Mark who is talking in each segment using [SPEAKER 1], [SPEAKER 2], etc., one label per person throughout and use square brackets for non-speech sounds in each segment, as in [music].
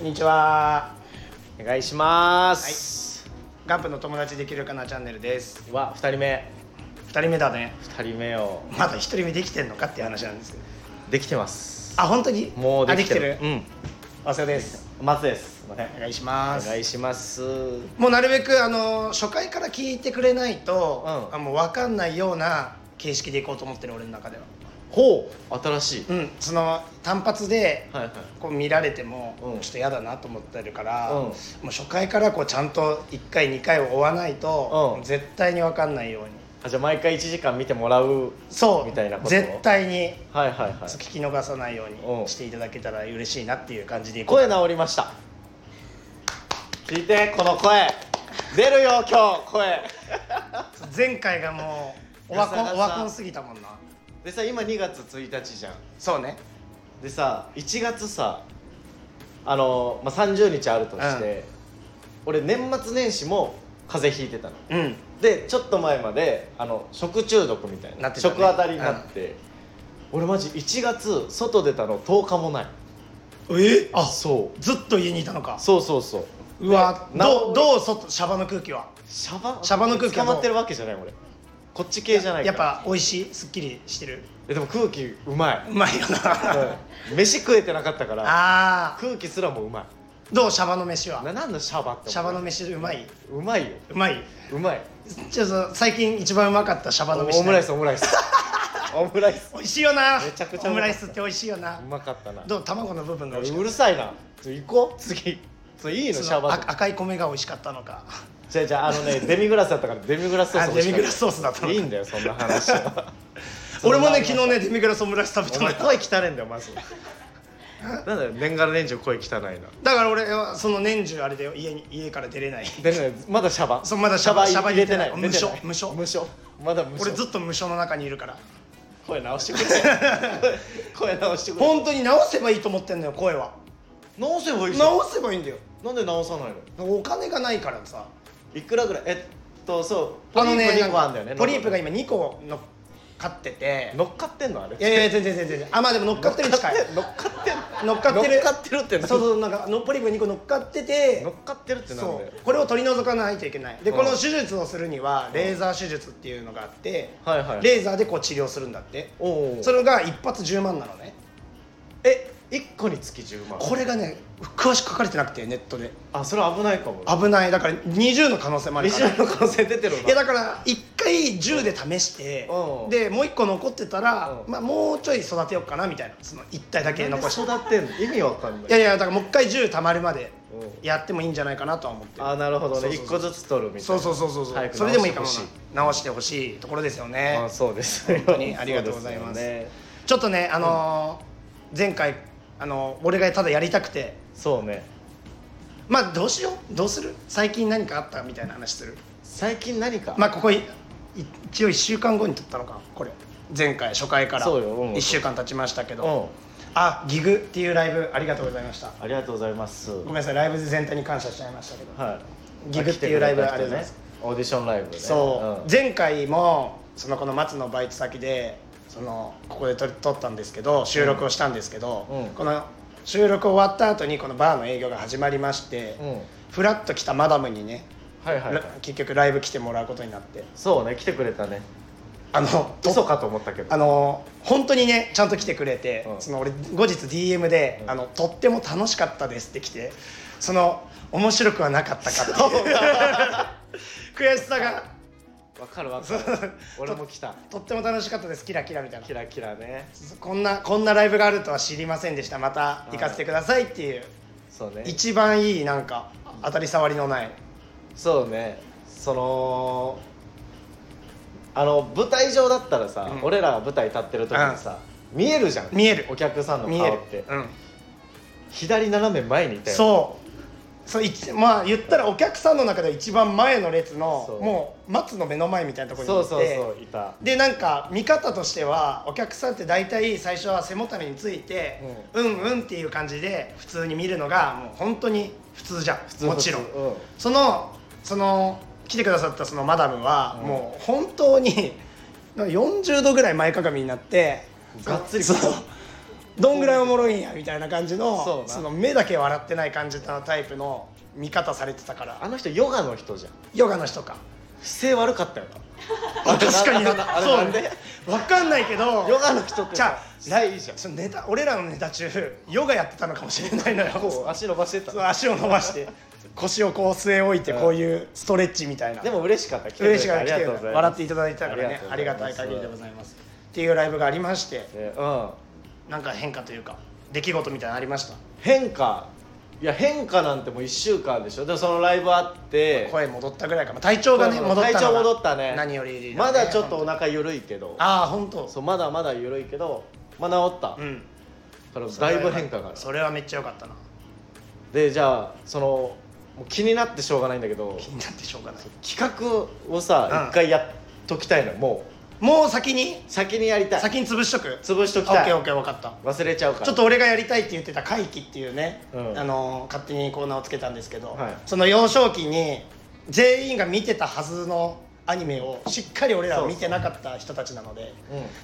[SPEAKER 1] にちは。
[SPEAKER 2] お願いします。
[SPEAKER 1] ガンプの友達できるかなチャンネルです。
[SPEAKER 2] は二人目、
[SPEAKER 1] 二人目だね。
[SPEAKER 2] 二人目を
[SPEAKER 1] まだ一人目できてんのかっていう話なんですけど。
[SPEAKER 2] できてます。
[SPEAKER 1] あ、本当に。
[SPEAKER 2] もう
[SPEAKER 1] あ
[SPEAKER 2] できてる。
[SPEAKER 1] できてる。あ、そうです。
[SPEAKER 2] うん、松です。すみません。
[SPEAKER 1] お願いします
[SPEAKER 2] お。願いします。
[SPEAKER 1] もうなるべくあの初回から聞いてくれないと、
[SPEAKER 2] うん
[SPEAKER 1] あもう分かんないような形式でいこうと思ってる俺の中では、
[SPEAKER 2] ほう、新しい。
[SPEAKER 1] うん、その単発で
[SPEAKER 2] はいはい。
[SPEAKER 1] こう見られても
[SPEAKER 2] うん
[SPEAKER 1] ちょっと嫌だなと思ってるから、
[SPEAKER 2] うん
[SPEAKER 1] もう初回からこうちゃんと1回2回を追わないと、
[SPEAKER 2] うん
[SPEAKER 1] 絶対に分かんないように
[SPEAKER 2] あ、じゃあ毎回一時間見てもらう。
[SPEAKER 1] そう
[SPEAKER 2] みたいなこと
[SPEAKER 1] 絶対に
[SPEAKER 2] はいはいはい。
[SPEAKER 1] 聞き逃さないよう
[SPEAKER 2] う
[SPEAKER 1] に
[SPEAKER 2] ん
[SPEAKER 1] していただけたら嬉しいなっていう感じでいこう
[SPEAKER 2] 声治りました。聞いて、この声。出るよ、今日、声。
[SPEAKER 1] 前回がもうオワコン
[SPEAKER 2] ガサガサ
[SPEAKER 1] オワコンすぎたもんな
[SPEAKER 2] でさ、今2月1日じゃん。
[SPEAKER 1] そうね
[SPEAKER 2] でさ1月さあの、まあ、30日あるとして、俺年末年始も風邪ひいてたの
[SPEAKER 1] うん
[SPEAKER 2] でちょっと前まであの食中毒みたいな
[SPEAKER 1] なってたね
[SPEAKER 2] 食当たりになって、俺マジ1月外出たの10日もない
[SPEAKER 1] えあ
[SPEAKER 2] そう
[SPEAKER 1] ずっと家にいたのか
[SPEAKER 2] そうそうそう
[SPEAKER 1] うわ
[SPEAKER 2] な
[SPEAKER 1] どうどう外シャバの空気は
[SPEAKER 2] シャバ
[SPEAKER 1] シャバの空気は
[SPEAKER 2] 捕
[SPEAKER 1] もう
[SPEAKER 2] まってるわけじゃない俺こっち系じゃないか
[SPEAKER 1] や
[SPEAKER 2] ら
[SPEAKER 1] っぱ美味しいすっきりしてる
[SPEAKER 2] えでも空気うまい、
[SPEAKER 1] うまいよな
[SPEAKER 2] うん飯食えてなかったから
[SPEAKER 1] [laughs] あ
[SPEAKER 2] 空気すらもうま
[SPEAKER 1] ーどうシャバの飯はい
[SPEAKER 2] ななんのシャバって思う
[SPEAKER 1] シャバの飯うまいう
[SPEAKER 2] まいよ
[SPEAKER 1] うまいう
[SPEAKER 2] まい
[SPEAKER 1] ちょっと最近一番うまかったシャバの飯
[SPEAKER 2] オムライスオムライス [laughs] オムライス
[SPEAKER 1] 美味しいよな
[SPEAKER 2] めちゃくちゃ
[SPEAKER 1] オ
[SPEAKER 2] うまかった
[SPEAKER 1] ムライスって美味しいよな
[SPEAKER 2] うまかったな
[SPEAKER 1] どう卵の部分が美味しか
[SPEAKER 2] う
[SPEAKER 1] っ
[SPEAKER 2] るさいなちょ行こう次それいい
[SPEAKER 1] た
[SPEAKER 2] のシ
[SPEAKER 1] そ
[SPEAKER 2] ャ
[SPEAKER 1] の
[SPEAKER 2] バ
[SPEAKER 1] あ赤い米が美味しかったのか
[SPEAKER 2] じゃあじゃああの [laughs] ねデミグラスだったからデミグラスソース
[SPEAKER 1] あデミグラスソ
[SPEAKER 2] ー
[SPEAKER 1] ースだったのか
[SPEAKER 2] いいんだよそんな話 [laughs] は
[SPEAKER 1] 俺も
[SPEAKER 2] [laughs]
[SPEAKER 1] ね昨日ねデミグラスオムライス食べ
[SPEAKER 2] お
[SPEAKER 1] たの
[SPEAKER 2] 前声汚れんだよまずなんだよ年がら年中声汚いな
[SPEAKER 1] だから俺はその年中あれだよ家に家から出れない
[SPEAKER 2] でねまだシャバ
[SPEAKER 1] そうまだシャバ
[SPEAKER 2] シャバ入れてない
[SPEAKER 1] シャバ入れてない
[SPEAKER 2] 出てない
[SPEAKER 1] 無
[SPEAKER 2] 無償まだ無償
[SPEAKER 1] 俺ずっと無償の中にいるから
[SPEAKER 2] 声直してくれ [laughs] 声声直してくれ
[SPEAKER 1] 本当に直せばいいと思ってんのよ声は
[SPEAKER 2] 直せばいいじゃん
[SPEAKER 1] 直せばいいんだよ
[SPEAKER 2] なんで直さないの
[SPEAKER 1] お金がないからさ
[SPEAKER 2] いくらぐらいえっとそうポ
[SPEAKER 1] あ
[SPEAKER 2] リ
[SPEAKER 1] の
[SPEAKER 2] ープ
[SPEAKER 1] ね
[SPEAKER 2] 2個あんだよね
[SPEAKER 1] ポリープが今2個乗っかってて
[SPEAKER 2] 乗っかってんのあれ
[SPEAKER 1] いやいや全然全然全然あまあでも乗っかってるに近い
[SPEAKER 2] [laughs] 乗っかってんの
[SPEAKER 1] 乗っかってる
[SPEAKER 2] 乗っかってるって何
[SPEAKER 1] そうそうなんかのポリープが2個乗っかってて
[SPEAKER 2] 乗っかってるってなんだ
[SPEAKER 1] そ
[SPEAKER 2] よ
[SPEAKER 1] うこれを取り除かないといけないで
[SPEAKER 2] うん
[SPEAKER 1] この手術をするにはレーザー手術っていうのがあって
[SPEAKER 2] はいはい
[SPEAKER 1] レーザーでこう治療するんだって
[SPEAKER 2] おうおう
[SPEAKER 1] それが一発10万なのね
[SPEAKER 2] え一1個につき10万
[SPEAKER 1] これがね詳しく書かれてなくてネットで
[SPEAKER 2] あそれ危ないかも
[SPEAKER 1] 危ないだから20の可能性もあるから
[SPEAKER 2] 西野の可能性出てるない
[SPEAKER 1] やだから1回10で試して、
[SPEAKER 2] うん
[SPEAKER 1] でもう1個残ってたら、
[SPEAKER 2] うん
[SPEAKER 1] まあ、もうちょい育てようかなみたいなその1体だけ
[SPEAKER 2] なんで
[SPEAKER 1] 残して
[SPEAKER 2] 育ってんの意味わかんない
[SPEAKER 1] いやいやだからもう1回10貯まるまで
[SPEAKER 2] うん
[SPEAKER 1] やってもいいんじゃないかなとは思ってる
[SPEAKER 2] あなるほど
[SPEAKER 1] そ
[SPEAKER 2] ね
[SPEAKER 1] う
[SPEAKER 2] 一
[SPEAKER 1] そうそう
[SPEAKER 2] 個ずつ取るみたいな
[SPEAKER 1] そうそうそうそうそう
[SPEAKER 2] 早く
[SPEAKER 1] そ
[SPEAKER 2] 直し
[SPEAKER 1] れ
[SPEAKER 2] て
[SPEAKER 1] で
[SPEAKER 2] ほ
[SPEAKER 1] も
[SPEAKER 2] し
[SPEAKER 1] いいかもな直してほしいところですよね
[SPEAKER 2] あそうです
[SPEAKER 1] 本当にありがとうござい
[SPEAKER 2] そう
[SPEAKER 1] ます
[SPEAKER 2] ですよね
[SPEAKER 1] ちょっとねあのー前回あのー俺がただやりたくて
[SPEAKER 2] そうね
[SPEAKER 1] まあどうしようどうする最近何かあったみたいな話する
[SPEAKER 2] 最近何か
[SPEAKER 1] まあここいい一応1週間後に撮ったのかこれ前回初回から
[SPEAKER 2] そうようん
[SPEAKER 1] 1週間経ちましたけど、
[SPEAKER 2] うん
[SPEAKER 1] あギグっていうライブありがとうございました
[SPEAKER 2] ありがとうございます
[SPEAKER 1] ごめんなさいライブ全体に感謝しちゃいましたけど、
[SPEAKER 2] はい
[SPEAKER 1] ギグっていうライブありがとうございます
[SPEAKER 2] オーディションライブね
[SPEAKER 1] そう、
[SPEAKER 2] ん
[SPEAKER 1] 前回もそのこの松のバイト先でそのここで撮撮ったんですけど収録をしたんですけど、
[SPEAKER 2] うん
[SPEAKER 1] この収録終わった後にこのバーの営業が始まりまして、
[SPEAKER 2] うん
[SPEAKER 1] ふらっと来たマダムにね、
[SPEAKER 2] はいはいはい
[SPEAKER 1] ら結局ライブ来てもらうことになって
[SPEAKER 2] そうね来てくれたね
[SPEAKER 1] あの
[SPEAKER 2] 嘘かと思ったけど
[SPEAKER 1] あの本当にねちゃんと来てくれて、
[SPEAKER 2] うん
[SPEAKER 1] その俺後日 DM で、
[SPEAKER 2] うん
[SPEAKER 1] あの「とっても楽しかったです」って来てその面白くはなかったかっていう [laughs] 悔しさが
[SPEAKER 2] わかるわかる俺も来た
[SPEAKER 1] 「とっても楽しかったですキラキラ」みたいな
[SPEAKER 2] キラキラね
[SPEAKER 1] こんなこんなライブがあるとは知りませんでしたまた行かせてくださいっていう、
[SPEAKER 2] そうね
[SPEAKER 1] 一番いいなんか当たり障りのない
[SPEAKER 2] そうねそのあの舞台上だったらさ、
[SPEAKER 1] うん
[SPEAKER 2] 俺らが舞台立ってる時にさ、見えるじゃん
[SPEAKER 1] 見える
[SPEAKER 2] お客さんの
[SPEAKER 1] 見え
[SPEAKER 2] 顔
[SPEAKER 1] る
[SPEAKER 2] って、
[SPEAKER 1] うん、
[SPEAKER 2] 左斜め前にいたよ
[SPEAKER 1] そうそう一まあ言ったらお客さんの中で一番前の列
[SPEAKER 2] そ
[SPEAKER 1] の
[SPEAKER 2] う
[SPEAKER 1] もう松の目の前みたいなところに
[SPEAKER 2] そ
[SPEAKER 1] 行
[SPEAKER 2] う
[SPEAKER 1] って
[SPEAKER 2] そうそういた
[SPEAKER 1] でなんか見方としてはお客さんって大体最初は背もたれについて、うん、うんっていう感じで普通に見るのがもう本当に普通じゃん
[SPEAKER 2] 普通
[SPEAKER 1] もちろん
[SPEAKER 2] 普通うん
[SPEAKER 1] そのその来てくださったそのマダムは、
[SPEAKER 2] うん
[SPEAKER 1] もう本当になんか40度ぐらい前かがみになって
[SPEAKER 2] がっつり
[SPEAKER 1] そうどんぐらいおもろいんやみたいな感じの
[SPEAKER 2] そう
[SPEAKER 1] そ
[SPEAKER 2] な
[SPEAKER 1] の目だけ笑ってない感じのタイプの見方されてたから
[SPEAKER 2] あの人ヨガの人じゃん
[SPEAKER 1] ヨガの人か
[SPEAKER 2] 姿勢悪かったよな
[SPEAKER 1] 確かに
[SPEAKER 2] あれなあれなあれなんで
[SPEAKER 1] そうわかんないけど
[SPEAKER 2] ヨガの人って
[SPEAKER 1] じゃ
[SPEAKER 2] さないじゃん
[SPEAKER 1] そのネタ俺らのネタ中ヨガやってたのかもしれないのよ
[SPEAKER 2] こう足伸ばしてた
[SPEAKER 1] そう足を伸ばして腰をこう据え置いてこういうストレッチみたいな
[SPEAKER 2] でも嬉しかった来てくれ
[SPEAKER 1] 嬉
[SPEAKER 2] て
[SPEAKER 1] しかった
[SPEAKER 2] ありがとうございます
[SPEAKER 1] 笑っていただいたからねあ
[SPEAKER 2] あ
[SPEAKER 1] り
[SPEAKER 2] り
[SPEAKER 1] が
[SPEAKER 2] が
[SPEAKER 1] た
[SPEAKER 2] とうございます
[SPEAKER 1] い限りでございますっていうライブがありまして
[SPEAKER 2] ねうん
[SPEAKER 1] なんか変化というか出来事みたいなのありました
[SPEAKER 2] 変化いや変化なんてもう1週間でしょでそのライブあって
[SPEAKER 1] 声戻ったぐらいか、まあ、体調がね戻ったのが
[SPEAKER 2] 体調戻ったね
[SPEAKER 1] 何より
[SPEAKER 2] まだちょっとお
[SPEAKER 1] な
[SPEAKER 2] 腹緩いけど
[SPEAKER 1] ああ本当
[SPEAKER 2] そうまだまだ緩いけどまあ治った、
[SPEAKER 1] うん
[SPEAKER 2] からだいぶ変化がある
[SPEAKER 1] それはめっちゃ良かったな
[SPEAKER 2] でじゃあそのもう気になってしょうがないんだけど
[SPEAKER 1] 気になってしょうがない
[SPEAKER 2] 企画をさ
[SPEAKER 1] うん
[SPEAKER 2] 一、回やっときたいのも
[SPEAKER 1] もう先に
[SPEAKER 2] う先にやりたい
[SPEAKER 1] 先に潰しとく
[SPEAKER 2] 潰しとき
[SPEAKER 1] オッ
[SPEAKER 2] た
[SPEAKER 1] ケ
[SPEAKER 2] い
[SPEAKER 1] ーオッケー分かった
[SPEAKER 2] 忘れちゃうから
[SPEAKER 1] ちょっと俺がやりたいって言ってた「回帰」っていうね、
[SPEAKER 2] うん
[SPEAKER 1] あの勝手にコーナーをつけたんですけど、
[SPEAKER 2] はい
[SPEAKER 1] その幼少期に全員が見てたはずのアニメをしっかり俺らは見てなかった人たちなので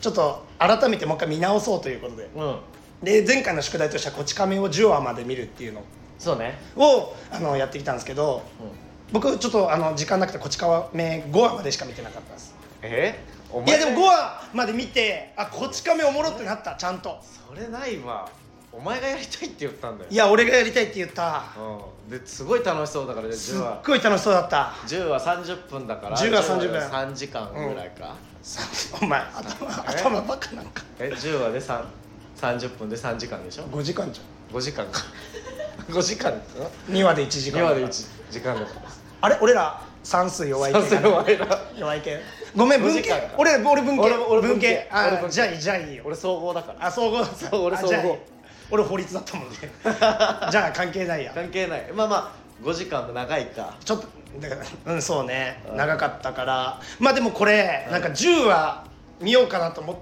[SPEAKER 1] ちょっと改めてもう一回見直そうということで
[SPEAKER 2] うん、うん、
[SPEAKER 1] で前回の宿題としては「こち亀」を10話まで見るっていうの
[SPEAKER 2] そうね、
[SPEAKER 1] をあのやってきたんですけど
[SPEAKER 2] うん、
[SPEAKER 1] 僕ちょっとあの時間なくて「こち亀」5話までしか見てなかったです
[SPEAKER 2] えお
[SPEAKER 1] いやでも5話まで見てあこち亀おもろってなったちゃんと
[SPEAKER 2] それないわお前がやりたいって言ったんだよ
[SPEAKER 1] いや俺がやりたいって言った
[SPEAKER 2] うん、ですごい楽しそうだからね
[SPEAKER 1] すっ
[SPEAKER 2] 10は
[SPEAKER 1] ごい楽しそうだった
[SPEAKER 2] 10は30分だから
[SPEAKER 1] 10は30分
[SPEAKER 2] 3時間ぐらいか、
[SPEAKER 1] さお前頭
[SPEAKER 2] え
[SPEAKER 1] 頭バカなんか
[SPEAKER 2] え10話で3 30分で3時間でしょ
[SPEAKER 1] 5時間じ
[SPEAKER 2] 5時間か5 [laughs] 時間か
[SPEAKER 1] ゃん2話で1時間
[SPEAKER 2] 今まで1時間だから
[SPEAKER 1] あれ俺ら算数弱い系
[SPEAKER 2] さすがお前ら
[SPEAKER 1] 弱い系ごめん文
[SPEAKER 2] 5時
[SPEAKER 1] 系
[SPEAKER 2] 間か
[SPEAKER 1] 俺俺文系
[SPEAKER 2] 俺俺文系
[SPEAKER 1] あ
[SPEAKER 2] 俺文系
[SPEAKER 1] じゃあいいじゃあいいよ
[SPEAKER 2] 俺総合だから
[SPEAKER 1] あ総合
[SPEAKER 2] う俺
[SPEAKER 1] あじゃあい
[SPEAKER 2] 総
[SPEAKER 1] い
[SPEAKER 2] 合
[SPEAKER 1] 俺法律だったもん
[SPEAKER 2] [laughs]
[SPEAKER 1] ねじゃあ関係ないや
[SPEAKER 2] 関係ないまあまあ5時間も長いか
[SPEAKER 1] ちょっとだからうんそうね
[SPEAKER 2] うん
[SPEAKER 1] 長かったからまあでもこれ
[SPEAKER 2] うん
[SPEAKER 1] なんか10話見ようかなと思っ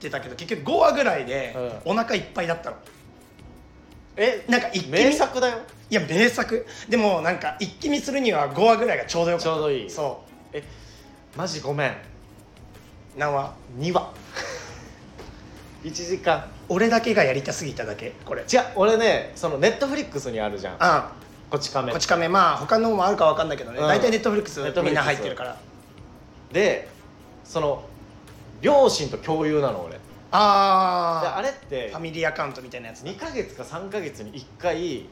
[SPEAKER 1] てたけど結局5話ぐらいで
[SPEAKER 2] う
[SPEAKER 1] お腹いっぱいだったの
[SPEAKER 2] え
[SPEAKER 1] なんか一気に
[SPEAKER 2] 名作だよ
[SPEAKER 1] いや名作でもなんか一気見するには5話ぐらいがちょうどよかった
[SPEAKER 2] ちょうどいい
[SPEAKER 1] そ
[SPEAKER 2] えマジごめん
[SPEAKER 1] う何話
[SPEAKER 2] 2話1時間
[SPEAKER 1] 俺だけがやりたすぎただけこれ
[SPEAKER 2] 違う俺ねそのネットフリックスにあるじゃん
[SPEAKER 1] あ
[SPEAKER 2] こち
[SPEAKER 1] ん
[SPEAKER 2] 亀
[SPEAKER 1] こち亀まあ他のもあるかわかんないけどね、
[SPEAKER 2] うん
[SPEAKER 1] 大体ネットフリックス
[SPEAKER 2] Netflix
[SPEAKER 1] みんな入ってるから
[SPEAKER 2] でその両親と共有なの俺であ
[SPEAKER 1] あ
[SPEAKER 2] れって
[SPEAKER 1] ーファミリーアカウントみたいなやつ
[SPEAKER 2] 2ヶ月か3ヶ月に1回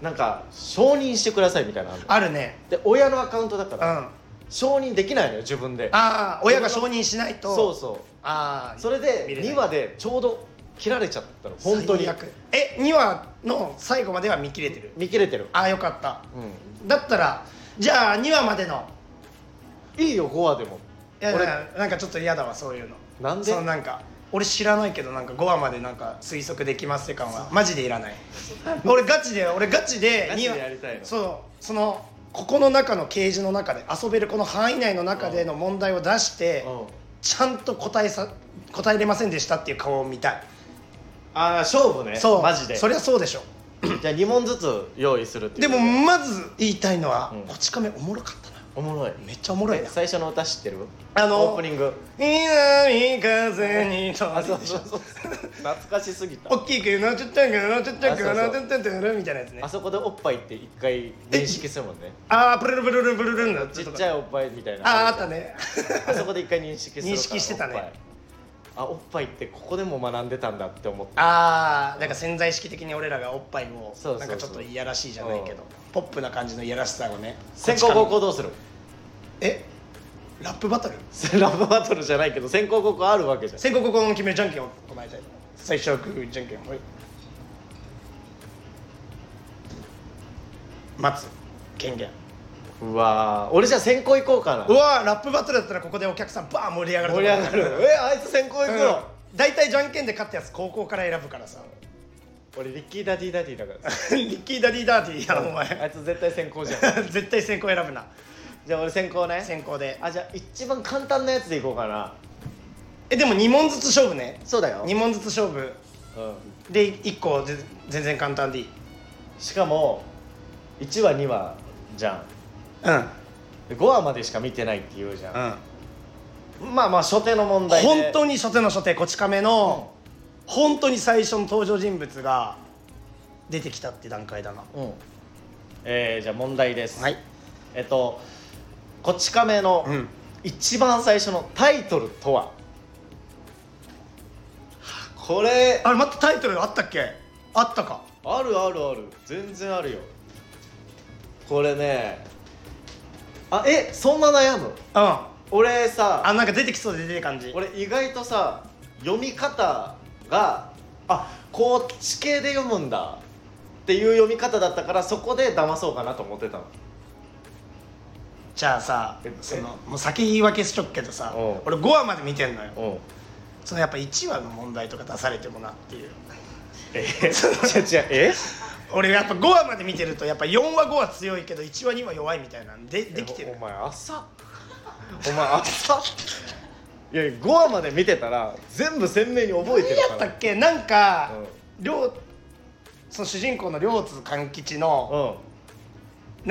[SPEAKER 2] なんか承認してくださいみたいなのあるの
[SPEAKER 1] あるね
[SPEAKER 2] で親のアカウントだか
[SPEAKER 1] うん
[SPEAKER 2] ら
[SPEAKER 1] あ
[SPEAKER 2] 承認できないのよ自分で
[SPEAKER 1] あー親が承認しないと
[SPEAKER 2] そうそう
[SPEAKER 1] ああ
[SPEAKER 2] そ
[SPEAKER 1] れ
[SPEAKER 2] れで
[SPEAKER 1] 見れない
[SPEAKER 2] 2話でちょうど切られちゃったの本当に
[SPEAKER 1] え二2話の最後までは見切れてる
[SPEAKER 2] 見切れてる
[SPEAKER 1] ああよかった
[SPEAKER 2] う
[SPEAKER 1] だったらじゃあ2話までの
[SPEAKER 2] んいいよ5話でも
[SPEAKER 1] いや
[SPEAKER 2] 俺
[SPEAKER 1] なんかちょっと嫌だわそういうの
[SPEAKER 2] なんで
[SPEAKER 1] そのなんか俺知らないけどなんか5話までなんか推測できますって感はマジでいらない俺ガチで俺ガチで
[SPEAKER 2] ガチ
[SPEAKER 1] に
[SPEAKER 2] で
[SPEAKER 1] は
[SPEAKER 2] やりたいの
[SPEAKER 1] そうそのここの中のケージの中で遊べるこの範囲内の中での問題を出して
[SPEAKER 2] うん
[SPEAKER 1] ちゃんと答えさ答えれませんでしたっていう顔を見たい
[SPEAKER 2] ああ勝負ね
[SPEAKER 1] そう
[SPEAKER 2] マジで
[SPEAKER 1] そりゃそうでしょ
[SPEAKER 2] じゃあ2問ずつ用意するってい
[SPEAKER 1] で
[SPEAKER 2] う
[SPEAKER 1] もまず言いたいのは、
[SPEAKER 2] うん
[SPEAKER 1] こち亀おもろかったな
[SPEAKER 2] おもろい
[SPEAKER 1] めっちゃおもろいな
[SPEAKER 2] 最初の歌知ってる
[SPEAKER 1] あの
[SPEAKER 2] オープニング
[SPEAKER 1] 南風に飛
[SPEAKER 2] あ
[SPEAKER 1] ば
[SPEAKER 2] そ
[SPEAKER 1] そう
[SPEAKER 2] そうそう [laughs] 懐かしすぎた
[SPEAKER 1] 大きくなっちゃったんかなちゃったんかな
[SPEAKER 2] あ
[SPEAKER 1] ち
[SPEAKER 2] そう
[SPEAKER 1] ゃったんかなみたいなやつね
[SPEAKER 2] あそこでおっぱいって一回認識するもんね
[SPEAKER 1] あープルルプルルプルルンだ
[SPEAKER 2] ちっ
[SPEAKER 1] と
[SPEAKER 2] ちゃいおっぱいみたいな
[SPEAKER 1] あーあったね
[SPEAKER 2] あそこで一回認識するから
[SPEAKER 1] [laughs] 認識してたね
[SPEAKER 2] おっぱいあおっぱいってここでも学んでたんだって思った
[SPEAKER 1] ああなんか潜在意識的に俺らがおっぱいを
[SPEAKER 2] そうそうそう
[SPEAKER 1] なんかちょっといやらしいじゃないけどポップな感じのいやらしさをね
[SPEAKER 2] 先行後
[SPEAKER 1] こっちか
[SPEAKER 2] 攻どうする
[SPEAKER 1] らえラップバトル
[SPEAKER 2] [laughs] ラブバトルじゃないけど先行後攻あるわけじゃん
[SPEAKER 1] 先攻後攻の決めるじゃんけんを行いたい最初はグーじゃんけんほい待つ権限
[SPEAKER 2] うわー俺じゃあ先行行こうかな
[SPEAKER 1] うわーラップバトルだったらここでお客さんバーン盛り上がると
[SPEAKER 2] 盛
[SPEAKER 1] 思う
[SPEAKER 2] り上がる [laughs] えあいつ先行行くの、
[SPEAKER 1] うん大体じゃんけんで勝ったやつ高校から選ぶから [laughs] さ
[SPEAKER 2] 俺リッキーダディダディだからさ
[SPEAKER 1] リッキーダディダーディーやお
[SPEAKER 2] あ
[SPEAKER 1] 前 [laughs]
[SPEAKER 2] いつ絶対先行じゃん
[SPEAKER 1] 絶対先行選ぶな
[SPEAKER 2] じゃあ俺先行ね
[SPEAKER 1] 先行で
[SPEAKER 2] あじゃあ一番簡単なやつでいこうかな
[SPEAKER 1] えでも2問ずつ勝負ね
[SPEAKER 2] そうだよ、
[SPEAKER 1] 2問ずつ勝負
[SPEAKER 2] うん、
[SPEAKER 1] で1個ぜ全然簡単でいい
[SPEAKER 2] しかも1話2話じゃん
[SPEAKER 1] うんうん
[SPEAKER 2] で5話までしか見てないって言うじゃん、まあまあ初手の問題で
[SPEAKER 1] 本当に初手の初手こち亀の本当に最初の登場人物が出てきたって段階だな
[SPEAKER 2] うんえーじゃあ問題です、
[SPEAKER 1] はい
[SPEAKER 2] えっと「こち亀」の
[SPEAKER 1] うん
[SPEAKER 2] 一番最初のタイトルとは、これ
[SPEAKER 1] あれ待ってタイトルあったっけあったか
[SPEAKER 2] あるあるある全然あるよこれねあえそんな悩む
[SPEAKER 1] うん
[SPEAKER 2] 俺さ
[SPEAKER 1] あなんか出てきそうで出てる感じ
[SPEAKER 2] 俺意外とさ読み方があこっち系で読むんだっていう読み方だったからそこで騙そうかなと思ってたの
[SPEAKER 1] じゃあさ
[SPEAKER 2] え
[SPEAKER 1] そのもう先言い訳しとくけどさ
[SPEAKER 2] うん
[SPEAKER 1] 俺5話まで見てんのよ
[SPEAKER 2] うん
[SPEAKER 1] そのやっぱ1話の問題とか出されてもなっていう
[SPEAKER 2] え [laughs] 違う違うえ
[SPEAKER 1] 俺やっぱ5話まで見てるとやっぱ4話5話強いけど1話2話弱いみたいなんでできて
[SPEAKER 2] え
[SPEAKER 1] る
[SPEAKER 2] お前朝お前朝いや5話まで見てたら全部鮮明に覚えてる
[SPEAKER 1] 何や
[SPEAKER 2] か
[SPEAKER 1] っ
[SPEAKER 2] ら
[SPEAKER 1] たっけなんか、両その主人公の両津勘吉の、
[SPEAKER 2] うん、う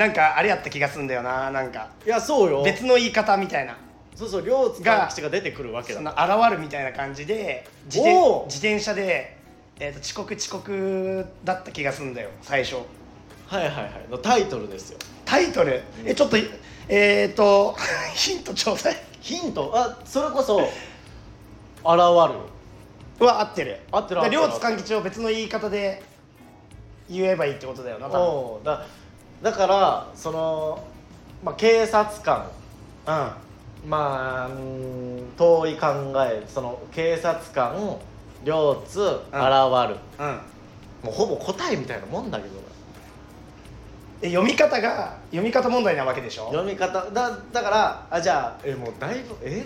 [SPEAKER 2] ん、
[SPEAKER 1] なんかあれやった気がすんだよななんか
[SPEAKER 2] いやそうよ
[SPEAKER 1] 別の言い方みたいな
[SPEAKER 2] そうそう両津
[SPEAKER 1] が
[SPEAKER 2] 勘吉が出てくるわけ
[SPEAKER 1] そ
[SPEAKER 2] だ
[SPEAKER 1] の現るみたいな感じで自転
[SPEAKER 2] おう
[SPEAKER 1] 自転車で、えー、と遅刻遅刻だった気がすんだよ最初
[SPEAKER 2] はいはいはいのタイトルですよ
[SPEAKER 1] タイトルえちょっとえっ、と [laughs] ヒントちょうだい
[SPEAKER 2] ヒントあそれこそ「現る」
[SPEAKER 1] は合ってる
[SPEAKER 2] 合ってる
[SPEAKER 1] だから
[SPEAKER 2] 合っ
[SPEAKER 1] 両
[SPEAKER 2] て
[SPEAKER 1] 津
[SPEAKER 2] る
[SPEAKER 1] 勘吉を別の言い方で言えばいいってことだよな多
[SPEAKER 2] おうだだからその、まあ、警察官
[SPEAKER 1] 分うん
[SPEAKER 2] まあうーん遠い考えその警察官両津現る、
[SPEAKER 1] うん
[SPEAKER 2] もうほぼ答えみたいなもんだけどな
[SPEAKER 1] え読み方が読み方問題なわけでしょ
[SPEAKER 2] 読み方だだからあじゃあえもうだいぶえ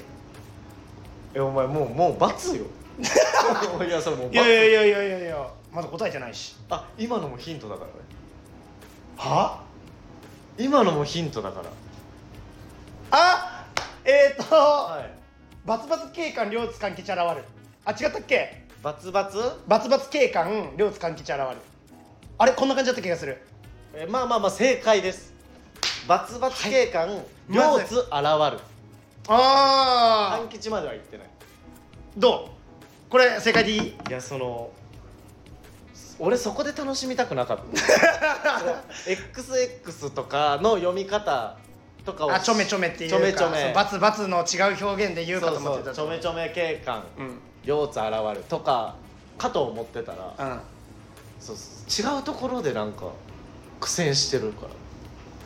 [SPEAKER 2] えお前もうもう罰よ [laughs] いやそれもう
[SPEAKER 1] い
[SPEAKER 2] 罰
[SPEAKER 1] やいやいやいやいやいやまだ答えてないし
[SPEAKER 2] あ今のもヒントだからね
[SPEAKER 1] は
[SPEAKER 2] 今のもヒントだから
[SPEAKER 1] あえっ、ー、と、
[SPEAKER 2] はい
[SPEAKER 1] バツバツ警官両津勘吉現るあ違ったっけ
[SPEAKER 2] バツバツ
[SPEAKER 1] バツバツ警官両津勘吉現るあれこんな感じだった気がする
[SPEAKER 2] えまあまあまあ正解ですバツバツ警官、両津現る
[SPEAKER 1] あ
[SPEAKER 2] 半吉までは言ってない
[SPEAKER 1] どうこれ正解でいい
[SPEAKER 2] いやその俺そこで楽しみたくなかった
[SPEAKER 1] [laughs]
[SPEAKER 2] XX とかの読み方とかを
[SPEAKER 1] あちょめちょめっていうか
[SPEAKER 2] ちょめちょめ
[SPEAKER 1] そうバツバツの違う表現で言うか
[SPEAKER 2] そ
[SPEAKER 1] と
[SPEAKER 2] う
[SPEAKER 1] 思っ
[SPEAKER 2] そ
[SPEAKER 1] てた
[SPEAKER 2] うちょめちょめ警官
[SPEAKER 1] うんうん
[SPEAKER 2] 両津現るとかかと思ってたらそうそう違うところでなんか苦戦してるか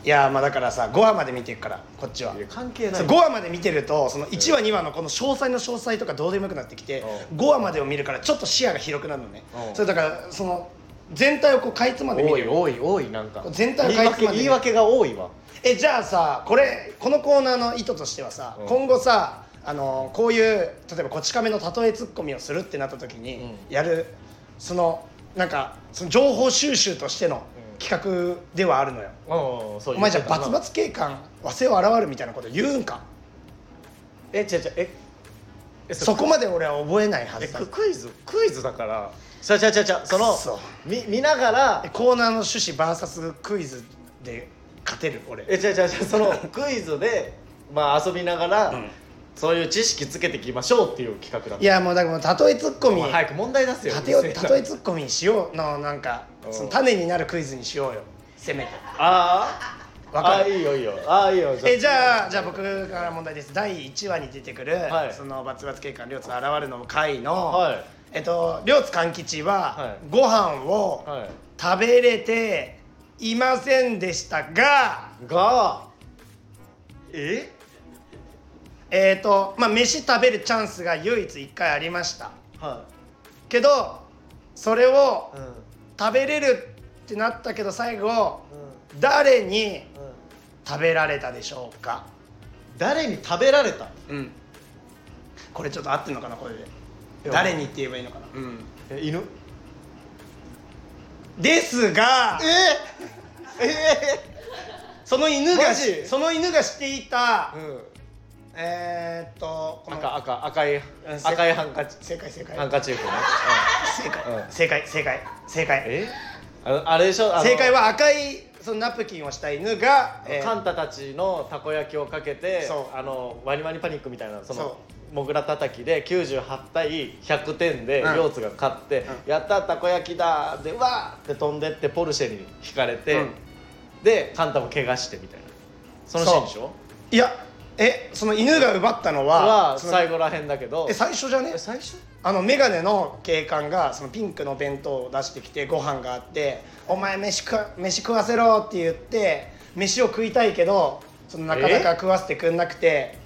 [SPEAKER 1] いやーまあだからさ5話まで見てるからこっちは
[SPEAKER 2] らいや関係ない
[SPEAKER 1] 5話まで見てるとその1話2話のこの詳細の詳細とかどうでもよくなってきて
[SPEAKER 2] う
[SPEAKER 1] 5話までを見るからちょっと視野が広くなるのね
[SPEAKER 2] うん
[SPEAKER 1] それだからその全体をこうかいつまんで見
[SPEAKER 2] 多
[SPEAKER 1] る
[SPEAKER 2] い多い多いなんか
[SPEAKER 1] 全体を
[SPEAKER 2] 言い
[SPEAKER 1] かいつ
[SPEAKER 2] 訳
[SPEAKER 1] まんで
[SPEAKER 2] 言い訳が多いわ
[SPEAKER 1] えじゃあさこれこのコーナーの意図としてはさ
[SPEAKER 2] うん
[SPEAKER 1] 今後さあのこういう例えばこち亀の例えツッコミをするってなった時に
[SPEAKER 2] うん
[SPEAKER 1] やるそのなんかその情報収集としての
[SPEAKER 2] うん
[SPEAKER 1] 企画ではあるのよ
[SPEAKER 2] お
[SPEAKER 1] お前じゃあバツバツ警官和製を現るみたいなこと言うんか
[SPEAKER 2] え違う違うええ
[SPEAKER 1] そこまで俺は覚えないは
[SPEAKER 2] え
[SPEAKER 1] ずだ
[SPEAKER 2] ククイズクイズだからちゃちゃちゃちゃその
[SPEAKER 1] くそ
[SPEAKER 2] み見ながら
[SPEAKER 1] コーナーの趣旨 VS クイズで勝てる俺
[SPEAKER 2] えちゃちゃちゃそのクイズでまあ遊びながら、
[SPEAKER 1] うん
[SPEAKER 2] そういう知識つけていきましょうっていう企画だった
[SPEAKER 1] いやもうだからもう例えツッコ
[SPEAKER 2] お
[SPEAKER 1] ミ
[SPEAKER 2] 前早く問題出せよ
[SPEAKER 1] 例え
[SPEAKER 2] うるせえな
[SPEAKER 1] 例えツッコミにしようのなんか
[SPEAKER 2] うん
[SPEAKER 1] その種になるクイズにしようよせめて
[SPEAKER 2] あー
[SPEAKER 1] わか
[SPEAKER 2] あ
[SPEAKER 1] る
[SPEAKER 2] ーいいよいいよああいいよ
[SPEAKER 1] えじゃあじゃあ僕から問題です第1話に出てくる、
[SPEAKER 2] はい
[SPEAKER 1] そのバツバツ警官両津現るの回の、
[SPEAKER 2] はい
[SPEAKER 1] えっと両津勘吉
[SPEAKER 2] は
[SPEAKER 1] はいご飯を
[SPEAKER 2] は
[SPEAKER 1] 食べれていませんでしたが
[SPEAKER 2] いがえ
[SPEAKER 1] えっ、とまあ飯食べるチャンスが唯一1回ありました
[SPEAKER 2] は
[SPEAKER 1] けどそれを
[SPEAKER 2] いうん
[SPEAKER 1] 食べれるってなったけど最後誰に
[SPEAKER 2] うんうん
[SPEAKER 1] 食べられたでしょうか、
[SPEAKER 2] 誰に食べられた
[SPEAKER 1] うん、これちょっと合ってるのかなこれで
[SPEAKER 2] や
[SPEAKER 1] 誰にって言えばいいのかな、うん、
[SPEAKER 2] え犬
[SPEAKER 1] ですが
[SPEAKER 2] ええ
[SPEAKER 1] その犬が
[SPEAKER 2] マジ
[SPEAKER 1] その犬がしていた、
[SPEAKER 2] うん
[SPEAKER 1] えー、っとこの
[SPEAKER 2] 赤赤赤い
[SPEAKER 1] うんせ
[SPEAKER 2] 赤いハンカチ
[SPEAKER 1] 正解正解
[SPEAKER 2] ハンカチーフね
[SPEAKER 1] 正解、
[SPEAKER 2] うん
[SPEAKER 1] 正解正解正解
[SPEAKER 2] えああれでしょあの
[SPEAKER 1] 正解は赤いそのナプキンをした犬が、えー
[SPEAKER 2] カンタたちのたこ焼きをかけて
[SPEAKER 1] そう
[SPEAKER 2] あのワニワニパニックみたいなその
[SPEAKER 1] そ
[SPEAKER 2] モグラたたきで98対100点で
[SPEAKER 1] うん
[SPEAKER 2] 両津が勝って「
[SPEAKER 1] う
[SPEAKER 2] やったたこ焼きだ!」でうわーって飛んでってポルシェに引かれて、
[SPEAKER 1] うん
[SPEAKER 2] でカンタも怪我してみたいなそのシーンでしょ
[SPEAKER 1] いやえその犬が奪ったのは
[SPEAKER 2] は
[SPEAKER 1] その
[SPEAKER 2] 最後らへんだけど
[SPEAKER 1] え最初じゃね
[SPEAKER 2] え最初
[SPEAKER 1] あの眼鏡の警官がそのピンクの弁当を出してきてご飯があって「お前飯食わ飯食わせろ」って言って飯を食いたいけどそのなかなか食わせてくんなくて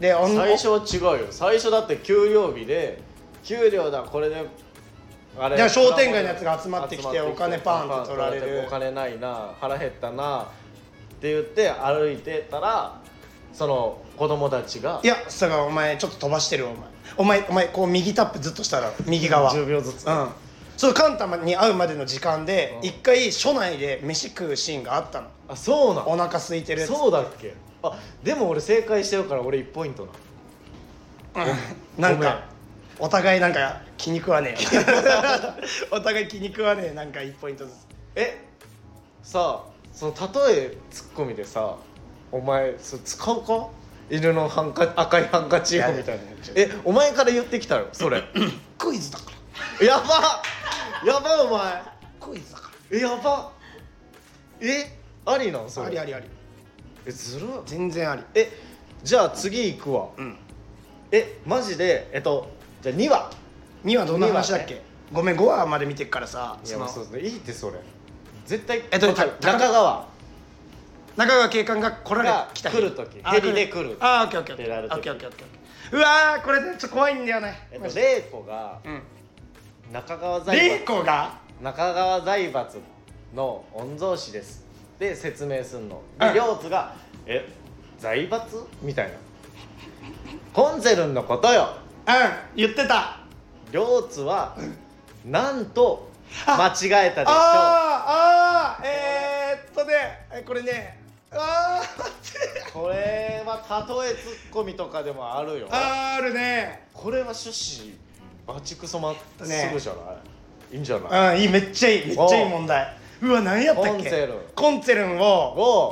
[SPEAKER 1] でおん
[SPEAKER 2] 最初は違うよ最初だって給料日で給料だこれであ
[SPEAKER 1] じゃあ商店街のやつが集まってきてお金パンって取られる
[SPEAKER 2] パン取お金ないな腹減ったなって言って歩いてたらその子供たちが
[SPEAKER 1] いやそがお前ちょっと飛ばしてるお前お前お前こう右タップずっとしたら右側
[SPEAKER 2] 10秒ずつ、
[SPEAKER 1] うんそのカンタマに会うまでの時間で
[SPEAKER 2] うん
[SPEAKER 1] 一回署内で飯食うシーンがあったの
[SPEAKER 2] あそうなん
[SPEAKER 1] お腹空いてるっつって
[SPEAKER 2] そうだっけあでも俺正解してるから俺1ポイントな
[SPEAKER 1] うんなんかお互いなんか気に食わねえよ [laughs] お互い気に食わねえなんか1ポイントずつ
[SPEAKER 2] えさあその例えツッコミでさお前それ使うか犬のハンカ赤いハンカチーフみたいな
[SPEAKER 1] やだ
[SPEAKER 2] えお前から言ってきたよそれ
[SPEAKER 1] クイズだから
[SPEAKER 2] やばやばお前
[SPEAKER 1] クイズだか
[SPEAKER 2] えやばえありなんそ
[SPEAKER 1] ら
[SPEAKER 2] れ
[SPEAKER 1] ありありあり
[SPEAKER 2] えずるっ
[SPEAKER 1] 全然あり
[SPEAKER 2] えじゃあ次行くわ
[SPEAKER 1] うん
[SPEAKER 2] えマジでえっとじゃあ2話
[SPEAKER 1] 2はどんな話だっけ、
[SPEAKER 2] 二は
[SPEAKER 1] ごめん5話まで見てっからさ
[SPEAKER 2] い
[SPEAKER 1] そ
[SPEAKER 2] や
[SPEAKER 1] の
[SPEAKER 2] もうそうですねいいってそれ絶対
[SPEAKER 1] えっと
[SPEAKER 2] わかる
[SPEAKER 1] た
[SPEAKER 2] 中川
[SPEAKER 1] 中川警官が来られ
[SPEAKER 2] が
[SPEAKER 1] 来た
[SPEAKER 2] 来る時
[SPEAKER 1] あ
[SPEAKER 2] ヘリで来る
[SPEAKER 1] ああオッケーオッケーオッケ
[SPEAKER 2] 出られ
[SPEAKER 1] ー
[SPEAKER 2] て
[SPEAKER 1] オ
[SPEAKER 2] る
[SPEAKER 1] ッケーオッケーオッケーうわーこれねちょっと怖いんだよね
[SPEAKER 2] えっ
[SPEAKER 1] マ
[SPEAKER 2] と
[SPEAKER 1] ジで
[SPEAKER 2] 玲子が
[SPEAKER 1] うん
[SPEAKER 2] 中川財
[SPEAKER 1] 玲
[SPEAKER 2] 閥
[SPEAKER 1] 子が
[SPEAKER 2] 中川財閥の御曹司ですで説明すんの
[SPEAKER 1] う
[SPEAKER 2] で
[SPEAKER 1] ん
[SPEAKER 2] 両津が「え財閥?」みたいな「コンゼルンのことよ
[SPEAKER 1] うん言ってた
[SPEAKER 2] 両津はなんと間
[SPEAKER 1] あ
[SPEAKER 2] 違えたでし
[SPEAKER 1] [laughs] あーあーえー、っとねえこれねああ
[SPEAKER 2] ょう」これは例えツッコミとかでもあるよ
[SPEAKER 1] あるね
[SPEAKER 2] これは趣旨バチクソまっすぐ
[SPEAKER 1] ね
[SPEAKER 2] じゃない、いいんじゃない
[SPEAKER 1] うんいいめっちゃいいめっちゃいい問題うわ何やったっけ
[SPEAKER 2] コンツェルン
[SPEAKER 1] コンツェルンを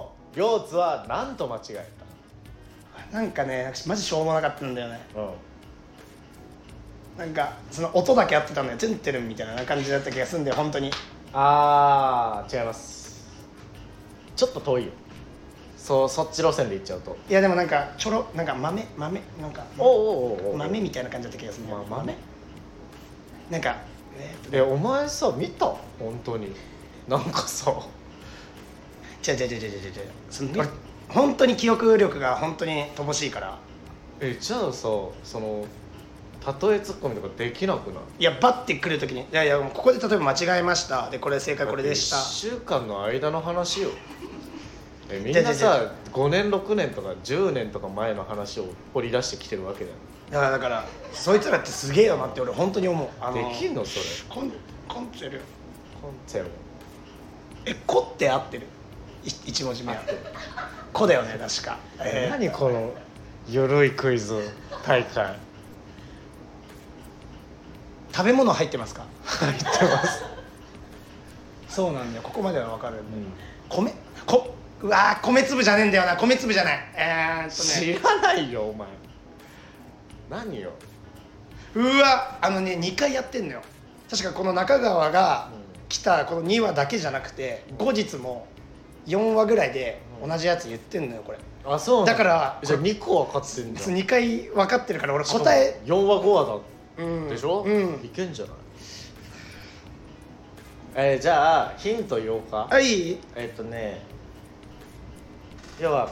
[SPEAKER 2] を両津はなんと間違え
[SPEAKER 1] なんかねマジしょうもなかったんだよね
[SPEAKER 2] た、うん、
[SPEAKER 1] なんかその音だけ合ってたんだよツンテルンみたいな感じだった気がすんだよ本当に
[SPEAKER 2] あー違いますちょっと遠いよそうそっち路線で行っちゃうと
[SPEAKER 1] いやでもなんかちょろなんか豆豆なんか
[SPEAKER 2] おおうおうおう
[SPEAKER 1] 豆みたいな感じだった気がするんだよね
[SPEAKER 2] ま豆
[SPEAKER 1] なんかえーっと
[SPEAKER 2] えお前さ見た本当になんかさ
[SPEAKER 1] 違う違う違う違う違う違うその俺本当に記憶力が本当に乏しいから
[SPEAKER 2] えじゃあさその例えツッコミとかできなくない
[SPEAKER 1] いやバッて来るときにいやいやもうここで例えば間違えましたでこれ正解これでした
[SPEAKER 2] 1週間の間の話よえみん
[SPEAKER 1] じゃ
[SPEAKER 2] な
[SPEAKER 1] あじゃあじ
[SPEAKER 2] さ5年6年とか10年とか前の話を掘り出してきてるわけだよ
[SPEAKER 1] いやだからそいつらってすげえよなって俺本当に思うあ
[SPEAKER 2] できんのそれ
[SPEAKER 1] コンコンツェル
[SPEAKER 2] コンセル
[SPEAKER 1] えコって合ってるい一文字目合ってるコだよね確か、えー
[SPEAKER 2] 何このゆるいクイズ大会
[SPEAKER 1] 食べ物入ってますか
[SPEAKER 2] 入ってます、
[SPEAKER 1] [laughs] そうなんだよここまでは分かる
[SPEAKER 2] うん
[SPEAKER 1] だよ
[SPEAKER 2] ん、
[SPEAKER 1] 米こうわー米粒じゃねえんだよな米粒じゃないえー、っとね
[SPEAKER 2] 知らないよお前何よ、
[SPEAKER 1] うわあのね2回やってんのよ確かこの中川が来たこの2話だけじゃなくて後日も4話ぐらいで同じやつ言ってんのよこれ
[SPEAKER 2] あそうなの
[SPEAKER 1] だから
[SPEAKER 2] じゃあ2個分かってんじゃん
[SPEAKER 1] 2回分かってるから俺答え
[SPEAKER 2] 4話5話
[SPEAKER 1] うん
[SPEAKER 2] だでしょ、
[SPEAKER 1] うん
[SPEAKER 2] いけんじゃないえーじゃあヒント言おうか
[SPEAKER 1] はい
[SPEAKER 2] えっとね要は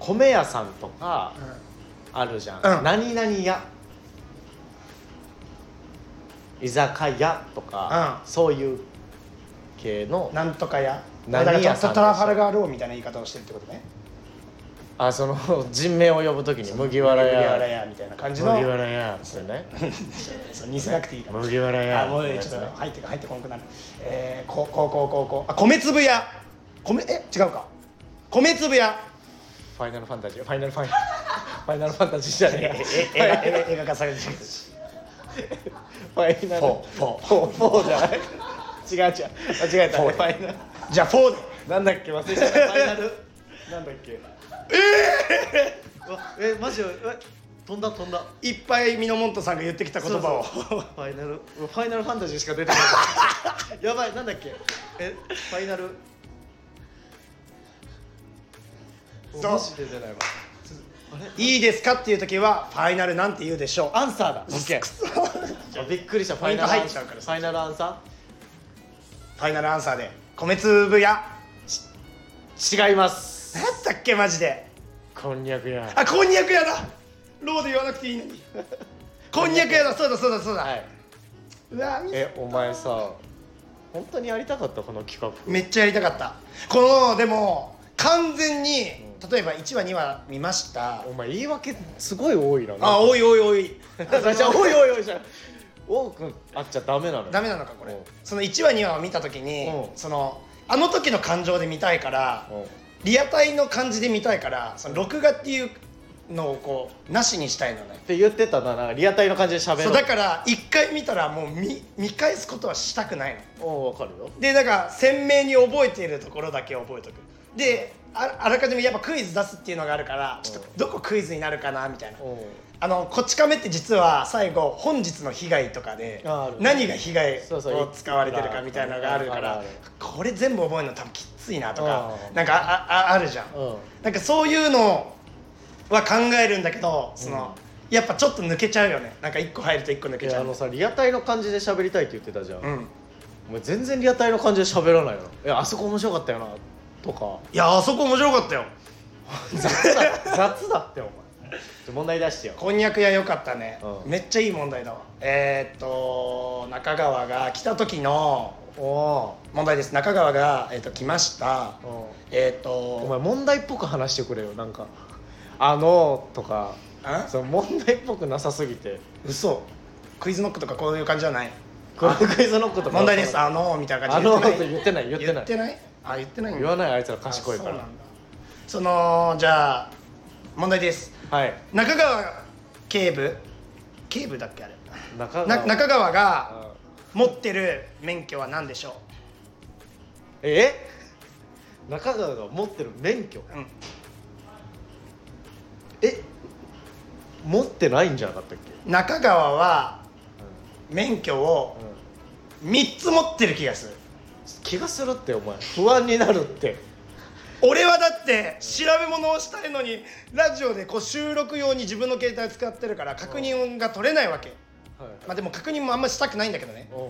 [SPEAKER 2] 米屋さんとかあるじゃん、
[SPEAKER 1] うん
[SPEAKER 2] 何々屋居酒屋とか、
[SPEAKER 1] うん
[SPEAKER 2] そういう系の
[SPEAKER 1] なんとかや
[SPEAKER 2] 何屋さん
[SPEAKER 1] だからトラファルガーローみたいな言い方をしてるってことね
[SPEAKER 2] あその人名を呼ぶときに麦わら
[SPEAKER 1] 麦わら
[SPEAKER 2] 屋
[SPEAKER 1] やみたいな感じ
[SPEAKER 2] 麦
[SPEAKER 1] の
[SPEAKER 2] わら屋っつってね
[SPEAKER 1] そう似せなくていいから、
[SPEAKER 2] 麦わら屋
[SPEAKER 1] あもうちょっと入って入ってこんくなるえー、こうこうこうこうこうあ米粒や米え違うか米粒や
[SPEAKER 2] ファイナルファンタジーファイナルファンファイナルファンタジーじゃね
[SPEAKER 1] え
[SPEAKER 2] えよ
[SPEAKER 1] え映画映画化されてる
[SPEAKER 2] ファイナル
[SPEAKER 1] フォーフォー
[SPEAKER 2] フォーフォーじゃない違う違う間違えた
[SPEAKER 1] フ
[SPEAKER 2] フ
[SPEAKER 1] ォー
[SPEAKER 2] ァイナル
[SPEAKER 1] じゃあ4で
[SPEAKER 2] なんだっけ忘れちゃったファイナルなんだっけわえマジえ飛んだ飛んだ
[SPEAKER 1] いっぱいミノモントさんが言ってきた言葉を
[SPEAKER 2] そうそうファイナルファイナルファンタジーしか出てない
[SPEAKER 1] [laughs]
[SPEAKER 2] やばいなんだっけえファイナル
[SPEAKER 1] そう
[SPEAKER 2] マジで出ないわ
[SPEAKER 1] いいですかっていう時はファイナルなんて言うでしょう
[SPEAKER 2] アンサーだオ
[SPEAKER 1] ッケー
[SPEAKER 2] ーびっくりしたフ
[SPEAKER 1] ポ
[SPEAKER 2] ァ
[SPEAKER 1] イ
[SPEAKER 2] イ
[SPEAKER 1] ン
[SPEAKER 2] ナ
[SPEAKER 1] ト
[SPEAKER 2] ル
[SPEAKER 1] 入っちゃうから
[SPEAKER 2] ファイナルアンサ
[SPEAKER 1] ファイナルアンサーで米粒や
[SPEAKER 2] ー違います
[SPEAKER 1] 何やったっけマジで
[SPEAKER 2] こんにゃくや
[SPEAKER 1] あこんにゃく屋だローで言わなくていい
[SPEAKER 2] [laughs]
[SPEAKER 1] のにこんにゃく屋だそうだそうだそうだ、
[SPEAKER 2] はいう
[SPEAKER 1] わミス
[SPEAKER 2] えお前さ本当にやりたかったこの企画
[SPEAKER 1] めっちゃやりたかったこのでも完全に例えば1話2話見ました、
[SPEAKER 2] お前言い訳すごい多いな
[SPEAKER 1] あおいおい
[SPEAKER 2] [laughs]
[SPEAKER 1] おい
[SPEAKER 2] じゃあおいおいおいじゃあ多くあっちゃダメなのよ
[SPEAKER 1] ダメなのかこれ
[SPEAKER 2] うん
[SPEAKER 1] その1話2話を見た時に
[SPEAKER 2] うん
[SPEAKER 1] そのあの時の感情で見たいから
[SPEAKER 2] うん
[SPEAKER 1] リアタイの感じで見たいからその録画っていうのをこうなしにしたいのね
[SPEAKER 2] って言ってたななんかリアタイの感じで喋る
[SPEAKER 1] そうだから1回見たらもう見見返すことはしたくないの
[SPEAKER 2] お分かるよ
[SPEAKER 1] でだから鮮明に覚えているところだけ覚えとくでああらかじめやっぱクイズ出すっていうのがあるからちょっと
[SPEAKER 2] うん
[SPEAKER 1] どこクイズになるかなみたいな
[SPEAKER 2] う
[SPEAKER 1] あのこち亀って実は最後本日の被害とかで
[SPEAKER 2] あある
[SPEAKER 1] 何が被害
[SPEAKER 2] そうそう
[SPEAKER 1] を使われてるかみたいなのがあるか
[SPEAKER 2] あるあ
[SPEAKER 1] ら
[SPEAKER 2] る
[SPEAKER 1] これ全部覚えるの多分きついなとか
[SPEAKER 2] うん
[SPEAKER 1] なんかあああるじゃん
[SPEAKER 2] んうん
[SPEAKER 1] なんかそういうのは考えるんだけどそのやっぱちょっと抜けちゃうよねなんか1個入ると1個抜け
[SPEAKER 2] い
[SPEAKER 1] ち
[SPEAKER 2] や
[SPEAKER 1] ゃ
[SPEAKER 2] あ
[SPEAKER 1] う
[SPEAKER 2] のさリアタイの感じで喋りたいって言ってたじゃん、
[SPEAKER 1] う
[SPEAKER 2] も
[SPEAKER 1] ん
[SPEAKER 2] う全然リアタイの感じで喋らないのいやあそこ面白かったよなと
[SPEAKER 1] [laughs]
[SPEAKER 2] か
[SPEAKER 1] いやあそこ面白かったよ
[SPEAKER 2] 雑だ雑だってお前ちょ問題出してよ
[SPEAKER 1] こんにゃく屋良かったね、
[SPEAKER 2] うん
[SPEAKER 1] めっちゃいい問題だわえー、っと中川が来た時の
[SPEAKER 2] おお
[SPEAKER 1] 問題です中川が、えーっと来ました
[SPEAKER 2] ー、うん
[SPEAKER 1] えー、っ
[SPEAKER 2] お
[SPEAKER 1] と
[SPEAKER 2] 前問題っぽく話してくれよなんか「あの」とか
[SPEAKER 1] あ
[SPEAKER 2] その問題っぽくなさすぎて
[SPEAKER 1] 嘘クイズノックとかこういう感じじゃない
[SPEAKER 2] このクイズノックとか
[SPEAKER 1] 問題ですあのーみたいな
[SPEAKER 2] あ
[SPEAKER 1] 感じで
[SPEAKER 2] のって言ってない言
[SPEAKER 1] 言
[SPEAKER 2] っ
[SPEAKER 1] ってて
[SPEAKER 2] な
[SPEAKER 1] ないい言ってないあ言ってないんだ
[SPEAKER 2] 言わないあいつら賢いか
[SPEAKER 1] あそう
[SPEAKER 2] ら
[SPEAKER 1] なんだそのじゃあ問題です
[SPEAKER 2] はい
[SPEAKER 1] 中川警部警部だっけあれ
[SPEAKER 2] 中
[SPEAKER 1] な
[SPEAKER 2] 川
[SPEAKER 1] 中川
[SPEAKER 2] う
[SPEAKER 1] が
[SPEAKER 2] ん
[SPEAKER 1] 持ってる免許は何でしょ
[SPEAKER 2] え中川が持ってる免許
[SPEAKER 1] う、うん、
[SPEAKER 2] え持ってないんじゃなかったっけ、
[SPEAKER 1] 中川は免許を
[SPEAKER 2] うん
[SPEAKER 1] 3つ持ってる気がする
[SPEAKER 2] 気がするってお前不安になるって
[SPEAKER 1] 俺はだって調べ物をしたいのにラジオでこう収録用に自分の携帯使ってるから確認が取れないわけ
[SPEAKER 2] はい
[SPEAKER 1] まあでも確認もあんましたくないんだけどね
[SPEAKER 2] おう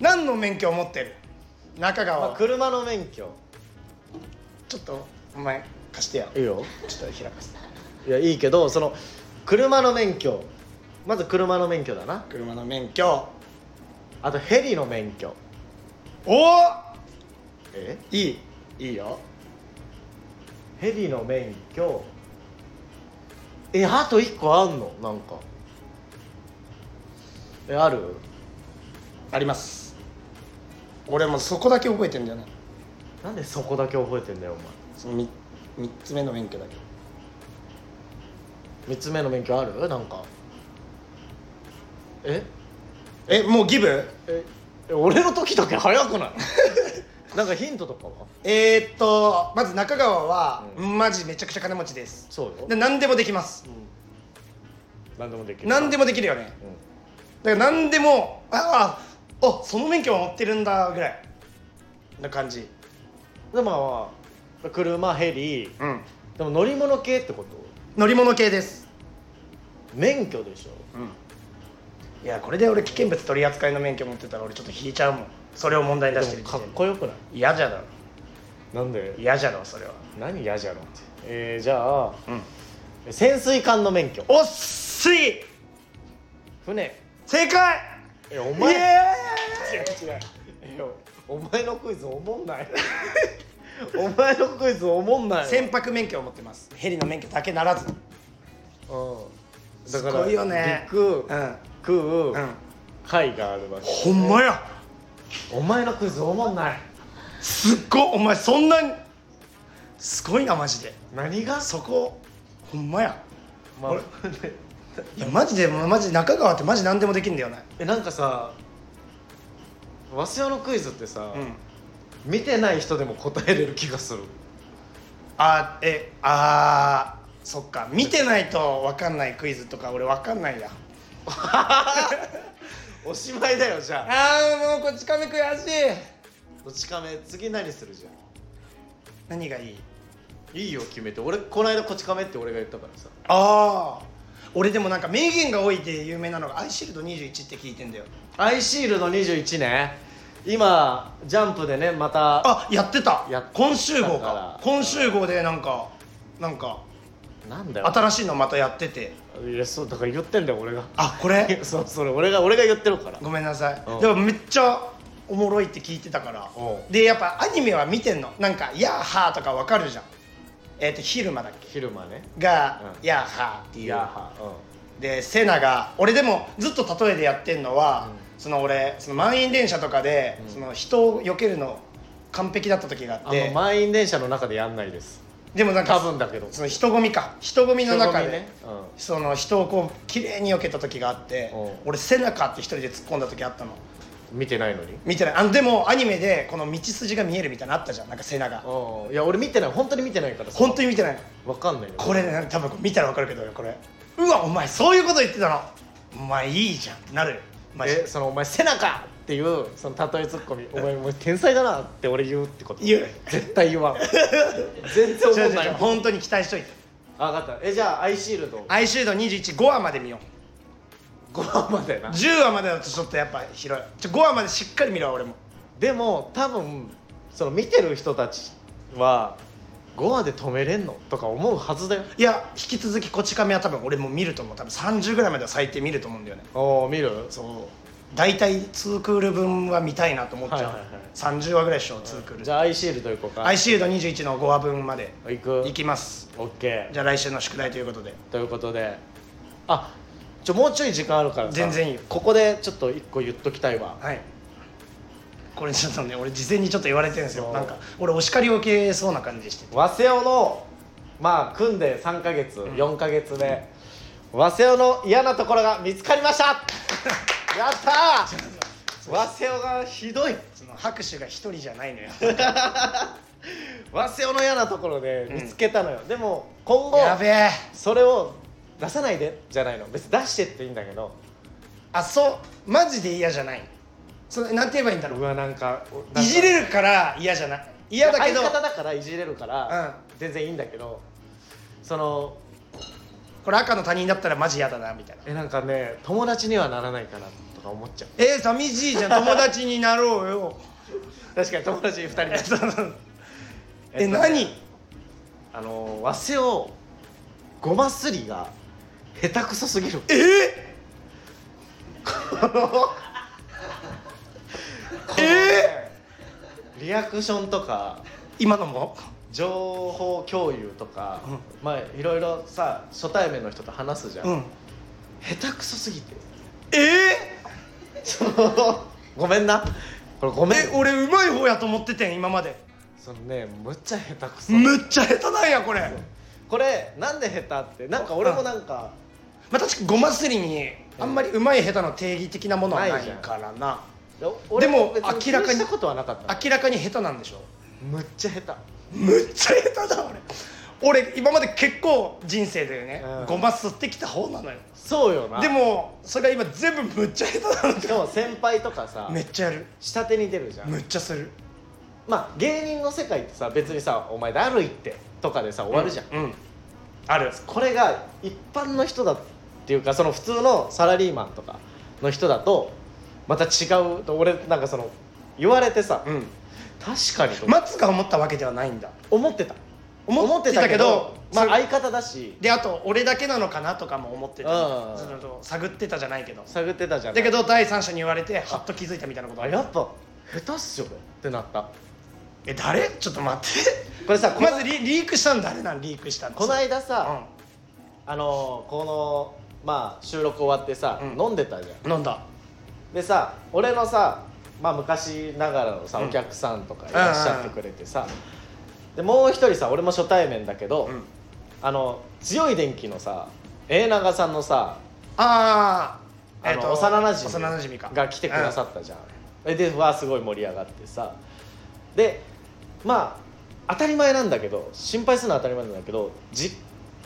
[SPEAKER 1] 何の免許を持ってる中川
[SPEAKER 2] まあ
[SPEAKER 1] は
[SPEAKER 2] 車の免許
[SPEAKER 1] ちょっとお前貸してや
[SPEAKER 2] いいよ
[SPEAKER 1] ちょっと開かせて
[SPEAKER 2] いやいいけどその車の免許まず車の免許だな
[SPEAKER 1] 車の免許
[SPEAKER 2] あとヘリの免許
[SPEAKER 1] おお
[SPEAKER 2] え
[SPEAKER 1] いいいいよ
[SPEAKER 2] ヘリの免許えあと1個あんのなんかえある
[SPEAKER 1] あります俺もそこだけ覚えてんだよね
[SPEAKER 2] なんでそこだけ覚えてんだよお
[SPEAKER 1] その 3, つ目の免許だけ
[SPEAKER 2] 前3つ目の免許あるなんかえ
[SPEAKER 1] えもうギブ
[SPEAKER 2] ええ俺の時だけ早くない [laughs] なんかヒントとかは
[SPEAKER 1] えー、っとまず中川は、
[SPEAKER 2] う
[SPEAKER 1] マジめちゃくちゃ金持ちです
[SPEAKER 2] そうよ
[SPEAKER 1] で何でもできます
[SPEAKER 2] 何でもできる
[SPEAKER 1] 何でもできるよねだから何でもあああその免許を持ってるんだぐらいな感じ
[SPEAKER 2] うんでもまあ車ヘリ
[SPEAKER 1] うん
[SPEAKER 2] でも乗り物系ってこと
[SPEAKER 1] 乗り物系です
[SPEAKER 2] 免許でしょ
[SPEAKER 1] うんいやこれで俺危険物取り扱いの免許持ってたら俺ちょっと引いちゃうもんそれを問題に
[SPEAKER 2] で
[SPEAKER 1] 出して
[SPEAKER 2] も
[SPEAKER 1] る
[SPEAKER 2] かっこよくない
[SPEAKER 1] 嫌じゃだろ
[SPEAKER 2] なんで
[SPEAKER 1] 嫌じゃろそれは
[SPEAKER 2] 何嫌じゃろってえー、じゃあ
[SPEAKER 1] うん
[SPEAKER 2] 潜水艦の免許
[SPEAKER 1] おっすい
[SPEAKER 2] 船
[SPEAKER 1] 正解
[SPEAKER 2] えお
[SPEAKER 1] イ
[SPEAKER 2] 前
[SPEAKER 1] エーイ
[SPEAKER 2] 違う違うえお前のクイズおもんない [laughs] お前のクイズおもんないわ
[SPEAKER 1] 船舶免許を持ってますヘリの免許だけならず
[SPEAKER 2] うん
[SPEAKER 1] すごいよね
[SPEAKER 2] 陸
[SPEAKER 1] うん
[SPEAKER 2] 空、
[SPEAKER 1] うん
[SPEAKER 2] 海があるわけ
[SPEAKER 1] ほんまや
[SPEAKER 2] お前のクイズおもんない
[SPEAKER 1] すっごいお前そんなにすごいなマジで
[SPEAKER 2] 何が
[SPEAKER 1] そこほんまや
[SPEAKER 2] まあ
[SPEAKER 1] 俺いやマジでマジ中川ってマジ何でもできんだよね
[SPEAKER 2] えなんかさ早稲田のクイズってさ、
[SPEAKER 1] うん
[SPEAKER 2] 見てない人でも答えれる気がする
[SPEAKER 1] あえあそっか見てないと分かんないクイズとか俺分かんないや
[SPEAKER 2] おしまいだよじゃあ
[SPEAKER 1] あーもうこち亀悔しい
[SPEAKER 2] どっちかめ次何するじゃん
[SPEAKER 1] 何がいい
[SPEAKER 2] いいよ決めて俺この間こち亀って俺が言ったからさ
[SPEAKER 1] ああ俺でもなんか名言が多いで有名なのが「アイシールド21」って聞いてんだよ
[SPEAKER 2] アイシールド21ね今ジャンプでねまた
[SPEAKER 1] あやってた
[SPEAKER 2] やってた
[SPEAKER 1] 今週号
[SPEAKER 2] か
[SPEAKER 1] から今週号でなんかなんか
[SPEAKER 2] なんだよ
[SPEAKER 1] 新しいのまたやってて
[SPEAKER 2] いやそうだから言ってんだよ俺が [laughs]
[SPEAKER 1] あこれ
[SPEAKER 2] そうそれ俺が俺が言ってるから
[SPEAKER 1] ごめんなさい
[SPEAKER 2] うん
[SPEAKER 1] でもめっちゃおもろいって聞いてたから
[SPEAKER 2] おう
[SPEAKER 1] でやっぱアニメは見てんのなんか「やーはー」とかわかるじゃんえっ、と昼間だっけ
[SPEAKER 2] 昼間ね
[SPEAKER 1] が「
[SPEAKER 2] うん
[SPEAKER 1] やーはー」っていう
[SPEAKER 2] は
[SPEAKER 1] でセナが俺でもずっと例えでやってんのは、その俺その満員電車とかで、
[SPEAKER 2] うん
[SPEAKER 1] その人を避けるの完璧だった時があっ
[SPEAKER 2] あの
[SPEAKER 1] て
[SPEAKER 2] 満員電車の中でやんないです
[SPEAKER 1] でもなんか
[SPEAKER 2] 多分だけど
[SPEAKER 1] その人混みか人混みの中
[SPEAKER 2] 人混
[SPEAKER 1] で、
[SPEAKER 2] みねうん
[SPEAKER 1] その人をこう綺麗に避けた時があって
[SPEAKER 2] うん
[SPEAKER 1] 俺セナかって一人で突っ込んだ時あったの
[SPEAKER 2] 見てないのに
[SPEAKER 1] 見てないあのでもアニメでこの道筋が見えるみたいなのあったじゃんなんかセナが
[SPEAKER 2] うんいや俺見てない本当に見てないからさ
[SPEAKER 1] 本当に見てないの
[SPEAKER 2] わかんないよ
[SPEAKER 1] これねなんか多分見たら分かるけどこれうわお前そういうこと言ってたのお前いいじゃんってなるよマジで
[SPEAKER 2] えそのお前背中っていうその例えツッコミ [laughs] お前もう天才だなって俺言うってこと
[SPEAKER 1] 言う
[SPEAKER 2] 絶対言わん [laughs] 全然
[SPEAKER 1] 違
[SPEAKER 2] 思
[SPEAKER 1] う
[SPEAKER 2] んな
[SPEAKER 1] 違う違
[SPEAKER 2] いう
[SPEAKER 1] 本当に期待しといて
[SPEAKER 2] あ分かったえじゃあアイシールド
[SPEAKER 1] アイシールド215話まで見よ
[SPEAKER 2] 5話まで
[SPEAKER 1] う
[SPEAKER 2] な
[SPEAKER 1] 10話までだとちょっとやっぱ広いちょ5話までしっかり見ろ俺も
[SPEAKER 2] でも多分その見てる人たちは5話で止めれんのとか思うはずだよ
[SPEAKER 1] いや引き続きこち亀は多分俺も見ると思う多分30ぐらいまでは最低見ると思うんだよね
[SPEAKER 2] おお見る
[SPEAKER 1] そう大体2クール分は見たいなと思っちゃ
[SPEAKER 2] は
[SPEAKER 1] う、
[SPEAKER 2] いはいはい
[SPEAKER 1] 30話ぐらいでしょ2クール
[SPEAKER 2] じゃあアイシールド行こうか
[SPEAKER 1] アイシールド21の5話分まで
[SPEAKER 2] 行く
[SPEAKER 1] いきます
[SPEAKER 2] オッケー
[SPEAKER 1] じゃあ来週の宿題ということで
[SPEAKER 2] ということであちょもうちょい時間あるからさ
[SPEAKER 1] 全然いいよ
[SPEAKER 2] ここでちょっと1個言っときたいわ
[SPEAKER 1] はいこれちょっとね俺事前にちょっと言われてるんです
[SPEAKER 2] そ
[SPEAKER 1] よ
[SPEAKER 2] う
[SPEAKER 1] なんか俺お叱りを受けそうな感じして
[SPEAKER 2] 早稲尾のまあ組んで3ヶ月、
[SPEAKER 1] ん
[SPEAKER 2] 4ヶ月で早稲尾の嫌なところが見つかり
[SPEAKER 1] [laughs]
[SPEAKER 2] ましたやったー早稲尾がひどい
[SPEAKER 1] その拍手が一人じゃないのよ
[SPEAKER 2] 早稲尾の嫌なところで見つけたのよ、でも今後
[SPEAKER 1] やべえ
[SPEAKER 2] それを出さないでじゃないの別に出してっていいんだけど
[SPEAKER 1] あそうマジで嫌じゃないそれなんて言えばいいんだろ
[SPEAKER 2] うわなんか
[SPEAKER 1] ういじ
[SPEAKER 2] る
[SPEAKER 1] れるから嫌じゃない嫌だけど
[SPEAKER 2] 相方だからいじれるから、
[SPEAKER 1] う
[SPEAKER 2] 全然いいんだけどその
[SPEAKER 1] これ赤の他人だったらマジ嫌だなみたいな
[SPEAKER 2] えなんかね友達にはならないかなとか思っちゃう
[SPEAKER 1] えー、寂しいじゃん友達になろうよ
[SPEAKER 2] 確かに友達2人で
[SPEAKER 1] [laughs] え
[SPEAKER 2] っと
[SPEAKER 1] 何
[SPEAKER 2] あの早稲をごますりが下手くそすぎる
[SPEAKER 1] ええ
[SPEAKER 2] リアクションとか
[SPEAKER 1] 今のも
[SPEAKER 2] 情報共有とか、まあいろいろさ初対面の人と話すじゃん、
[SPEAKER 1] うん
[SPEAKER 2] 下手くそすぎ
[SPEAKER 1] [laughs]
[SPEAKER 2] て
[SPEAKER 1] え
[SPEAKER 2] そのごめんなこれご
[SPEAKER 1] ー、
[SPEAKER 2] めん
[SPEAKER 1] え俺うまい方やと思っててん今まで
[SPEAKER 2] そのねむっちゃ下手くそ
[SPEAKER 1] むっちゃ下手なんやこれ
[SPEAKER 2] これなんで下手ってなんか俺もなんか
[SPEAKER 1] まあ確かにごますりにあんまりうまい下手の定義的なものはないからな
[SPEAKER 2] 俺
[SPEAKER 1] でも
[SPEAKER 2] 別
[SPEAKER 1] 明らかに
[SPEAKER 2] 気にしたことはなかったの
[SPEAKER 1] 明らかに下手なんでしょ
[SPEAKER 2] むっちゃ下手
[SPEAKER 1] むっちゃ下手だ俺俺今まで結構人生でね、
[SPEAKER 2] うん
[SPEAKER 1] ごますってきた方なのよ
[SPEAKER 2] そうよな
[SPEAKER 1] でもそれが今全部むっちゃ下手なの
[SPEAKER 2] しかも先輩とかさ
[SPEAKER 1] めっちゃやる
[SPEAKER 2] 下手に出るじゃん
[SPEAKER 1] むっちゃする
[SPEAKER 2] まあ芸人の世界ってさ別にさ「お前だるいって」とかでさ終わるじゃん、
[SPEAKER 1] うん、うんある
[SPEAKER 2] これが一般の人だっていうかその普通のサラリーマンとかの人だとまた違うと俺なんかその言われてさ、
[SPEAKER 1] うん
[SPEAKER 2] 確かにと
[SPEAKER 1] 松が思ったわけではないんだ
[SPEAKER 2] 思ってた
[SPEAKER 1] 思ってたけど
[SPEAKER 2] まあ
[SPEAKER 1] それ
[SPEAKER 2] 相方だし
[SPEAKER 1] であと俺だけなのかなとかも思ってた
[SPEAKER 2] うん
[SPEAKER 1] その探ってたじゃないけど
[SPEAKER 2] 探ってたじゃん
[SPEAKER 1] だけど第三者に言われてはっと気づいたみたいなことあ
[SPEAKER 2] あ
[SPEAKER 1] る
[SPEAKER 2] やっぱ下手っすよねってなった
[SPEAKER 1] え誰ちょっと待って
[SPEAKER 2] これさこの
[SPEAKER 1] [laughs] まずリリークしたの誰なんリークしたの
[SPEAKER 2] この間
[SPEAKER 1] う
[SPEAKER 2] さ、あのーこのまあ収録終わってさ、
[SPEAKER 1] うん
[SPEAKER 2] 飲んでたじゃん
[SPEAKER 1] ん飲んだ
[SPEAKER 2] でさ俺のさまあ昔ながらのさ、
[SPEAKER 1] うん
[SPEAKER 2] お客さんとかいらっしゃってくれてさ、でもう一人さ俺も初対面だけど、
[SPEAKER 1] うん
[SPEAKER 2] あの強い電気のさ永長さんのさ
[SPEAKER 1] ああ
[SPEAKER 2] あの幼なじみ
[SPEAKER 1] 幼馴染か
[SPEAKER 2] が来てくださったじゃん、えでわあすごい盛り上がってさでまあ当たり前なんだけど心配するのは当たり前なんだけど実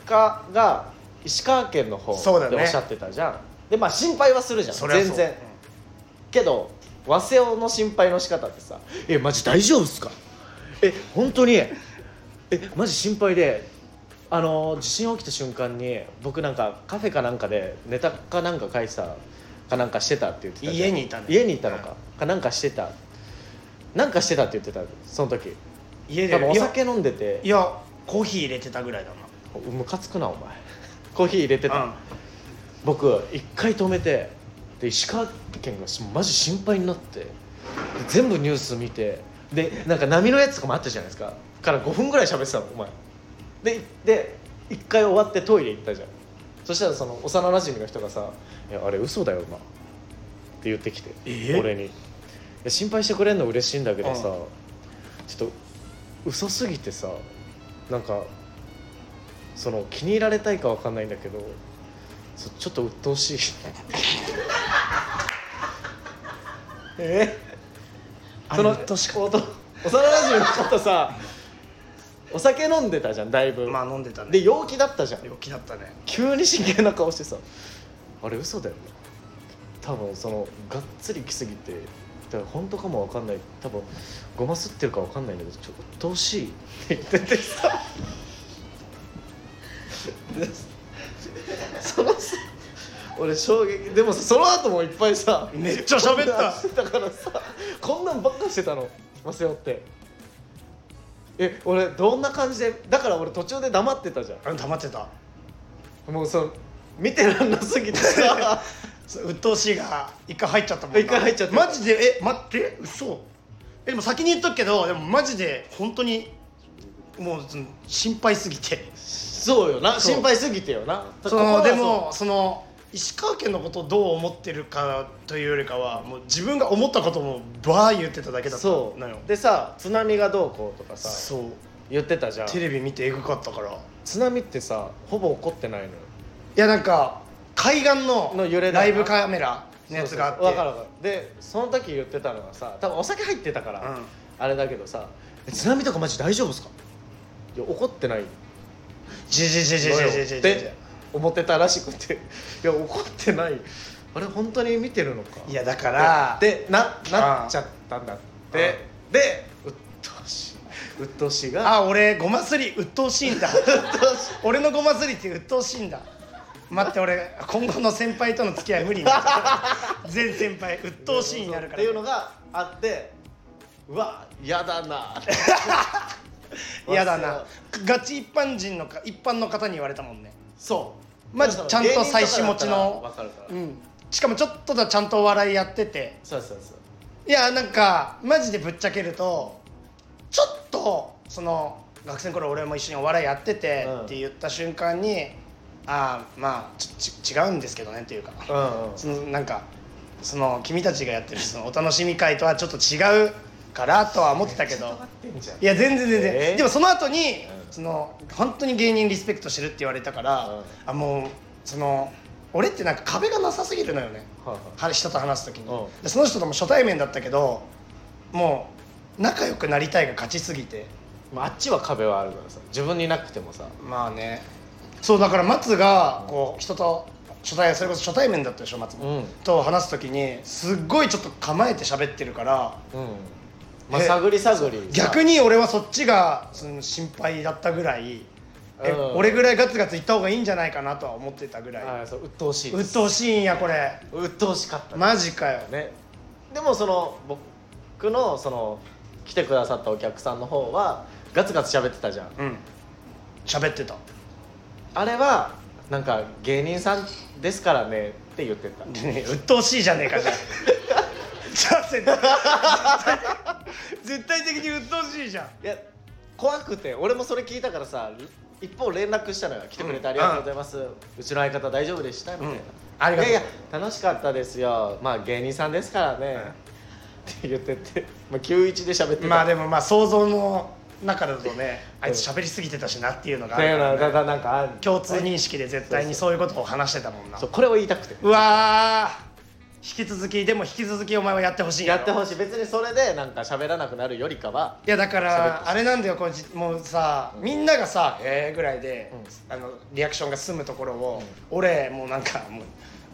[SPEAKER 2] 家が石川県の方
[SPEAKER 1] そうだ
[SPEAKER 2] っ
[SPEAKER 1] ね
[SPEAKER 2] ておっしゃってたじゃん、でまあ心配はするじゃん
[SPEAKER 1] それはそう
[SPEAKER 2] 全然けど和製男の心配の仕方ってさ「えマジ大丈夫っすかえ本当にえマジ心配であの地震起きた瞬間に僕なんかカフェかなんかでネタかなんか書いてたかなんかしてたって言ってたじゃん
[SPEAKER 1] 家にいたね
[SPEAKER 2] 家にいたのか、かなんかしてたなんかしてたって言ってたその時
[SPEAKER 1] 家で
[SPEAKER 2] 多分お
[SPEAKER 1] いや
[SPEAKER 2] 酒飲んでて
[SPEAKER 1] いやコーヒー入れてたぐらいだな
[SPEAKER 2] ムカつくなお前コーヒー入れてた、
[SPEAKER 1] うん
[SPEAKER 2] 僕一回止めてで石川県がしマジ心配になってで全部ニュース見てでなんか波のやつとかもあったじゃないですかから5分ぐらい喋ってたのお前でで一回終わってトイレ行ったじゃんそしたらその幼なじみの人がさ「いやあれ嘘だよな」って言ってきて
[SPEAKER 1] え
[SPEAKER 2] 俺にいや心配してくれんの嬉しいんだけどさ、
[SPEAKER 1] う
[SPEAKER 2] ちょっと嘘すぎてさなんかその気に入られたいかわかんないんだけどそちょっと鬱陶しい [laughs] えその
[SPEAKER 1] あれ確か
[SPEAKER 2] おと幼なじみの方さお酒飲んでたじゃんだいぶ、
[SPEAKER 1] まあ飲んでたね
[SPEAKER 2] で陽気だったじゃん
[SPEAKER 1] 陽気だったね
[SPEAKER 2] 急に真剣な顔してさあれ嘘だよね多分そのがっつり来すぎてだから本当かもわかんない多分ごますってるかわかんないんだけどちょっと鬱陶しいって言っててさでそのさ俺衝撃でもさその後もいっぱいさ
[SPEAKER 1] めっちゃ喋った
[SPEAKER 2] こんなんしてたからさこんなんばっかしてたのマセオってえ俺どんな感じでだから俺途中で黙ってたじゃん
[SPEAKER 1] あれ溜まってた
[SPEAKER 2] もうその見てらんなすぎてさ
[SPEAKER 1] そう鬱陶しいが一回入っちゃったもんな
[SPEAKER 2] 一回入っちゃった
[SPEAKER 1] マジでえ待って嘘えでも先に言っとくけどでもマジで本当にもうその心配すぎて
[SPEAKER 2] [laughs] そうよな
[SPEAKER 1] そう
[SPEAKER 2] 心配すぎてよな
[SPEAKER 1] そのでもその石川県のことをどう思ってるかというよりかはもう自分が思ったこともバー言ってただけだったの
[SPEAKER 2] そう
[SPEAKER 1] よ
[SPEAKER 2] でさ津波がどうこうとかさ
[SPEAKER 1] そう
[SPEAKER 2] 言ってたじゃん
[SPEAKER 1] テレビ見てエグかったからい
[SPEAKER 2] 津波ってさほぼ起こってないのよ
[SPEAKER 1] やなんか海岸の
[SPEAKER 2] の揺れだ
[SPEAKER 1] ライブカメラのやつがあって
[SPEAKER 2] そうそうそうわかるわかるでその時言ってたのがさ多分お酒入ってたから、
[SPEAKER 1] うん
[SPEAKER 2] あれだけどさえ津波とかマジ大丈夫ですかいや怒ってない
[SPEAKER 1] じじじじじ
[SPEAKER 2] のよ
[SPEAKER 1] じじ
[SPEAKER 2] っ
[SPEAKER 1] じ
[SPEAKER 2] て思ってたらしくて [laughs] いや怒ってないあれ本当に見てるのか
[SPEAKER 1] いやだから
[SPEAKER 2] でなな
[SPEAKER 1] あ
[SPEAKER 2] っちゃったんだってで鬱陶しい鬱陶しいが
[SPEAKER 1] あ俺ごますり鬱陶しいんだ
[SPEAKER 2] 鬱陶しい
[SPEAKER 1] 俺のごますりって鬱陶しいんだ待って俺今後の先輩との付き合い無理になっちゃう全先輩鬱陶しいになるから
[SPEAKER 2] っていうのがあってうわ嫌だな
[SPEAKER 1] 嫌だなガチ一般人のか一般の方に言われたもんね
[SPEAKER 2] そう
[SPEAKER 1] まずちゃんと妻子持ちの
[SPEAKER 2] わかるから
[SPEAKER 1] うんしかもちょっとだちゃんとお笑いやってて
[SPEAKER 2] そうそうそう
[SPEAKER 1] いやなんかマジでぶっちゃけるとちょっとその学生の頃俺も一緒にお笑いやってて
[SPEAKER 2] うん
[SPEAKER 1] って言った瞬間に、ああまあちち違うんですけどねっていうか、
[SPEAKER 2] うんうん
[SPEAKER 1] そのなんかその君たちがやってるそのお楽しみ会とはちょっと違うからとは思ってたけどいや全然全然、
[SPEAKER 2] えー
[SPEAKER 1] でもその後に、
[SPEAKER 2] うん
[SPEAKER 1] その本当に芸人リスペクトしてるって言われたから、
[SPEAKER 2] うん
[SPEAKER 1] あもうその俺ってなんか壁がなさすぎるのよね
[SPEAKER 2] はい
[SPEAKER 1] は人と話す時に、
[SPEAKER 2] うん
[SPEAKER 1] でその人とも初対面だったけどもう仲良くなりたいが勝ちすぎて
[SPEAKER 2] まああっちは壁はあるからさ自分になくてもさ
[SPEAKER 1] まあねそうだから松がこう人と初対それこそ初対面だったでしょ松も、
[SPEAKER 2] うん
[SPEAKER 1] と話す時にすっごいちょっと構えて喋ってるから
[SPEAKER 2] うんまあ
[SPEAKER 1] え
[SPEAKER 2] 探り探りさ
[SPEAKER 1] 逆に俺はそっちがその心配だったぐらい、え
[SPEAKER 2] うん
[SPEAKER 1] 俺ぐらいガツガツいった方がいいんじゃないかなとは思ってたぐらい、
[SPEAKER 2] あーそう鬱陶しいです
[SPEAKER 1] 鬱陶しいんやこれ
[SPEAKER 2] 鬱陶しかった
[SPEAKER 1] マジかよ
[SPEAKER 2] ねでもその僕のその来てくださったお客さんの方はガツガツ喋ってたじゃん
[SPEAKER 1] うん喋ってた [laughs]
[SPEAKER 2] あれはなんか芸人さんですからねって言ってた
[SPEAKER 1] で [laughs] ね鬱陶しいじゃねえかじゃあじゃあ絶対絶対的に鬱陶しいじゃん
[SPEAKER 2] いや怖くて俺もそれ聞いたからさ一方連絡したのよ来てくれてありがとうございます、うちの相方大丈夫でしたみたいな、
[SPEAKER 1] うんありがとう
[SPEAKER 2] いやいや楽しかったですよまあ芸人さんですからね、って言ってて、まあ、91で喋ってた
[SPEAKER 1] まあでもまあ想像の中だとねあいつ喋りすぎてたしなっていうのがあ
[SPEAKER 2] だよ
[SPEAKER 1] るか
[SPEAKER 2] な
[SPEAKER 1] ら
[SPEAKER 2] だ
[SPEAKER 1] ね
[SPEAKER 2] だなんかある
[SPEAKER 1] 共通認識で絶対にそういうことを話してたもんな
[SPEAKER 2] そうこれを言いたくて
[SPEAKER 1] うわー引き続きでも引き続きお前はやってほしいん
[SPEAKER 2] やってほ
[SPEAKER 1] い
[SPEAKER 2] しい別にそれでなんか喋らなくなるよりかはい
[SPEAKER 1] やだか
[SPEAKER 2] 喋って
[SPEAKER 1] らあれなんだよこうじもうさみんながさ「えー」ぐらいで、
[SPEAKER 2] う
[SPEAKER 1] あのリアクションが済むところを、俺もうなんかもう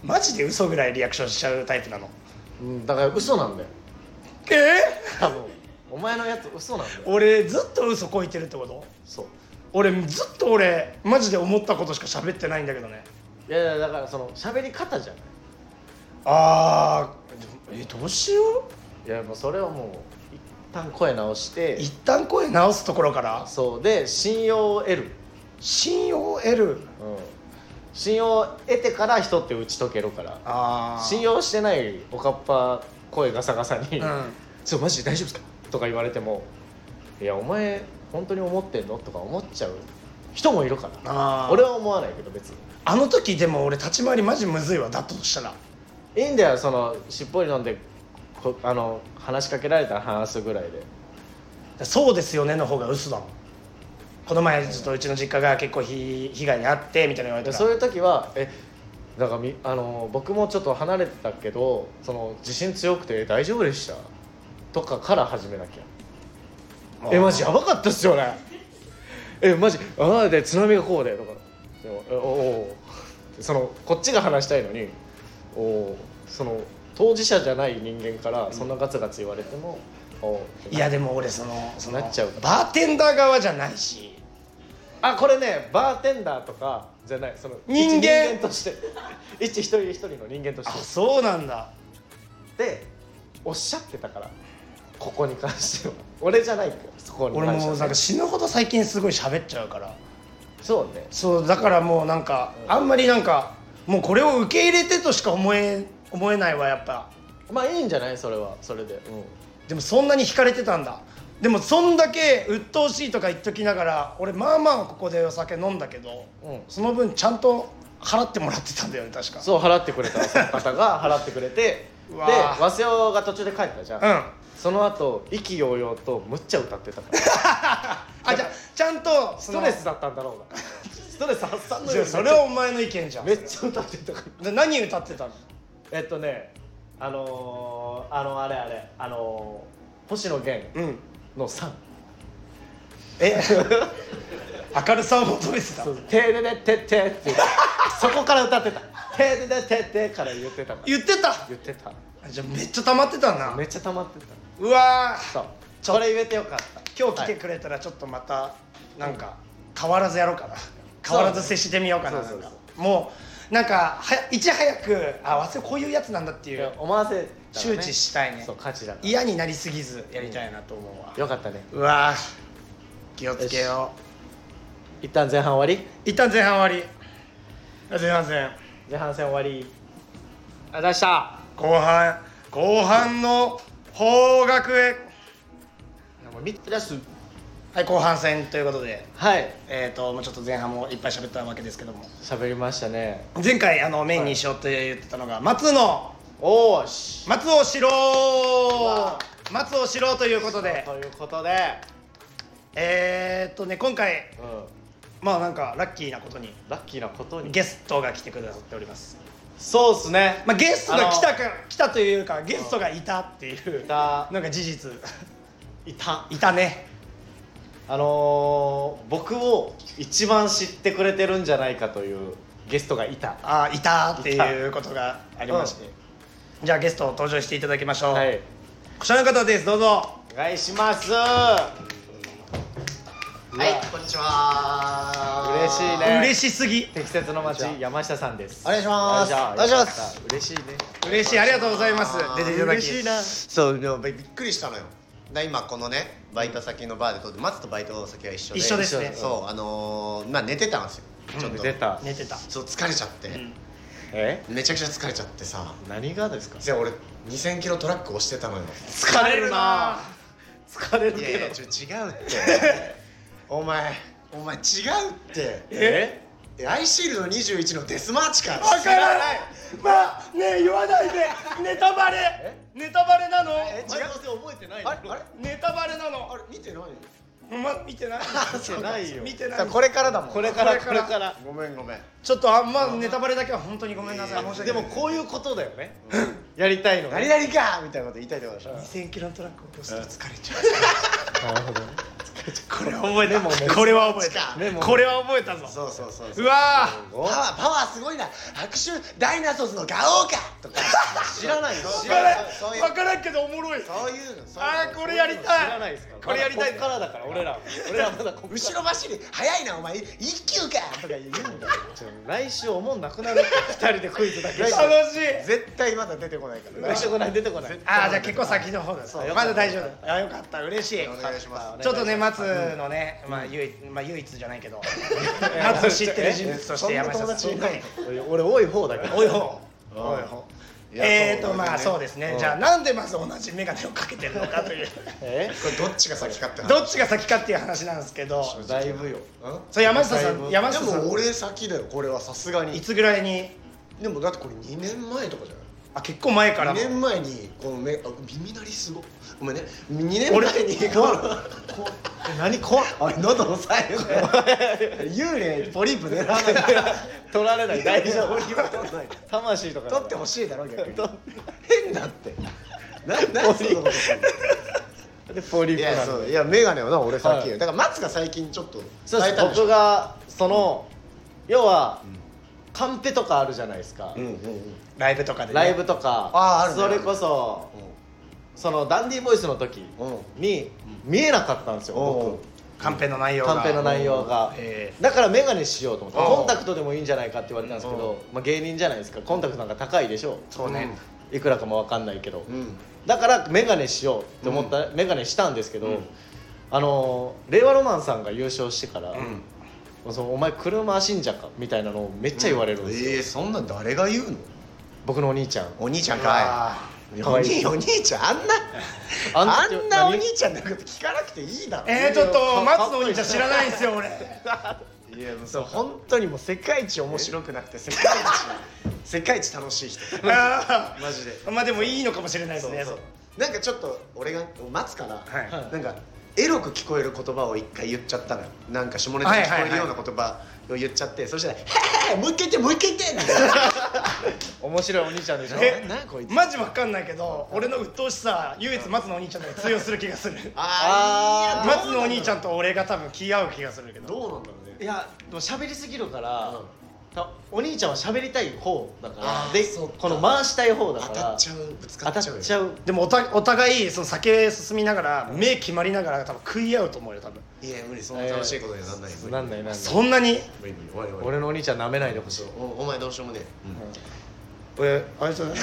[SPEAKER 1] マジで嘘ぐらいリアクションしちゃうタイプなの
[SPEAKER 2] うんだから嘘なんだよ
[SPEAKER 1] え
[SPEAKER 2] 多分お前のやつ嘘なんだよ
[SPEAKER 1] 俺ずっと嘘こいてるってこと
[SPEAKER 2] そう
[SPEAKER 1] 俺ずっと俺マジで思ったことしか喋ってないんだけどね
[SPEAKER 2] いやいやだからその喋り方じゃない
[SPEAKER 1] あーえどうしよ
[SPEAKER 2] いやもうそれはもう一旦声直し
[SPEAKER 1] う
[SPEAKER 2] て
[SPEAKER 1] 一旦声直すところから
[SPEAKER 2] そうで信用を得る、
[SPEAKER 1] 信用を得る
[SPEAKER 2] うん、信用を得てから人って打ち解けるから
[SPEAKER 1] あー
[SPEAKER 2] 信用してないおかっぱ声ガサガサに
[SPEAKER 1] うん
[SPEAKER 2] 「そうマジで大丈夫ですか?」とか言われても「いやお前本当に思ってんの?」とか思っちゃう人もいるから
[SPEAKER 1] あー
[SPEAKER 2] 俺は思わないけど別に
[SPEAKER 1] あの時でも俺立ち回りマジむずいわだったとしたら
[SPEAKER 2] いいんだよそのしっぽり飲んでこあの話しかけられたら話すぐらいで
[SPEAKER 1] そうですよねの方が嘘だもんこの前ちょっとうちの実家が結構被被害に遭ってみたいなの言われ
[SPEAKER 2] で
[SPEAKER 1] た
[SPEAKER 2] そ
[SPEAKER 1] ら
[SPEAKER 2] ういう時はえだからみあの僕もちょっと離れてたけどその自信強くて大丈夫でしたとかから始めなきゃえマジやばかったっすよねえマジああで津波がこうでとかでもえおおそのこっちが話したいのにおおその当事者じゃない人間からそんなガツガツ言われても、お
[SPEAKER 1] いやでも俺そのその
[SPEAKER 2] なっちゃうから
[SPEAKER 1] バーテンダー側じゃないし
[SPEAKER 2] あこれねバーテンダーとかじゃないその
[SPEAKER 1] 人間
[SPEAKER 2] 一人間として [laughs] 一一人一人の人間と
[SPEAKER 1] あ
[SPEAKER 2] し
[SPEAKER 1] そうなんだ
[SPEAKER 2] てでおっしゃってたからここに関しては俺じゃないよそこに
[SPEAKER 1] 俺
[SPEAKER 2] 関してはね
[SPEAKER 1] もうなんか死ぬほど最近すごい喋っちゃうから
[SPEAKER 2] そうね
[SPEAKER 1] そうだからもうなんかあんまりなんかもうこれを受け入れてとしか思え思えないわやっぱ
[SPEAKER 2] まあいいんじゃないそれはそれで、うん
[SPEAKER 1] でもそんなに惹かれてたんだでもそんだけ鬱陶しいとか言っときながら俺まあまあここでお酒飲んだけど、
[SPEAKER 2] うん
[SPEAKER 1] その分ちゃんと払ってもらってたんだよね確か
[SPEAKER 2] そう払ってくれたその方が [laughs] 払ってくれて
[SPEAKER 1] う
[SPEAKER 2] で
[SPEAKER 1] わ
[SPEAKER 2] 和瀬尾が途中で帰ったじゃん、
[SPEAKER 1] うん
[SPEAKER 2] その後意気揚々とむっちゃ歌ってたから
[SPEAKER 1] あじゃあちゃんと
[SPEAKER 2] ス
[SPEAKER 1] そ
[SPEAKER 2] ト
[SPEAKER 1] の
[SPEAKER 2] レスだったんだろうなストレス発散の
[SPEAKER 1] じ
[SPEAKER 2] よう
[SPEAKER 1] ゃあ
[SPEAKER 2] に
[SPEAKER 1] それはお前の意見じゃん
[SPEAKER 2] めっちゃ歌ってたから
[SPEAKER 1] で何歌ってたの
[SPEAKER 2] えっとねあのー、あのあれあれあのー、星野源
[SPEAKER 1] うん
[SPEAKER 2] の「さん
[SPEAKER 1] え [laughs] 明るさを求めて」た
[SPEAKER 2] そう「てででてって」っていうそこから歌ってた「てででてって」から言ってたから
[SPEAKER 1] 言ってた
[SPEAKER 2] 言ってた
[SPEAKER 1] じゃあめっちゃ溜まってたな
[SPEAKER 2] めっちゃ溜まってた
[SPEAKER 1] うわー
[SPEAKER 2] そうそれ言えてよかった
[SPEAKER 1] 今日来て
[SPEAKER 2] はい
[SPEAKER 1] くれたらちょっとまたなんか変わらずやろうかな変わらず接してみようかな
[SPEAKER 2] そうそう
[SPEAKER 1] なん
[SPEAKER 2] そう
[SPEAKER 1] かもうなんかはいち早くあ忘れこういうやつなんだってい
[SPEAKER 2] いや
[SPEAKER 1] う
[SPEAKER 2] 思わせたらね、
[SPEAKER 1] 周知したいね
[SPEAKER 2] そう価値だから
[SPEAKER 1] 嫌になりすぎずやりたいなと思うわ、
[SPEAKER 2] よかったね
[SPEAKER 1] うわー気をつけよ
[SPEAKER 2] 一旦前半終わり
[SPEAKER 1] う一旦前半終わりすいません
[SPEAKER 2] 前半戦終わりありがとうございました
[SPEAKER 1] 後半後半の方角へ
[SPEAKER 2] 見てらっしゃい
[SPEAKER 1] はい後半戦ということで
[SPEAKER 2] はい
[SPEAKER 1] えっ、ともうちょっと前半もいっぱい喋ったわけですけども
[SPEAKER 2] 喋りましたね
[SPEAKER 1] 前回あのメインにしようって言ってたのが松の
[SPEAKER 2] おーし
[SPEAKER 1] 松尾志郎
[SPEAKER 2] わ
[SPEAKER 1] 松尾志郎ということで
[SPEAKER 2] ということで、
[SPEAKER 1] えー、っとね今回
[SPEAKER 2] うん、
[SPEAKER 1] まあなんかラッキーなことに
[SPEAKER 2] ラッキーなことに
[SPEAKER 1] ゲストが来てくださっております
[SPEAKER 2] そうっすね
[SPEAKER 1] まあゲストが来た
[SPEAKER 2] あ
[SPEAKER 1] か来たというかゲストがいたっていう
[SPEAKER 2] のい
[SPEAKER 1] なんか事実 [laughs]
[SPEAKER 2] たいた
[SPEAKER 1] いたね
[SPEAKER 2] あのー、僕を一番知ってくれてるんじゃないかというゲストがいた
[SPEAKER 1] あーいたっていうことがありまして、じゃあゲストを登場していただきましょう、
[SPEAKER 2] はい
[SPEAKER 1] こちらの方ですどうぞ
[SPEAKER 2] お願いしますは
[SPEAKER 3] はい、こんにちは。
[SPEAKER 2] 嬉しいね
[SPEAKER 1] 嬉しすぎ
[SPEAKER 2] 適切の街山下さんです
[SPEAKER 3] お願いします
[SPEAKER 2] よっゃ
[SPEAKER 3] お願いします
[SPEAKER 2] よかった嬉しいね
[SPEAKER 1] 嬉しいありがとうございます出ていただき
[SPEAKER 2] 嬉しいな
[SPEAKER 3] そう、でもびっくりしたのよ。だ今このね、バイト先のバーで撮って、松とバイト先は一緒で。
[SPEAKER 1] 一緒ですね
[SPEAKER 3] そう、あのー、まあ寝てたんですよ。ちょっと。
[SPEAKER 2] 出。た
[SPEAKER 1] 寝てた、
[SPEAKER 3] そう、疲れちゃって、
[SPEAKER 1] うん
[SPEAKER 2] え
[SPEAKER 3] めちゃくちゃ疲れちゃってさ。
[SPEAKER 2] 何がですか
[SPEAKER 3] じゃあ俺、2000キロトラック押してたのよ。
[SPEAKER 2] 疲
[SPEAKER 1] れるな
[SPEAKER 2] 疲れる
[SPEAKER 3] い
[SPEAKER 2] け
[SPEAKER 3] やい
[SPEAKER 2] ど
[SPEAKER 3] や、ちょ、違うって。お前、お前違うって。
[SPEAKER 2] え
[SPEAKER 3] えアイシールド21のデスマーチか。
[SPEAKER 1] わからないまあねえ言わないでネタバレネタバレなの
[SPEAKER 3] え、違う。覚えてないあれあれ
[SPEAKER 1] ネタバレなの
[SPEAKER 3] あれ見てない
[SPEAKER 1] ま見てない
[SPEAKER 2] 見てないよ
[SPEAKER 1] 見てな
[SPEAKER 3] さ
[SPEAKER 1] い
[SPEAKER 3] あこれからだもん
[SPEAKER 2] これから
[SPEAKER 1] こ
[SPEAKER 2] こ
[SPEAKER 1] れ
[SPEAKER 2] れ
[SPEAKER 1] か
[SPEAKER 2] から
[SPEAKER 3] ごめんごめん
[SPEAKER 1] ちょっとあんまネタバレだけは本当にごめんなさい申し訳
[SPEAKER 2] で
[SPEAKER 1] な
[SPEAKER 2] も
[SPEAKER 1] い
[SPEAKER 2] こういうことだよねやりたいの
[SPEAKER 3] 何々かみたいなこと言いたいってことでしょ
[SPEAKER 1] 2000キロのトラックを起こすと
[SPEAKER 3] [laughs]
[SPEAKER 1] 疲れちゃ
[SPEAKER 2] なるほどね
[SPEAKER 1] う。これは覚えた。
[SPEAKER 2] メモ
[SPEAKER 1] これは覚
[SPEAKER 2] メモ
[SPEAKER 1] えた。これは覚えたぞ。
[SPEAKER 3] そうそうそうそう
[SPEAKER 1] うわ
[SPEAKER 3] パワーパワーすごいな拍手ダイナソーズのガオーかとか知らない
[SPEAKER 1] ー。
[SPEAKER 3] 知
[SPEAKER 1] わからん
[SPEAKER 3] そういう
[SPEAKER 1] わからんけどおもろい。
[SPEAKER 3] そういうのそう
[SPEAKER 1] あ
[SPEAKER 3] いう
[SPEAKER 1] ー
[SPEAKER 3] の
[SPEAKER 1] これやりたい。
[SPEAKER 2] 知らないですから
[SPEAKER 1] これやりたい。
[SPEAKER 2] まだこっからだから俺ら俺らまだこっ
[SPEAKER 3] 後ろ走り早いなお前一級かとか言うんだよ
[SPEAKER 2] ちょ来週おもんなくなる二人でクイズだけ
[SPEAKER 1] 楽
[SPEAKER 2] して
[SPEAKER 1] しい。
[SPEAKER 3] [laughs] 絶対まだ出てこないから
[SPEAKER 2] 来週こない出てこない
[SPEAKER 1] ああじゃあ結構先の方だ
[SPEAKER 2] う
[SPEAKER 1] まだ大丈夫あよかった嬉しい
[SPEAKER 3] お願いしま
[SPEAKER 1] ちょっとね松のね、まあ唯一まあ唯一じゃないけど松を知ってる人物として山下さん
[SPEAKER 3] そんな友達いない
[SPEAKER 2] 俺多い方だけど
[SPEAKER 1] おいほ
[SPEAKER 2] う
[SPEAKER 1] う
[SPEAKER 2] ん
[SPEAKER 1] おいほう
[SPEAKER 3] いや
[SPEAKER 1] えー
[SPEAKER 3] そ
[SPEAKER 1] と
[SPEAKER 3] う
[SPEAKER 1] まあそうですねじゃあなんでまず同じ眼鏡をかけてるのかという
[SPEAKER 2] え
[SPEAKER 3] すこれどっちが先かって話
[SPEAKER 1] どっちが先かっていう話なんですけど
[SPEAKER 2] だいぶよ
[SPEAKER 3] うん
[SPEAKER 1] そう山下
[SPEAKER 2] だ
[SPEAKER 1] さ
[SPEAKER 2] いぶ
[SPEAKER 1] ん山下
[SPEAKER 3] で
[SPEAKER 1] さ
[SPEAKER 3] も
[SPEAKER 1] ん
[SPEAKER 3] 俺先だよこれはさすが
[SPEAKER 1] い
[SPEAKER 3] に
[SPEAKER 1] つぐらいに
[SPEAKER 3] でもだってこれ2年前とかじゃない
[SPEAKER 1] あ結構前から
[SPEAKER 3] 2
[SPEAKER 1] の
[SPEAKER 3] 年前にこの目あ耳鳴りすごごめんね2年
[SPEAKER 1] 俺
[SPEAKER 3] 前に
[SPEAKER 2] [laughs]
[SPEAKER 3] この
[SPEAKER 2] え何怖っ
[SPEAKER 3] あれ喉押さえよね [laughs] 幽霊ポリープ狙わない
[SPEAKER 2] 取られない大丈夫 [laughs]
[SPEAKER 3] ポリープ取らない
[SPEAKER 2] 魂とか
[SPEAKER 3] 取ってほしいだろ逆に
[SPEAKER 2] 取っ
[SPEAKER 3] 変だって
[SPEAKER 2] [laughs]
[SPEAKER 3] ななんそんなことする
[SPEAKER 2] でポリ
[SPEAKER 3] い
[SPEAKER 2] プな
[SPEAKER 3] や
[SPEAKER 2] の
[SPEAKER 3] そういや眼鏡はな俺先
[SPEAKER 2] は
[SPEAKER 3] よ
[SPEAKER 2] い
[SPEAKER 3] だから松が最近ちょっと
[SPEAKER 2] そうです
[SPEAKER 3] 変えたでしょ
[SPEAKER 2] 僕がその要はカンペとかあるじゃないですか
[SPEAKER 3] うんうんうん
[SPEAKER 1] ライブとかでね
[SPEAKER 2] ライブとか
[SPEAKER 3] あーあるね
[SPEAKER 2] それこそそのダンディボイスの時に見えなかったんですよ
[SPEAKER 3] おう
[SPEAKER 2] 僕
[SPEAKER 1] カンペの内容が
[SPEAKER 2] カンペの内容が
[SPEAKER 1] え
[SPEAKER 2] だから眼鏡しようと思って
[SPEAKER 1] おう
[SPEAKER 2] コンタクトでもいいんじゃないかって言われたんですけどまあ芸人じゃないですかコンタクトなんか高いでしょ
[SPEAKER 1] ーそうね
[SPEAKER 2] いくらかも分かんないけど
[SPEAKER 3] うん
[SPEAKER 2] だから眼鏡しようって思った眼鏡したんですけ
[SPEAKER 3] うん
[SPEAKER 2] どあのー令和ロマンさんが優勝してから
[SPEAKER 1] うん
[SPEAKER 2] そのお前車信者かみたいなのをめっちゃ言われるんです
[SPEAKER 3] え
[SPEAKER 2] よ
[SPEAKER 3] ーそんなん誰が言うの
[SPEAKER 2] 僕のお兄ちゃん
[SPEAKER 3] お兄ちゃん
[SPEAKER 1] う
[SPEAKER 3] か
[SPEAKER 1] わ
[SPEAKER 3] いいや
[SPEAKER 2] か
[SPEAKER 3] お
[SPEAKER 2] わいい
[SPEAKER 3] 兄お兄ちゃんあんな
[SPEAKER 2] あ
[SPEAKER 3] あ
[SPEAKER 2] ん
[SPEAKER 3] ん
[SPEAKER 2] な
[SPEAKER 3] なお
[SPEAKER 2] 何
[SPEAKER 3] 兄ちゃんのこと聞かなくていいだろ
[SPEAKER 1] ーえー、ちょっと松のお兄ちゃん知らないんですよ俺
[SPEAKER 3] いやもう
[SPEAKER 2] そう
[SPEAKER 3] 本当にもう世界一面白くなくて世界一世界一楽しい人
[SPEAKER 1] あ
[SPEAKER 3] マジで
[SPEAKER 1] ーまあでもいいのかもしれないですね
[SPEAKER 3] そうなんかちょっと俺が待つから、
[SPEAKER 1] はい
[SPEAKER 3] なんかエロく聞こえる言葉を一回言っちゃったのよなんか下ネタに聞こえるような言葉を言っちゃって、そしたら「へへもう一回言ってもう一回言って」みたいな
[SPEAKER 2] 面白いお兄ちゃんでしょ
[SPEAKER 1] え
[SPEAKER 3] ななこいつ
[SPEAKER 1] マジわかんないけど俺の鬱陶しさ唯一松のお兄ちゃんだけ通用する気がする
[SPEAKER 2] あー
[SPEAKER 1] 松のお兄ちゃ
[SPEAKER 3] ん
[SPEAKER 1] んと俺が多分気合う気がするけど
[SPEAKER 3] どうなんだろう
[SPEAKER 2] い
[SPEAKER 3] ね
[SPEAKER 2] やでも喋りすぎるから、
[SPEAKER 3] うん
[SPEAKER 2] たお兄ちゃんは喋りたい方だか
[SPEAKER 3] あ
[SPEAKER 2] ら
[SPEAKER 3] ー
[SPEAKER 2] で
[SPEAKER 3] そっか
[SPEAKER 2] この回したい方だ
[SPEAKER 3] 当
[SPEAKER 2] から
[SPEAKER 3] たっちゃうぶつかっちゃう
[SPEAKER 2] 当
[SPEAKER 3] よ
[SPEAKER 2] たっちゃう
[SPEAKER 1] でもおたお互いその酒進みながら目決まりながら多分食い合うと思うよ多分
[SPEAKER 3] いや無理そんな楽しいことにはなんないよ、
[SPEAKER 2] なんないなんない
[SPEAKER 1] そんなに
[SPEAKER 3] 無理無理無理終わり終わり
[SPEAKER 2] 俺のお兄ちゃん舐めないでほしい
[SPEAKER 3] おお前どうしようもねえ、うん
[SPEAKER 1] 俺あれじ
[SPEAKER 2] [laughs]
[SPEAKER 1] ゃない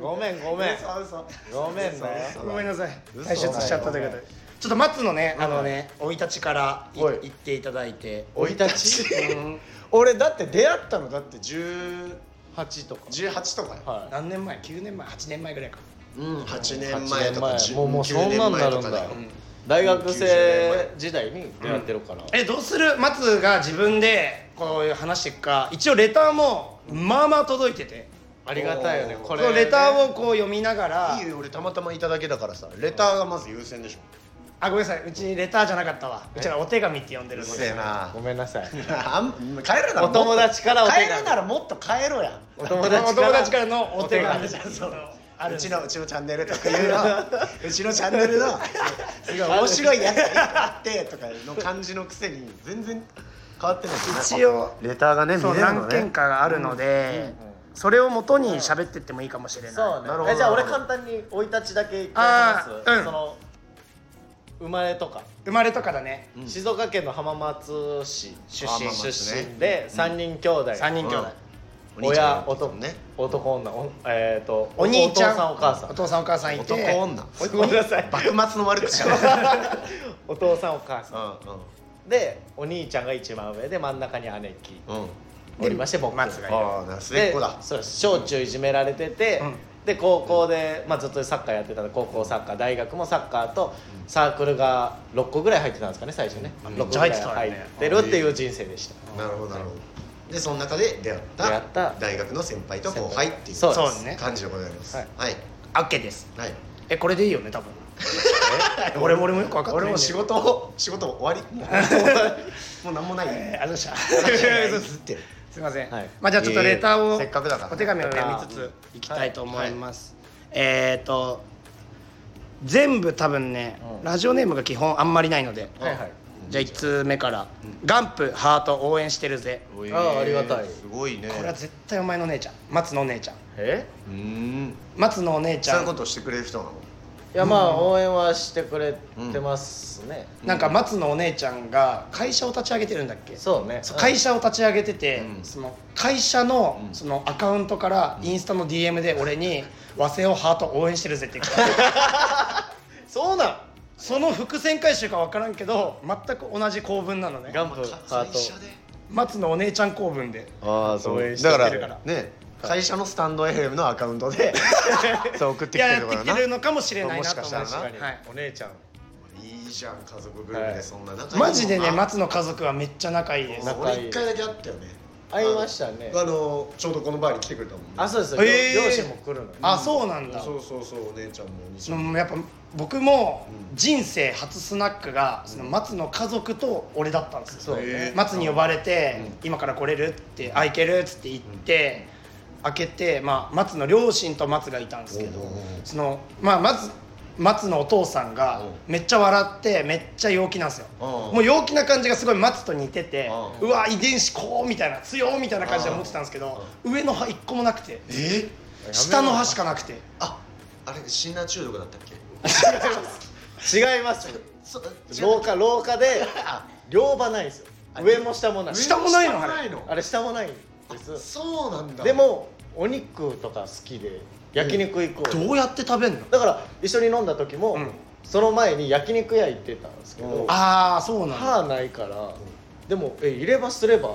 [SPEAKER 2] ごめんごめん
[SPEAKER 3] 嘘嘘
[SPEAKER 2] ごめんね
[SPEAKER 1] ごめんなさい
[SPEAKER 3] 嘘
[SPEAKER 1] 退出しちゃったということでちょっと松のねあのね生い立ちからい
[SPEAKER 2] おい
[SPEAKER 1] 言っていただいて
[SPEAKER 2] 生い立ち
[SPEAKER 1] うん
[SPEAKER 3] 俺だって出会ったのだって10
[SPEAKER 2] 8とか
[SPEAKER 3] 18とかよ、
[SPEAKER 2] は
[SPEAKER 1] 何年前9年前8年前ぐらいか
[SPEAKER 3] うん、8
[SPEAKER 2] い
[SPEAKER 3] 年前とか
[SPEAKER 2] もうもうそ
[SPEAKER 3] 19
[SPEAKER 2] んなんな
[SPEAKER 3] 年前
[SPEAKER 2] る
[SPEAKER 3] と
[SPEAKER 2] ん
[SPEAKER 3] か
[SPEAKER 2] だ
[SPEAKER 3] だよ
[SPEAKER 1] うん
[SPEAKER 2] 大学生時代に出会ってるから、
[SPEAKER 1] えどうする松が自分でこういう話していくか一応レターもまあまあ届いてて
[SPEAKER 2] ありがたいよね
[SPEAKER 3] おー
[SPEAKER 2] こ
[SPEAKER 1] こ
[SPEAKER 2] れ
[SPEAKER 1] のレターをこう読みながら
[SPEAKER 3] いいよ俺たまたまいただけだからさレターがまず優先でしょ
[SPEAKER 1] あごめんなさいうちレターじゃなかったわうちらお手紙って呼んで
[SPEAKER 3] う
[SPEAKER 1] る
[SPEAKER 3] る
[SPEAKER 1] の
[SPEAKER 3] せえな
[SPEAKER 2] ごめんなさい
[SPEAKER 3] あん帰るならもっと
[SPEAKER 2] お友達からお手紙
[SPEAKER 3] 帰るならもっと帰ろうや
[SPEAKER 2] お
[SPEAKER 1] お
[SPEAKER 2] 友達か
[SPEAKER 1] 友
[SPEAKER 2] ら
[SPEAKER 1] 達からのお手紙
[SPEAKER 3] お手紙
[SPEAKER 1] じゃんそのある
[SPEAKER 3] うちのうちのチャンネルとか言
[SPEAKER 2] [laughs]
[SPEAKER 3] うのうちのチャンネルのすごい面白いやつあってとかの感じのくせに全然変わってない
[SPEAKER 1] 一応
[SPEAKER 3] レターがね見れ
[SPEAKER 1] そう
[SPEAKER 3] るの
[SPEAKER 1] 何
[SPEAKER 3] ね
[SPEAKER 1] 件かがあるのでそれをもとに喋ってってもいいかもしれ
[SPEAKER 2] そ
[SPEAKER 1] な
[SPEAKER 2] う
[SPEAKER 3] なるほど
[SPEAKER 2] ねえじゃあ俺簡単に生い立ちだけ一回話す、
[SPEAKER 1] あーうん
[SPEAKER 2] その生まれとか、
[SPEAKER 1] い生まれとかだね
[SPEAKER 3] うん
[SPEAKER 2] 静岡県の浜松市
[SPEAKER 1] 出
[SPEAKER 3] 浜
[SPEAKER 1] 身
[SPEAKER 3] 松
[SPEAKER 2] 出
[SPEAKER 3] ね
[SPEAKER 2] 身で3人兄弟、
[SPEAKER 1] 3人兄弟
[SPEAKER 3] お兄ちゃ
[SPEAKER 2] 親
[SPEAKER 3] ん
[SPEAKER 2] 男
[SPEAKER 3] ね
[SPEAKER 2] 男女おえー、と
[SPEAKER 1] お兄ち
[SPEAKER 2] お
[SPEAKER 1] ゃん
[SPEAKER 2] 父さんお母さ
[SPEAKER 1] お
[SPEAKER 2] ん
[SPEAKER 1] 父さんお母さんいて
[SPEAKER 3] 男女
[SPEAKER 2] ごめんなさい
[SPEAKER 3] 幕末の悪口じゃない
[SPEAKER 2] [laughs] お父さんお母さ
[SPEAKER 3] うん
[SPEAKER 2] でお兄ちゃんが一番上で真ん中に姉貴
[SPEAKER 3] んうんうん
[SPEAKER 2] おりまして僕
[SPEAKER 1] 松がいる
[SPEAKER 3] ああな末っ子だ
[SPEAKER 2] でそうです小中いじめられてて、
[SPEAKER 1] うん
[SPEAKER 2] で高校で、まあ、ずっとサッカーやってたんで高校サッカー大学もサッカーとサークルが6個ぐらい入ってたんですかね最初ね
[SPEAKER 1] あ
[SPEAKER 2] 6個
[SPEAKER 1] めっ
[SPEAKER 2] ぐ
[SPEAKER 1] ちゃ
[SPEAKER 2] ら
[SPEAKER 1] 入
[SPEAKER 2] い
[SPEAKER 1] ってたね
[SPEAKER 2] 入ってるっていう人生でした
[SPEAKER 3] なるほどなるほどでその中で出会っ
[SPEAKER 2] 出会
[SPEAKER 3] た
[SPEAKER 2] った
[SPEAKER 3] 大学の先輩と後輩ってい
[SPEAKER 2] そう
[SPEAKER 3] う
[SPEAKER 2] です
[SPEAKER 1] そうね
[SPEAKER 3] 感じでございます
[SPEAKER 2] は
[SPEAKER 3] はいい
[SPEAKER 1] オッケーです
[SPEAKER 3] はい
[SPEAKER 1] えこれでいいよね多分俺も俺もよく分かってないんだよ
[SPEAKER 3] 俺も仕
[SPEAKER 1] [laughs]
[SPEAKER 3] 事を仕事終わりもうもう何もない [laughs]
[SPEAKER 1] えーありがとうございました
[SPEAKER 3] 話がないって
[SPEAKER 1] すいません、
[SPEAKER 2] はい
[SPEAKER 1] まあじゃあちょっとレターを、
[SPEAKER 3] せっかくだから
[SPEAKER 1] お手紙を読みつついきたいと思います、えっ、と全部多分ね、
[SPEAKER 2] うん
[SPEAKER 1] ラジオネームが基本あんまりないので、
[SPEAKER 2] はいはい
[SPEAKER 1] じゃあ1通目から、ガンプハート応援してるぜ」
[SPEAKER 3] おい
[SPEAKER 2] あーありがたい
[SPEAKER 3] すごいね
[SPEAKER 1] これは絶対お前の姉ちゃん松のお姉ちゃん
[SPEAKER 2] え
[SPEAKER 3] うーん
[SPEAKER 1] 松のお姉ちゃ
[SPEAKER 3] そういうんことしてくれる人なの
[SPEAKER 2] いやまあ応援はしてくれてますね、
[SPEAKER 1] なんか松のお姉ちゃんが会社を立ち上げてるんだっけ
[SPEAKER 2] そうね
[SPEAKER 1] そう会社を立ち上げてて、
[SPEAKER 3] うん
[SPEAKER 1] その会社の
[SPEAKER 3] うん
[SPEAKER 1] そのアカウントからインスタの DM で俺に「和製をハート応援してるぜ」って言ってた
[SPEAKER 3] [laughs]
[SPEAKER 2] そうなん
[SPEAKER 1] その伏線回収か分からんけど全く同じ構文なのね
[SPEAKER 2] ガンプハー
[SPEAKER 3] 会社で
[SPEAKER 2] ト
[SPEAKER 1] 松のお姉ちゃん構文で
[SPEAKER 2] ああそう
[SPEAKER 1] し
[SPEAKER 3] だか
[SPEAKER 1] て
[SPEAKER 3] ら
[SPEAKER 1] るから
[SPEAKER 3] ね会社のスタンド FM のアカウントで [laughs] [laughs] そう送って
[SPEAKER 1] い
[SPEAKER 3] き
[SPEAKER 1] や
[SPEAKER 3] て
[SPEAKER 1] や
[SPEAKER 3] る
[SPEAKER 1] っ
[SPEAKER 3] の
[SPEAKER 1] て
[SPEAKER 3] か
[SPEAKER 1] きて
[SPEAKER 3] な
[SPEAKER 1] るのかもしれないなと思う
[SPEAKER 3] もしかしたら
[SPEAKER 1] は
[SPEAKER 3] ない
[SPEAKER 2] お姉ちゃん
[SPEAKER 3] いいじゃん家族グループ
[SPEAKER 2] は
[SPEAKER 3] で
[SPEAKER 2] い
[SPEAKER 3] そんな仲いいもんな
[SPEAKER 1] マジでね松の家族はめっちゃ仲いいです
[SPEAKER 2] 仲いい
[SPEAKER 3] 俺一回だけ会ったよね
[SPEAKER 2] 会いましたね
[SPEAKER 3] あのちょうどこのバーに来てくれたもんね
[SPEAKER 2] あそうですよ、
[SPEAKER 1] えー
[SPEAKER 2] 両親も来るのよ
[SPEAKER 1] あそうなんだ
[SPEAKER 3] そうそうそうお姉ちゃんもお兄ち
[SPEAKER 1] そ
[SPEAKER 3] ゃんも
[SPEAKER 1] のやっぱ僕も
[SPEAKER 3] うん
[SPEAKER 1] 人生初スナックがその松の家族と俺だったんですよ
[SPEAKER 2] そうね、
[SPEAKER 3] えー
[SPEAKER 1] 松に呼ばれて「今から来れる?」って「あ行ける?」っつって行って開けて、まあ、松の両親と松がいたんですけど
[SPEAKER 3] おうおうおう
[SPEAKER 1] その、まあ、松松のお父さんが
[SPEAKER 3] うん
[SPEAKER 1] めっちゃ笑ってめっちゃ陽気なんですよ
[SPEAKER 3] うん
[SPEAKER 1] もう陽気な感じがすごい松と似てて
[SPEAKER 3] うん
[SPEAKER 1] うわ遺伝子こうみたいな強みたいな感じで思ってたんですけど上の歯一個もなくて
[SPEAKER 3] え
[SPEAKER 1] 下の歯しかなくて
[SPEAKER 3] ああれシンナー中毒だったっけ
[SPEAKER 2] 違います
[SPEAKER 3] そ
[SPEAKER 2] 廊下廊下で両場ないんですよ上も下もない
[SPEAKER 1] 下もないの
[SPEAKER 3] 下も
[SPEAKER 1] あれ
[SPEAKER 2] あれ下もないん
[SPEAKER 3] あ
[SPEAKER 2] です
[SPEAKER 3] そうなんだ
[SPEAKER 2] でもお肉とか好きで焼肉行こう、
[SPEAKER 1] どうやって食べんの
[SPEAKER 2] だから一緒に飲んだ時も、
[SPEAKER 1] うん
[SPEAKER 2] その前に焼肉屋行ってたんですけど、
[SPEAKER 3] うん
[SPEAKER 1] ああそうなんだ
[SPEAKER 2] 歯ないから、でもえ入れ歯すれば
[SPEAKER 3] うん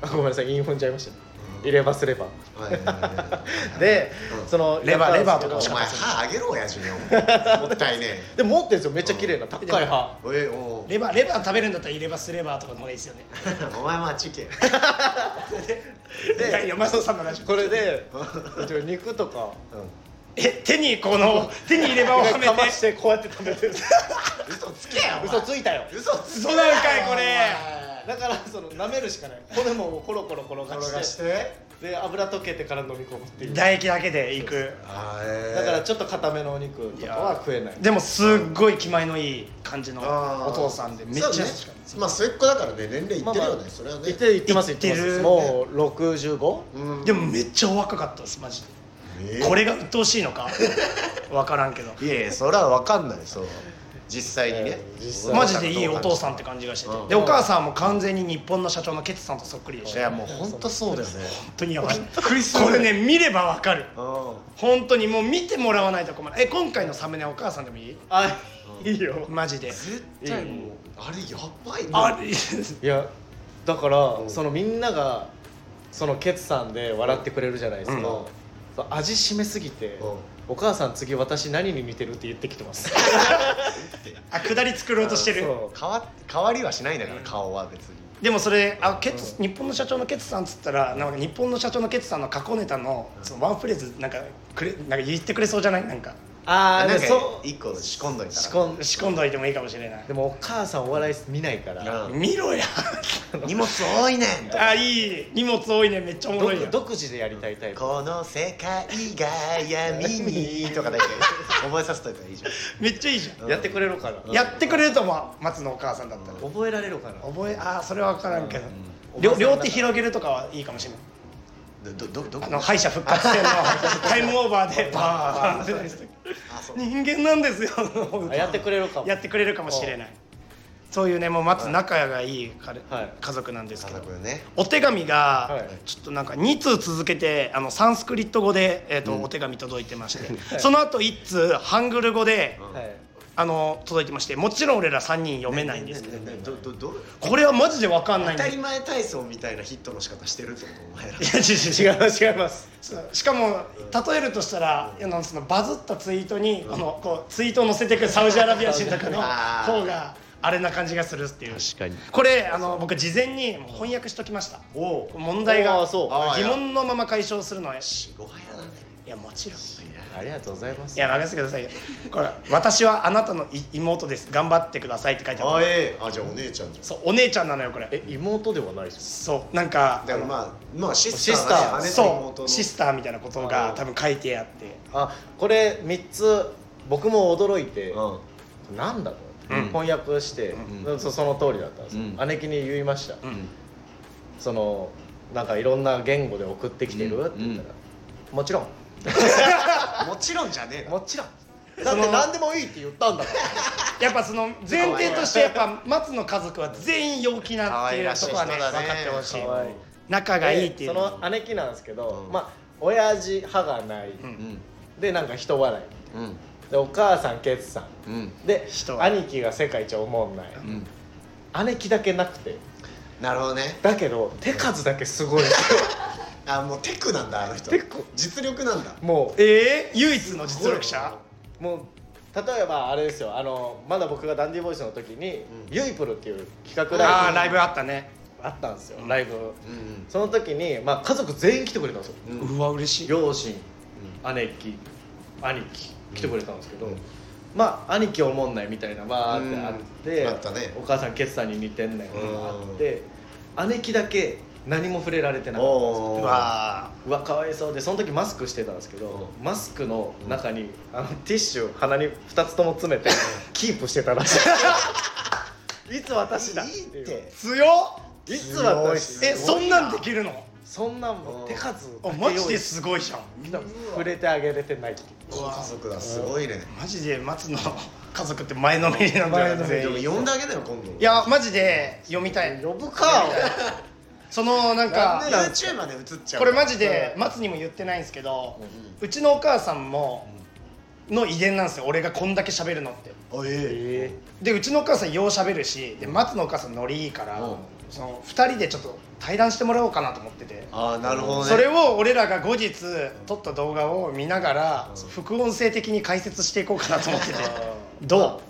[SPEAKER 2] あごめんなさいインフンちゃいました入れ歯すれば
[SPEAKER 3] はいはいはいはい
[SPEAKER 2] で、
[SPEAKER 3] うん
[SPEAKER 2] その
[SPEAKER 1] レバー
[SPEAKER 2] やったんですけど
[SPEAKER 1] レバーとか
[SPEAKER 3] お前歯あげろ
[SPEAKER 2] [laughs]
[SPEAKER 3] 親父にお前もったいねえ
[SPEAKER 2] でも持ってるんですよめっちゃ綺麗な高い歯
[SPEAKER 3] えおう
[SPEAKER 1] レバーレバー食べるんだったら入れ歯すればとかの方がいいですよね
[SPEAKER 3] [laughs] お前もあっち行け
[SPEAKER 1] で [laughs] いやいや松尾さんの話
[SPEAKER 2] これで一応肉とか
[SPEAKER 3] うん
[SPEAKER 1] え手にこの手に入れ歯をはめ
[SPEAKER 2] かま
[SPEAKER 1] て
[SPEAKER 2] してこうやって食べ
[SPEAKER 1] [laughs]
[SPEAKER 2] てる
[SPEAKER 3] 嘘つけよお前
[SPEAKER 2] 嘘ついたよ
[SPEAKER 3] 嘘つ
[SPEAKER 1] 嘘なんかいこ
[SPEAKER 2] だからその舐めるしかない骨もコロコロ転がして
[SPEAKER 3] 転がして
[SPEAKER 2] で油溶けてから飲み込むっていう
[SPEAKER 1] れ
[SPEAKER 2] だ
[SPEAKER 1] 唾液だけでいく
[SPEAKER 3] あーえー
[SPEAKER 2] からちょっと固めのお肉とかは食えない
[SPEAKER 1] でもすっごい気前のいい感じの
[SPEAKER 3] あー
[SPEAKER 1] お父さんでめっちゃ優しかったです
[SPEAKER 3] そうねまあ末っ子だからね年齢いってるよね、
[SPEAKER 2] まあまあ
[SPEAKER 3] それはね
[SPEAKER 2] 言って言ってます言
[SPEAKER 1] 言
[SPEAKER 2] っ
[SPEAKER 1] っ
[SPEAKER 2] てて
[SPEAKER 1] る
[SPEAKER 2] ますもう 65?
[SPEAKER 3] うん
[SPEAKER 1] でもめっちゃお若かったですマジで
[SPEAKER 3] えー
[SPEAKER 1] これが鬱陶しいのかわからんけど
[SPEAKER 3] いやいやそれは分かんないそう実際にね
[SPEAKER 2] えー実際
[SPEAKER 1] マジでいいお父さんって感じがしてて
[SPEAKER 3] うん
[SPEAKER 1] でお母さんも完全に日本の社長のケツさんとそっくりでし
[SPEAKER 3] い
[SPEAKER 1] た
[SPEAKER 3] や
[SPEAKER 1] 本
[SPEAKER 3] もう本当そうだよね
[SPEAKER 1] 当にやばい
[SPEAKER 3] クリス
[SPEAKER 1] これね見ればわかる
[SPEAKER 3] うん
[SPEAKER 1] 本当にもう見てもらわないと困るえ今回のサムネお母さんでもいい
[SPEAKER 2] あいいよ
[SPEAKER 1] マジで
[SPEAKER 3] 絶対もう
[SPEAKER 2] いい
[SPEAKER 3] あれやばいね
[SPEAKER 1] あ [laughs] れ
[SPEAKER 2] いやだから、
[SPEAKER 3] ん
[SPEAKER 2] そのみんながそのケツさんで笑ってくれるじゃないですか、
[SPEAKER 1] うん
[SPEAKER 2] そう味しめすぎて、
[SPEAKER 3] うん
[SPEAKER 2] お母さん次私何に似てるって言ってきてます
[SPEAKER 1] あ下り作ろうとしてる
[SPEAKER 2] そう
[SPEAKER 3] 変わ変わりはしないんだから顔は別に
[SPEAKER 1] でもそれあケツ、日本の社長のケツさんっつったらなんか日本の社長のケツさんの過去ネタのそのワンフレーズなんかくれなんか言ってくれそうじゃないなんか
[SPEAKER 2] ああ
[SPEAKER 3] な
[SPEAKER 2] で
[SPEAKER 3] ん
[SPEAKER 2] も
[SPEAKER 3] か
[SPEAKER 2] そう
[SPEAKER 3] 一個仕込んどいたら
[SPEAKER 2] 仕込ん
[SPEAKER 1] 仕込んどいてもいいかもしれない
[SPEAKER 2] でもお母さんお笑い見ないから、
[SPEAKER 3] うん
[SPEAKER 1] 見ろや
[SPEAKER 3] 荷物多いねんと
[SPEAKER 1] あいい荷物多いねめっちゃおもろい
[SPEAKER 2] 独
[SPEAKER 1] よ
[SPEAKER 2] 独自でやりたいタイプ
[SPEAKER 3] この世界が闇にとかだけ覚えさせといたらいいじゃん
[SPEAKER 1] めっちゃいいじゃん、
[SPEAKER 3] うん
[SPEAKER 2] やってくれるから、
[SPEAKER 3] うん
[SPEAKER 1] やってくれると思う松のお母さんだったら、
[SPEAKER 2] 覚えられるかな
[SPEAKER 1] 覚えあーそれは分からんけど、
[SPEAKER 2] うん
[SPEAKER 1] 両
[SPEAKER 2] おばさんだから
[SPEAKER 1] 両手広げるとかはいいかもしれない
[SPEAKER 3] どどどど
[SPEAKER 1] あの敗者復活
[SPEAKER 2] [laughs]
[SPEAKER 1] 戦のタイムオーバーでバーンって [laughs]
[SPEAKER 3] あそう
[SPEAKER 1] 人間なんですよ
[SPEAKER 2] あやってくれるかも
[SPEAKER 1] やってくれるかもしれないそういうねもう松仲がいい彼、
[SPEAKER 2] はい
[SPEAKER 1] 家族なんですけ
[SPEAKER 3] 家
[SPEAKER 1] ど
[SPEAKER 3] 族ね
[SPEAKER 1] お手紙が、
[SPEAKER 2] はい
[SPEAKER 1] ちょっとなんか2通続けてあのサンスクリット語で、えーとお手紙届いてまして、その後一1通ハングル語で、
[SPEAKER 3] うん
[SPEAKER 2] はい
[SPEAKER 1] あの届いてましてもちろん俺ら3人読めないんですけど、
[SPEAKER 3] ねねねどどど
[SPEAKER 1] これはマジで分かんない
[SPEAKER 3] 当
[SPEAKER 1] んで
[SPEAKER 3] た
[SPEAKER 1] す
[SPEAKER 3] り前体操みたいなヒットの仕方してるってことお前ら
[SPEAKER 1] い
[SPEAKER 2] 違
[SPEAKER 1] や違
[SPEAKER 2] い
[SPEAKER 1] う違う
[SPEAKER 2] ます違います
[SPEAKER 1] そうしかも例えるとしたら、あのそのバズったツイートに、あのこうツイートを載せてくサウジアラビア人とかの
[SPEAKER 3] あー
[SPEAKER 1] 方があれな感じがするっていう
[SPEAKER 2] かに
[SPEAKER 1] これあの僕事前に翻訳しときました
[SPEAKER 2] おう
[SPEAKER 1] 問題が
[SPEAKER 2] あーそう
[SPEAKER 3] あー
[SPEAKER 1] 疑問のまま解消するのはし
[SPEAKER 3] ごはやなんだよ
[SPEAKER 1] いやもちろん
[SPEAKER 3] いや
[SPEAKER 2] ありがとうございます
[SPEAKER 1] いや任せてくださいよこれ私はあなたのい妹です頑張ってくださいって書いてあ
[SPEAKER 3] あ
[SPEAKER 1] る
[SPEAKER 3] ええあじゃあお姉ちゃんじゃん
[SPEAKER 1] そうお姉ちゃんなのよこれ
[SPEAKER 2] え妹ではないです
[SPEAKER 1] そうなんか
[SPEAKER 3] だからまあまあシス
[SPEAKER 2] シス
[SPEAKER 3] タ
[SPEAKER 2] タ
[SPEAKER 3] ー,、
[SPEAKER 2] ー
[SPEAKER 3] ね、姉と
[SPEAKER 1] そ
[SPEAKER 3] 妹の
[SPEAKER 1] うシスターみたいなことが多分書いてあって
[SPEAKER 2] あこれ3つ僕も驚いて、
[SPEAKER 3] うん
[SPEAKER 2] なんだろう、
[SPEAKER 1] うん
[SPEAKER 2] 翻訳して、
[SPEAKER 3] う
[SPEAKER 2] そその通りだったんです、
[SPEAKER 3] うん
[SPEAKER 2] 姉貴に言いました、
[SPEAKER 1] うん
[SPEAKER 2] そのなんかいろんな言語で送ってきてる、
[SPEAKER 3] うん
[SPEAKER 2] って言ったら、もちろん
[SPEAKER 3] もちろんじゃねえ
[SPEAKER 2] もちろんだって何でもいいって言ったんだから
[SPEAKER 1] やっぱその前提としてやっぱ松の家族は全員陽気なっていうとこはね
[SPEAKER 3] 可愛
[SPEAKER 1] 分
[SPEAKER 3] ら
[SPEAKER 1] か
[SPEAKER 3] しい人だね
[SPEAKER 1] ってほしい
[SPEAKER 2] 可愛い
[SPEAKER 1] 仲がいいっていう
[SPEAKER 2] で
[SPEAKER 1] の
[SPEAKER 2] その姉貴なんですけど、
[SPEAKER 3] うん
[SPEAKER 2] まあ親父歯がない、
[SPEAKER 1] うん
[SPEAKER 3] うん
[SPEAKER 2] でなんか人笑
[SPEAKER 3] うん
[SPEAKER 2] いでお母さんケツさん
[SPEAKER 3] うん
[SPEAKER 2] で
[SPEAKER 1] 人笑い
[SPEAKER 2] 兄貴が世界一おもんない、
[SPEAKER 3] うん
[SPEAKER 2] 姉貴だけなくて
[SPEAKER 3] なるほどね
[SPEAKER 2] だけど手数だけすごい
[SPEAKER 3] あもうテクなんだあの人
[SPEAKER 2] テク
[SPEAKER 3] 実力なんだ
[SPEAKER 2] も
[SPEAKER 1] ええ唯一の実力者
[SPEAKER 2] うもう例えばあれですよあのまだ僕がダンディボーイズの時に、
[SPEAKER 3] うん
[SPEAKER 2] ユイプルっていう企画
[SPEAKER 1] ああ
[SPEAKER 2] ラ
[SPEAKER 1] ラ
[SPEAKER 2] イ
[SPEAKER 1] イ
[SPEAKER 2] ブ
[SPEAKER 1] ブあったね
[SPEAKER 2] あったんですよ、
[SPEAKER 1] うん
[SPEAKER 2] ライブ
[SPEAKER 3] うん
[SPEAKER 2] その時に、まあ、家族全員来てくれたんですよ、
[SPEAKER 3] うんうん
[SPEAKER 1] わ嬉し
[SPEAKER 2] 両親姉貴兄貴来てくれたんですけど、
[SPEAKER 3] うん
[SPEAKER 2] まあ兄貴おもんないみたいなバーってあって、
[SPEAKER 3] うんあったね
[SPEAKER 2] お母さんケツさんに似てんねんとかあって、姉貴だけ何も触れられてなかったんですよ
[SPEAKER 3] お
[SPEAKER 1] う
[SPEAKER 3] ー
[SPEAKER 1] わ
[SPEAKER 2] うわかわいそうでその時マスクしてたんですけどマスクの中にあのティッシュ鼻に2つとも詰めてキープしてたらし
[SPEAKER 3] [laughs]
[SPEAKER 2] いいつ私だ
[SPEAKER 3] いいって
[SPEAKER 2] いう
[SPEAKER 1] 強っ
[SPEAKER 2] いつ私
[SPEAKER 3] すごい
[SPEAKER 1] え
[SPEAKER 3] っ
[SPEAKER 1] そんなんできるの
[SPEAKER 2] そんなんもう手数
[SPEAKER 1] あマジですごいじゃん
[SPEAKER 2] 触れてあげれてないっていう
[SPEAKER 3] ご家族だすごいね
[SPEAKER 1] マジで松の家族って前のめりなんだよね
[SPEAKER 3] で
[SPEAKER 1] 全員
[SPEAKER 3] も呼んであげなよ今度
[SPEAKER 1] いやマジで読みたい
[SPEAKER 2] 呼ぶか
[SPEAKER 1] そのなんか
[SPEAKER 2] なんでだ
[SPEAKER 3] YouTube まで映っちゃう
[SPEAKER 1] これマジで松にも言ってないんですけどうちのお母さんもの遺伝なんですよ俺がこんだけ喋るのって
[SPEAKER 3] あええ
[SPEAKER 2] え
[SPEAKER 1] でうちのお母さんよう喋るしで松のお母さんノリいいから
[SPEAKER 3] うん
[SPEAKER 1] その2人でちょっと対談してもらおうかなと思ってて
[SPEAKER 3] ああなるほどね
[SPEAKER 1] それを俺らが後日撮った動画を見ながら
[SPEAKER 3] うん
[SPEAKER 1] 副音声的に解説していこうかなと思
[SPEAKER 3] [laughs]
[SPEAKER 1] ってて
[SPEAKER 2] ー
[SPEAKER 1] どう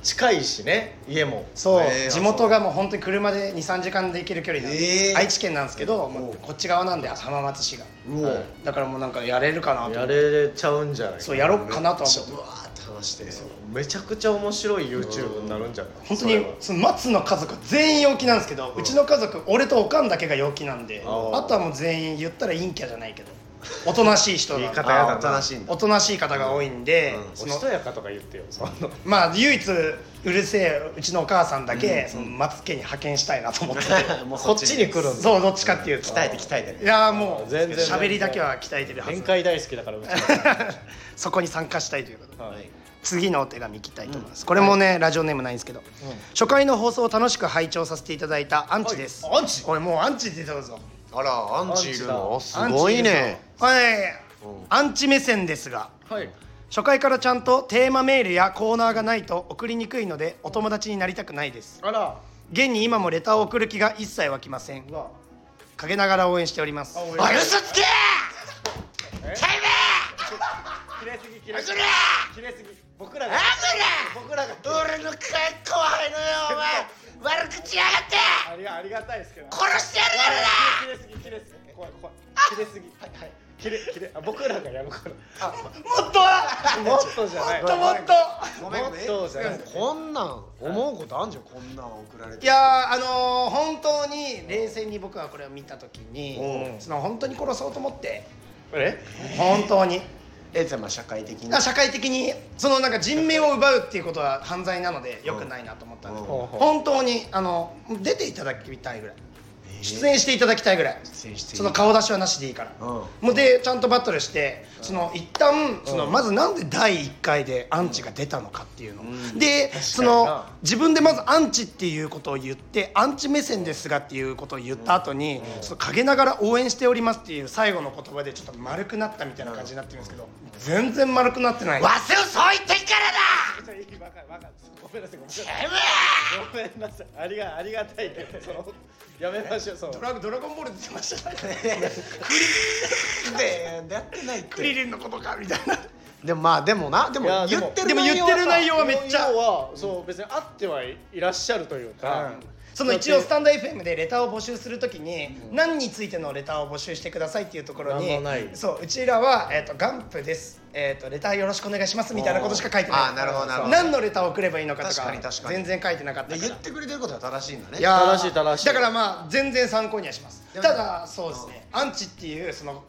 [SPEAKER 2] 近いしね家も
[SPEAKER 1] そう、
[SPEAKER 3] えー
[SPEAKER 1] 地元がもう本当に車で23時間で行ける距離なんで、
[SPEAKER 3] えー
[SPEAKER 1] 愛知県なんですけど、も
[SPEAKER 3] お
[SPEAKER 1] う
[SPEAKER 3] う
[SPEAKER 1] こっち側なんで浜松市が
[SPEAKER 3] う
[SPEAKER 2] は
[SPEAKER 3] お
[SPEAKER 2] い
[SPEAKER 1] だからもうなんかやれるかなと思
[SPEAKER 2] や
[SPEAKER 1] って
[SPEAKER 2] れちゃうんじゃない
[SPEAKER 1] そうやろうかなとは思って
[SPEAKER 3] うわーって話して
[SPEAKER 2] めちゃくちゃ面白い YouTube になるんじゃない
[SPEAKER 1] 本当にその松の家族全員陽気なんですけど、うちの家族俺とおかんだけが陽気なんで
[SPEAKER 2] あー
[SPEAKER 1] あとはもう全員言ったら陰キャじゃないけど [laughs] おとなしい人
[SPEAKER 2] 言い
[SPEAKER 1] が
[SPEAKER 2] 方やだな
[SPEAKER 3] あーおとなしいんだ
[SPEAKER 1] おとなしい方が多いんで、
[SPEAKER 3] うん
[SPEAKER 1] そ
[SPEAKER 2] お
[SPEAKER 1] の
[SPEAKER 2] しとやかとか言ってよそんな
[SPEAKER 1] まあ唯一うるせえうちのお母さんだけ、その松家に派遣したいなと思って
[SPEAKER 3] [laughs]
[SPEAKER 1] て
[SPEAKER 3] もう
[SPEAKER 2] こっちに来るんだ
[SPEAKER 1] そうどっちかっていうと
[SPEAKER 3] 鍛えて鍛えて
[SPEAKER 1] い
[SPEAKER 3] ね
[SPEAKER 1] やーもう
[SPEAKER 2] 全然全然
[SPEAKER 1] 喋りだけは鍛えてるはず
[SPEAKER 2] 宴会大好きだからうちは
[SPEAKER 1] [laughs] そこに参加したいということで
[SPEAKER 2] はい
[SPEAKER 1] 次のお手紙いきたいと思います、これもね、ラジオネームないんですけど、初回の放送を楽しく拝聴させていただいたアンチです、
[SPEAKER 2] はいアンチ
[SPEAKER 1] これもうアンチ出てるぞ
[SPEAKER 3] あらアンチいる
[SPEAKER 2] アン
[SPEAKER 3] の
[SPEAKER 2] チ
[SPEAKER 3] すごいね
[SPEAKER 1] はい、
[SPEAKER 3] うん
[SPEAKER 1] アンチ目線ですが
[SPEAKER 2] はい
[SPEAKER 1] 初回からちゃんとテーマメールやコーナーがないと送りにくいのでお友達になりたくないです
[SPEAKER 2] あら
[SPEAKER 1] 現に今もレターを送る気が一切湧きません
[SPEAKER 2] うわ
[SPEAKER 1] 陰ながら応援しております
[SPEAKER 2] 応援
[SPEAKER 1] あ嘘つけ
[SPEAKER 2] 切れすぎ切れすぎ切れすぎ僕らが僕らが
[SPEAKER 3] 俺の後輩のよお [laughs] 前悪口やがって
[SPEAKER 2] ありがありがたいですけど
[SPEAKER 3] 殺してやる
[SPEAKER 2] 切れすぎ切れすぎ怖い怖い切れすぎはいはい切れ切れあ僕らがやるからあ
[SPEAKER 1] もっと
[SPEAKER 2] もっとじゃない
[SPEAKER 1] もっともっと
[SPEAKER 3] ごめんごめん
[SPEAKER 2] もっとじゃない
[SPEAKER 3] でもこんなん思うことあんじゃんこんなん送られて
[SPEAKER 1] いやーあのー本当に冷静に僕はこれを見た時に
[SPEAKER 2] うん
[SPEAKER 1] その本当に殺そうと思って
[SPEAKER 2] え
[SPEAKER 1] 本当に
[SPEAKER 3] えじゃあまあ社会的に
[SPEAKER 1] あ社会的にそのなんか人命を奪うっていうことは犯罪なので良くないなと思ったんですけど
[SPEAKER 2] うん
[SPEAKER 1] 本当にあの出ていただきたいぐらい出
[SPEAKER 3] 演
[SPEAKER 1] 演していただきたいぐらい
[SPEAKER 3] 出演していい
[SPEAKER 1] その顔出しはなしでいいから
[SPEAKER 3] うん
[SPEAKER 1] もうでちゃんとバトルしてその一旦その
[SPEAKER 2] うん
[SPEAKER 1] まずなんで第1回でアンチが出たのかっていうの、
[SPEAKER 3] うん
[SPEAKER 1] で
[SPEAKER 2] かに
[SPEAKER 1] その
[SPEAKER 2] な
[SPEAKER 1] 自分でまずアンチっていうことを言ってアンチ目線ですがっていうことを言った後に、その陰ながら応援しておりますっていう最後の言葉でちょっと丸くなったみたいな感じになってるんですけど全然丸くなってない
[SPEAKER 3] わせをそう言ってんからだ
[SPEAKER 2] いいわかるわかるごめんなさいごめんなさいご
[SPEAKER 3] てめ
[SPEAKER 2] めんなさいありがありがたいけどそのやめましょうその
[SPEAKER 1] ドラドラゴンボール出てましたね [laughs]
[SPEAKER 3] えでやってないっ
[SPEAKER 1] クリ
[SPEAKER 3] て
[SPEAKER 1] リンのことかみたいな
[SPEAKER 3] でもまあでもなでも
[SPEAKER 2] いやで
[SPEAKER 3] 言
[SPEAKER 2] も
[SPEAKER 3] って
[SPEAKER 1] で
[SPEAKER 3] る
[SPEAKER 1] も言ってる内容はめっちゃ
[SPEAKER 2] 要はそう別にあってはいらっしゃるというか、
[SPEAKER 1] うんその一応スタンド FM でレターを募集するときに、何についてのレターを募集してくださいっていうところに
[SPEAKER 2] なんもない
[SPEAKER 1] そううちらは、えーと「ガンプです、えーと」レターよろしくお願いしますみたいなことしか書いてない
[SPEAKER 3] あーなるほどなるほど
[SPEAKER 1] 何のレターを送ればいいのかと
[SPEAKER 3] 確
[SPEAKER 1] か
[SPEAKER 3] かに確かに
[SPEAKER 1] 全然書いてなかった
[SPEAKER 3] で
[SPEAKER 1] から
[SPEAKER 3] 言ってくれてることは正しいんだね
[SPEAKER 1] いやー
[SPEAKER 2] 正しい正しい
[SPEAKER 1] だからまあ全然参考にはします
[SPEAKER 3] で
[SPEAKER 1] た
[SPEAKER 3] も
[SPEAKER 1] だそうですねアンチっていうその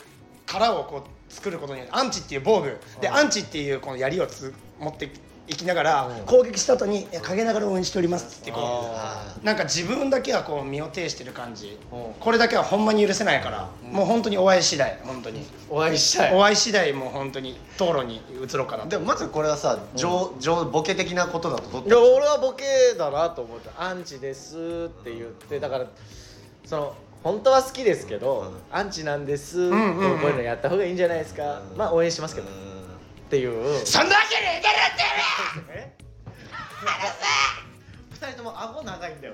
[SPEAKER 1] 殻をこう作ることによってアンチっていう防具でアンチっていうこの槍をつ持っていきながら
[SPEAKER 2] うん
[SPEAKER 1] 攻撃した後にいや陰ながら応援しておりますってこ
[SPEAKER 2] あ
[SPEAKER 1] うなんか自分だけはこう身を挺してる感じ
[SPEAKER 2] うん
[SPEAKER 1] これだけはほんまに許せないからもう本当にお会い次第本当
[SPEAKER 2] ー
[SPEAKER 1] に
[SPEAKER 2] お会いしたい
[SPEAKER 1] お会い次第もう本当に討論に移ろうかなと
[SPEAKER 3] でもまずこれはさ情情ボケ的なことだとどっ
[SPEAKER 2] いや俺はボケだなと思ってアンチですって言ってだからその本当は好きですけど、アンチなんです、
[SPEAKER 1] んうんうん
[SPEAKER 2] こういうのやった方がいいんじゃないですか、
[SPEAKER 3] うん
[SPEAKER 2] まあ応援しますけど、っていう
[SPEAKER 1] そんなわけねえだろって
[SPEAKER 2] 2人とも顎長いんだよ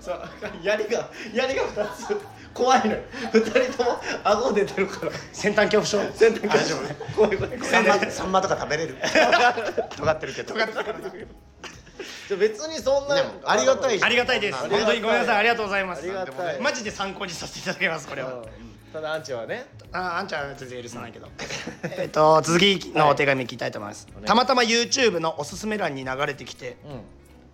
[SPEAKER 2] そう槍が槍が2つ怖いのよ2人とも顎出てるから
[SPEAKER 1] 先端恐怖症
[SPEAKER 2] 全然大丈夫怖い怖い
[SPEAKER 3] サンマサンマとか食べれる尖ってるけど尖ってる
[SPEAKER 2] 別にそんな
[SPEAKER 3] でもありがた
[SPEAKER 1] [laughs]
[SPEAKER 3] い
[SPEAKER 1] ありがたいです
[SPEAKER 3] あ
[SPEAKER 1] 本
[SPEAKER 3] りがた
[SPEAKER 1] 当
[SPEAKER 3] い
[SPEAKER 1] にごめんなさいありがとうございま
[SPEAKER 2] あ
[SPEAKER 1] す
[SPEAKER 2] りがたい
[SPEAKER 1] マジで参考にさせていただきますこれは
[SPEAKER 2] うんただアンチはね
[SPEAKER 1] ああんちゃんは全然許さないけ [laughs] どえっと続きのお手紙聞きたいと思います、
[SPEAKER 2] はい
[SPEAKER 1] たまたま YouTube のおすすめ欄に流れてきて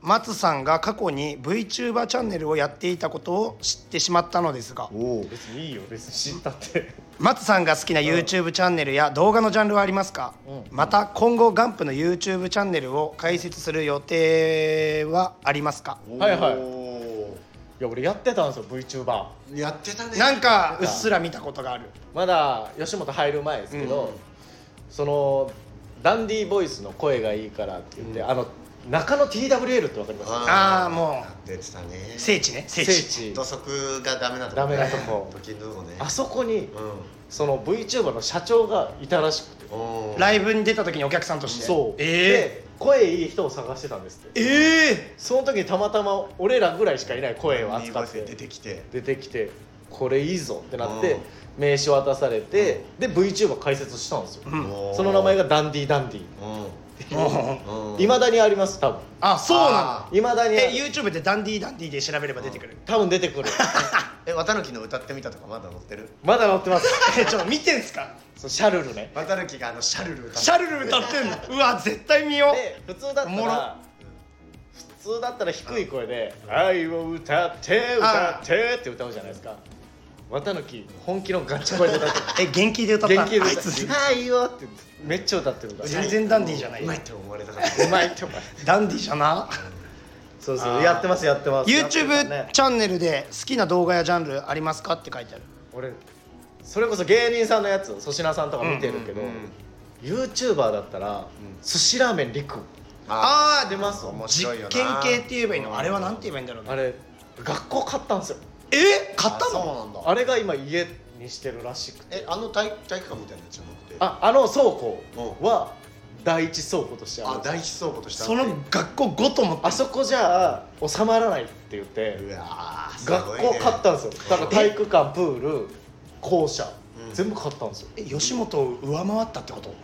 [SPEAKER 1] 松さんが過去に VTuber チャンネルをやっていたことを知ってしまったのですが
[SPEAKER 3] おお
[SPEAKER 2] 別にいいよ別に知ったって
[SPEAKER 1] 松さんが好きな YouTube チャンネルや動画のジャンルはありますか、
[SPEAKER 2] うん
[SPEAKER 1] また今後ガンプの YouTube チャンネルを開設する予定はありますか
[SPEAKER 2] はいはい
[SPEAKER 3] い
[SPEAKER 2] いや俺やってたんですよ VTuber
[SPEAKER 3] やってたね
[SPEAKER 1] なんかうっすら見たことがある
[SPEAKER 2] まだ吉本入る前ですけど、そのダンディーボイスの声がいいからって言って、あの中野 TWL ってわかります
[SPEAKER 1] ああもう
[SPEAKER 3] やってたね
[SPEAKER 1] 聖地ね聖
[SPEAKER 2] 聖
[SPEAKER 1] 地
[SPEAKER 2] 地
[SPEAKER 3] 土足がダメなとこ
[SPEAKER 2] ダメなとこ
[SPEAKER 3] 時のね
[SPEAKER 2] あそこに
[SPEAKER 3] う
[SPEAKER 2] その VTuber の社長がいたらしくて
[SPEAKER 3] んおー
[SPEAKER 1] ライブに出た時にお客さんとして
[SPEAKER 2] そう、
[SPEAKER 1] え
[SPEAKER 2] で声いい人を探してたんですっ
[SPEAKER 1] ー、
[SPEAKER 2] て
[SPEAKER 1] ええ
[SPEAKER 2] その時にたまたま俺らぐらいしかいない声を
[SPEAKER 3] ニー
[SPEAKER 2] 扱
[SPEAKER 3] バ
[SPEAKER 2] っ
[SPEAKER 3] スで
[SPEAKER 2] て
[SPEAKER 3] 出てきて
[SPEAKER 2] 出てきてこれいいぞってなって、
[SPEAKER 3] うん
[SPEAKER 2] 名刺渡されて、で VTuber 開設したんですよ、
[SPEAKER 1] うん
[SPEAKER 2] その名前がダンディーダンディ
[SPEAKER 3] うん
[SPEAKER 2] いまだにあります多分
[SPEAKER 1] あそう
[SPEAKER 3] あ
[SPEAKER 1] なの
[SPEAKER 2] いまだにあ
[SPEAKER 1] え
[SPEAKER 2] る
[SPEAKER 1] YouTube でダンディーダンディーで調べれば出てくる、
[SPEAKER 2] 多分出てくる
[SPEAKER 3] え綿貫の歌ってみたとかまだ載ってる
[SPEAKER 2] まだ載って
[SPEAKER 1] [laughs]
[SPEAKER 2] ます
[SPEAKER 1] えちょっと見てんすか
[SPEAKER 2] そうシャルルね
[SPEAKER 3] 綿貫があのシャルル歌って
[SPEAKER 1] シャルル歌ってんのうわ絶対見よ
[SPEAKER 2] で普通だっ
[SPEAKER 1] お
[SPEAKER 2] た
[SPEAKER 1] もろ
[SPEAKER 2] ら普通だったら低い声で「愛を歌って歌って」って歌うじゃないですか綿貫本気のガチ声で歌 [laughs] って
[SPEAKER 1] うえ元気で歌った
[SPEAKER 2] 元気で歌
[SPEAKER 1] あ
[SPEAKER 2] っ
[SPEAKER 1] い
[SPEAKER 2] て「
[SPEAKER 1] つ
[SPEAKER 2] 愛よ」ってめっちゃ歌ってるから
[SPEAKER 1] 全然ダンディーじゃないよ
[SPEAKER 3] うまいって思われたから
[SPEAKER 2] うまいってお前
[SPEAKER 1] ダンディーじゃな
[SPEAKER 2] そうそうやってますやってます
[SPEAKER 1] YouTube チャンネルで好きな動画やジャンルありますかって書いてある
[SPEAKER 2] 俺それこそ芸人さんのやつ粗品さんとか見てるけど、
[SPEAKER 3] うんうんうん
[SPEAKER 2] YouTuber だったら、
[SPEAKER 3] ん
[SPEAKER 2] 寿司ラーメンりく
[SPEAKER 1] あー
[SPEAKER 2] 出ますわ
[SPEAKER 3] 面
[SPEAKER 1] 実
[SPEAKER 3] 白いよな
[SPEAKER 1] 験系って言えばいいのあれはなんて言えばいいんだろうね
[SPEAKER 2] あれ学校買ったんですよ
[SPEAKER 1] え買った
[SPEAKER 3] あ
[SPEAKER 1] の
[SPEAKER 3] そうなんだ
[SPEAKER 2] あれが今家にしてるらしくて
[SPEAKER 3] えあの体体育館みたいなやつじゃなくて
[SPEAKER 2] ああの倉庫は第一倉庫としてある
[SPEAKER 3] あ第一倉庫としてあ
[SPEAKER 1] その学校ごと思って
[SPEAKER 2] あそこじゃあ収まらないって言って
[SPEAKER 3] うわーす
[SPEAKER 2] 学
[SPEAKER 3] ごいね
[SPEAKER 2] 校買ったんですよだから体育館プール校舎、
[SPEAKER 3] うん
[SPEAKER 2] 全部買ったんですよ
[SPEAKER 1] え吉本を上回ったってこと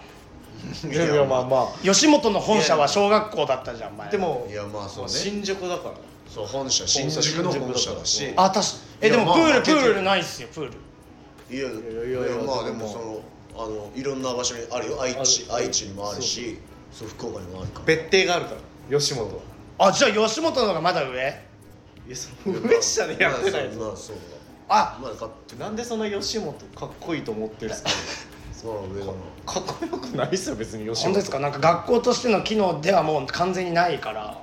[SPEAKER 2] いやいやまあま
[SPEAKER 1] 吉本の本社は小学校だったじゃん
[SPEAKER 2] あ
[SPEAKER 1] 前
[SPEAKER 2] でも
[SPEAKER 3] いやまあそうね
[SPEAKER 2] 新宿だから
[SPEAKER 3] そう本社新宿の本社だし
[SPEAKER 1] あ確かえ
[SPEAKER 3] いや
[SPEAKER 1] でも
[SPEAKER 3] まあ
[SPEAKER 1] プール
[SPEAKER 3] 負
[SPEAKER 1] プ
[SPEAKER 3] けてる
[SPEAKER 1] ールないっすよプール
[SPEAKER 3] いやい
[SPEAKER 2] やいやいや
[SPEAKER 3] やまあでもそのあのいろんな場所にあるよ愛知
[SPEAKER 2] ある
[SPEAKER 3] 愛知にもあるしそう福岡にもあるから
[SPEAKER 2] 別邸があるから吉本は
[SPEAKER 1] あじゃあ吉本の方がまだ上
[SPEAKER 2] いやその上下でやってないです
[SPEAKER 3] まあそうだ
[SPEAKER 1] あ
[SPEAKER 3] まあ買って
[SPEAKER 2] なんでそんな吉本かっこいいと思ってるん
[SPEAKER 3] [laughs]
[SPEAKER 2] ですか
[SPEAKER 3] まあ上だな
[SPEAKER 2] かっこよくないっすよ別に吉本
[SPEAKER 1] 本当ですかなんか学校としての機能ではもう完全にないから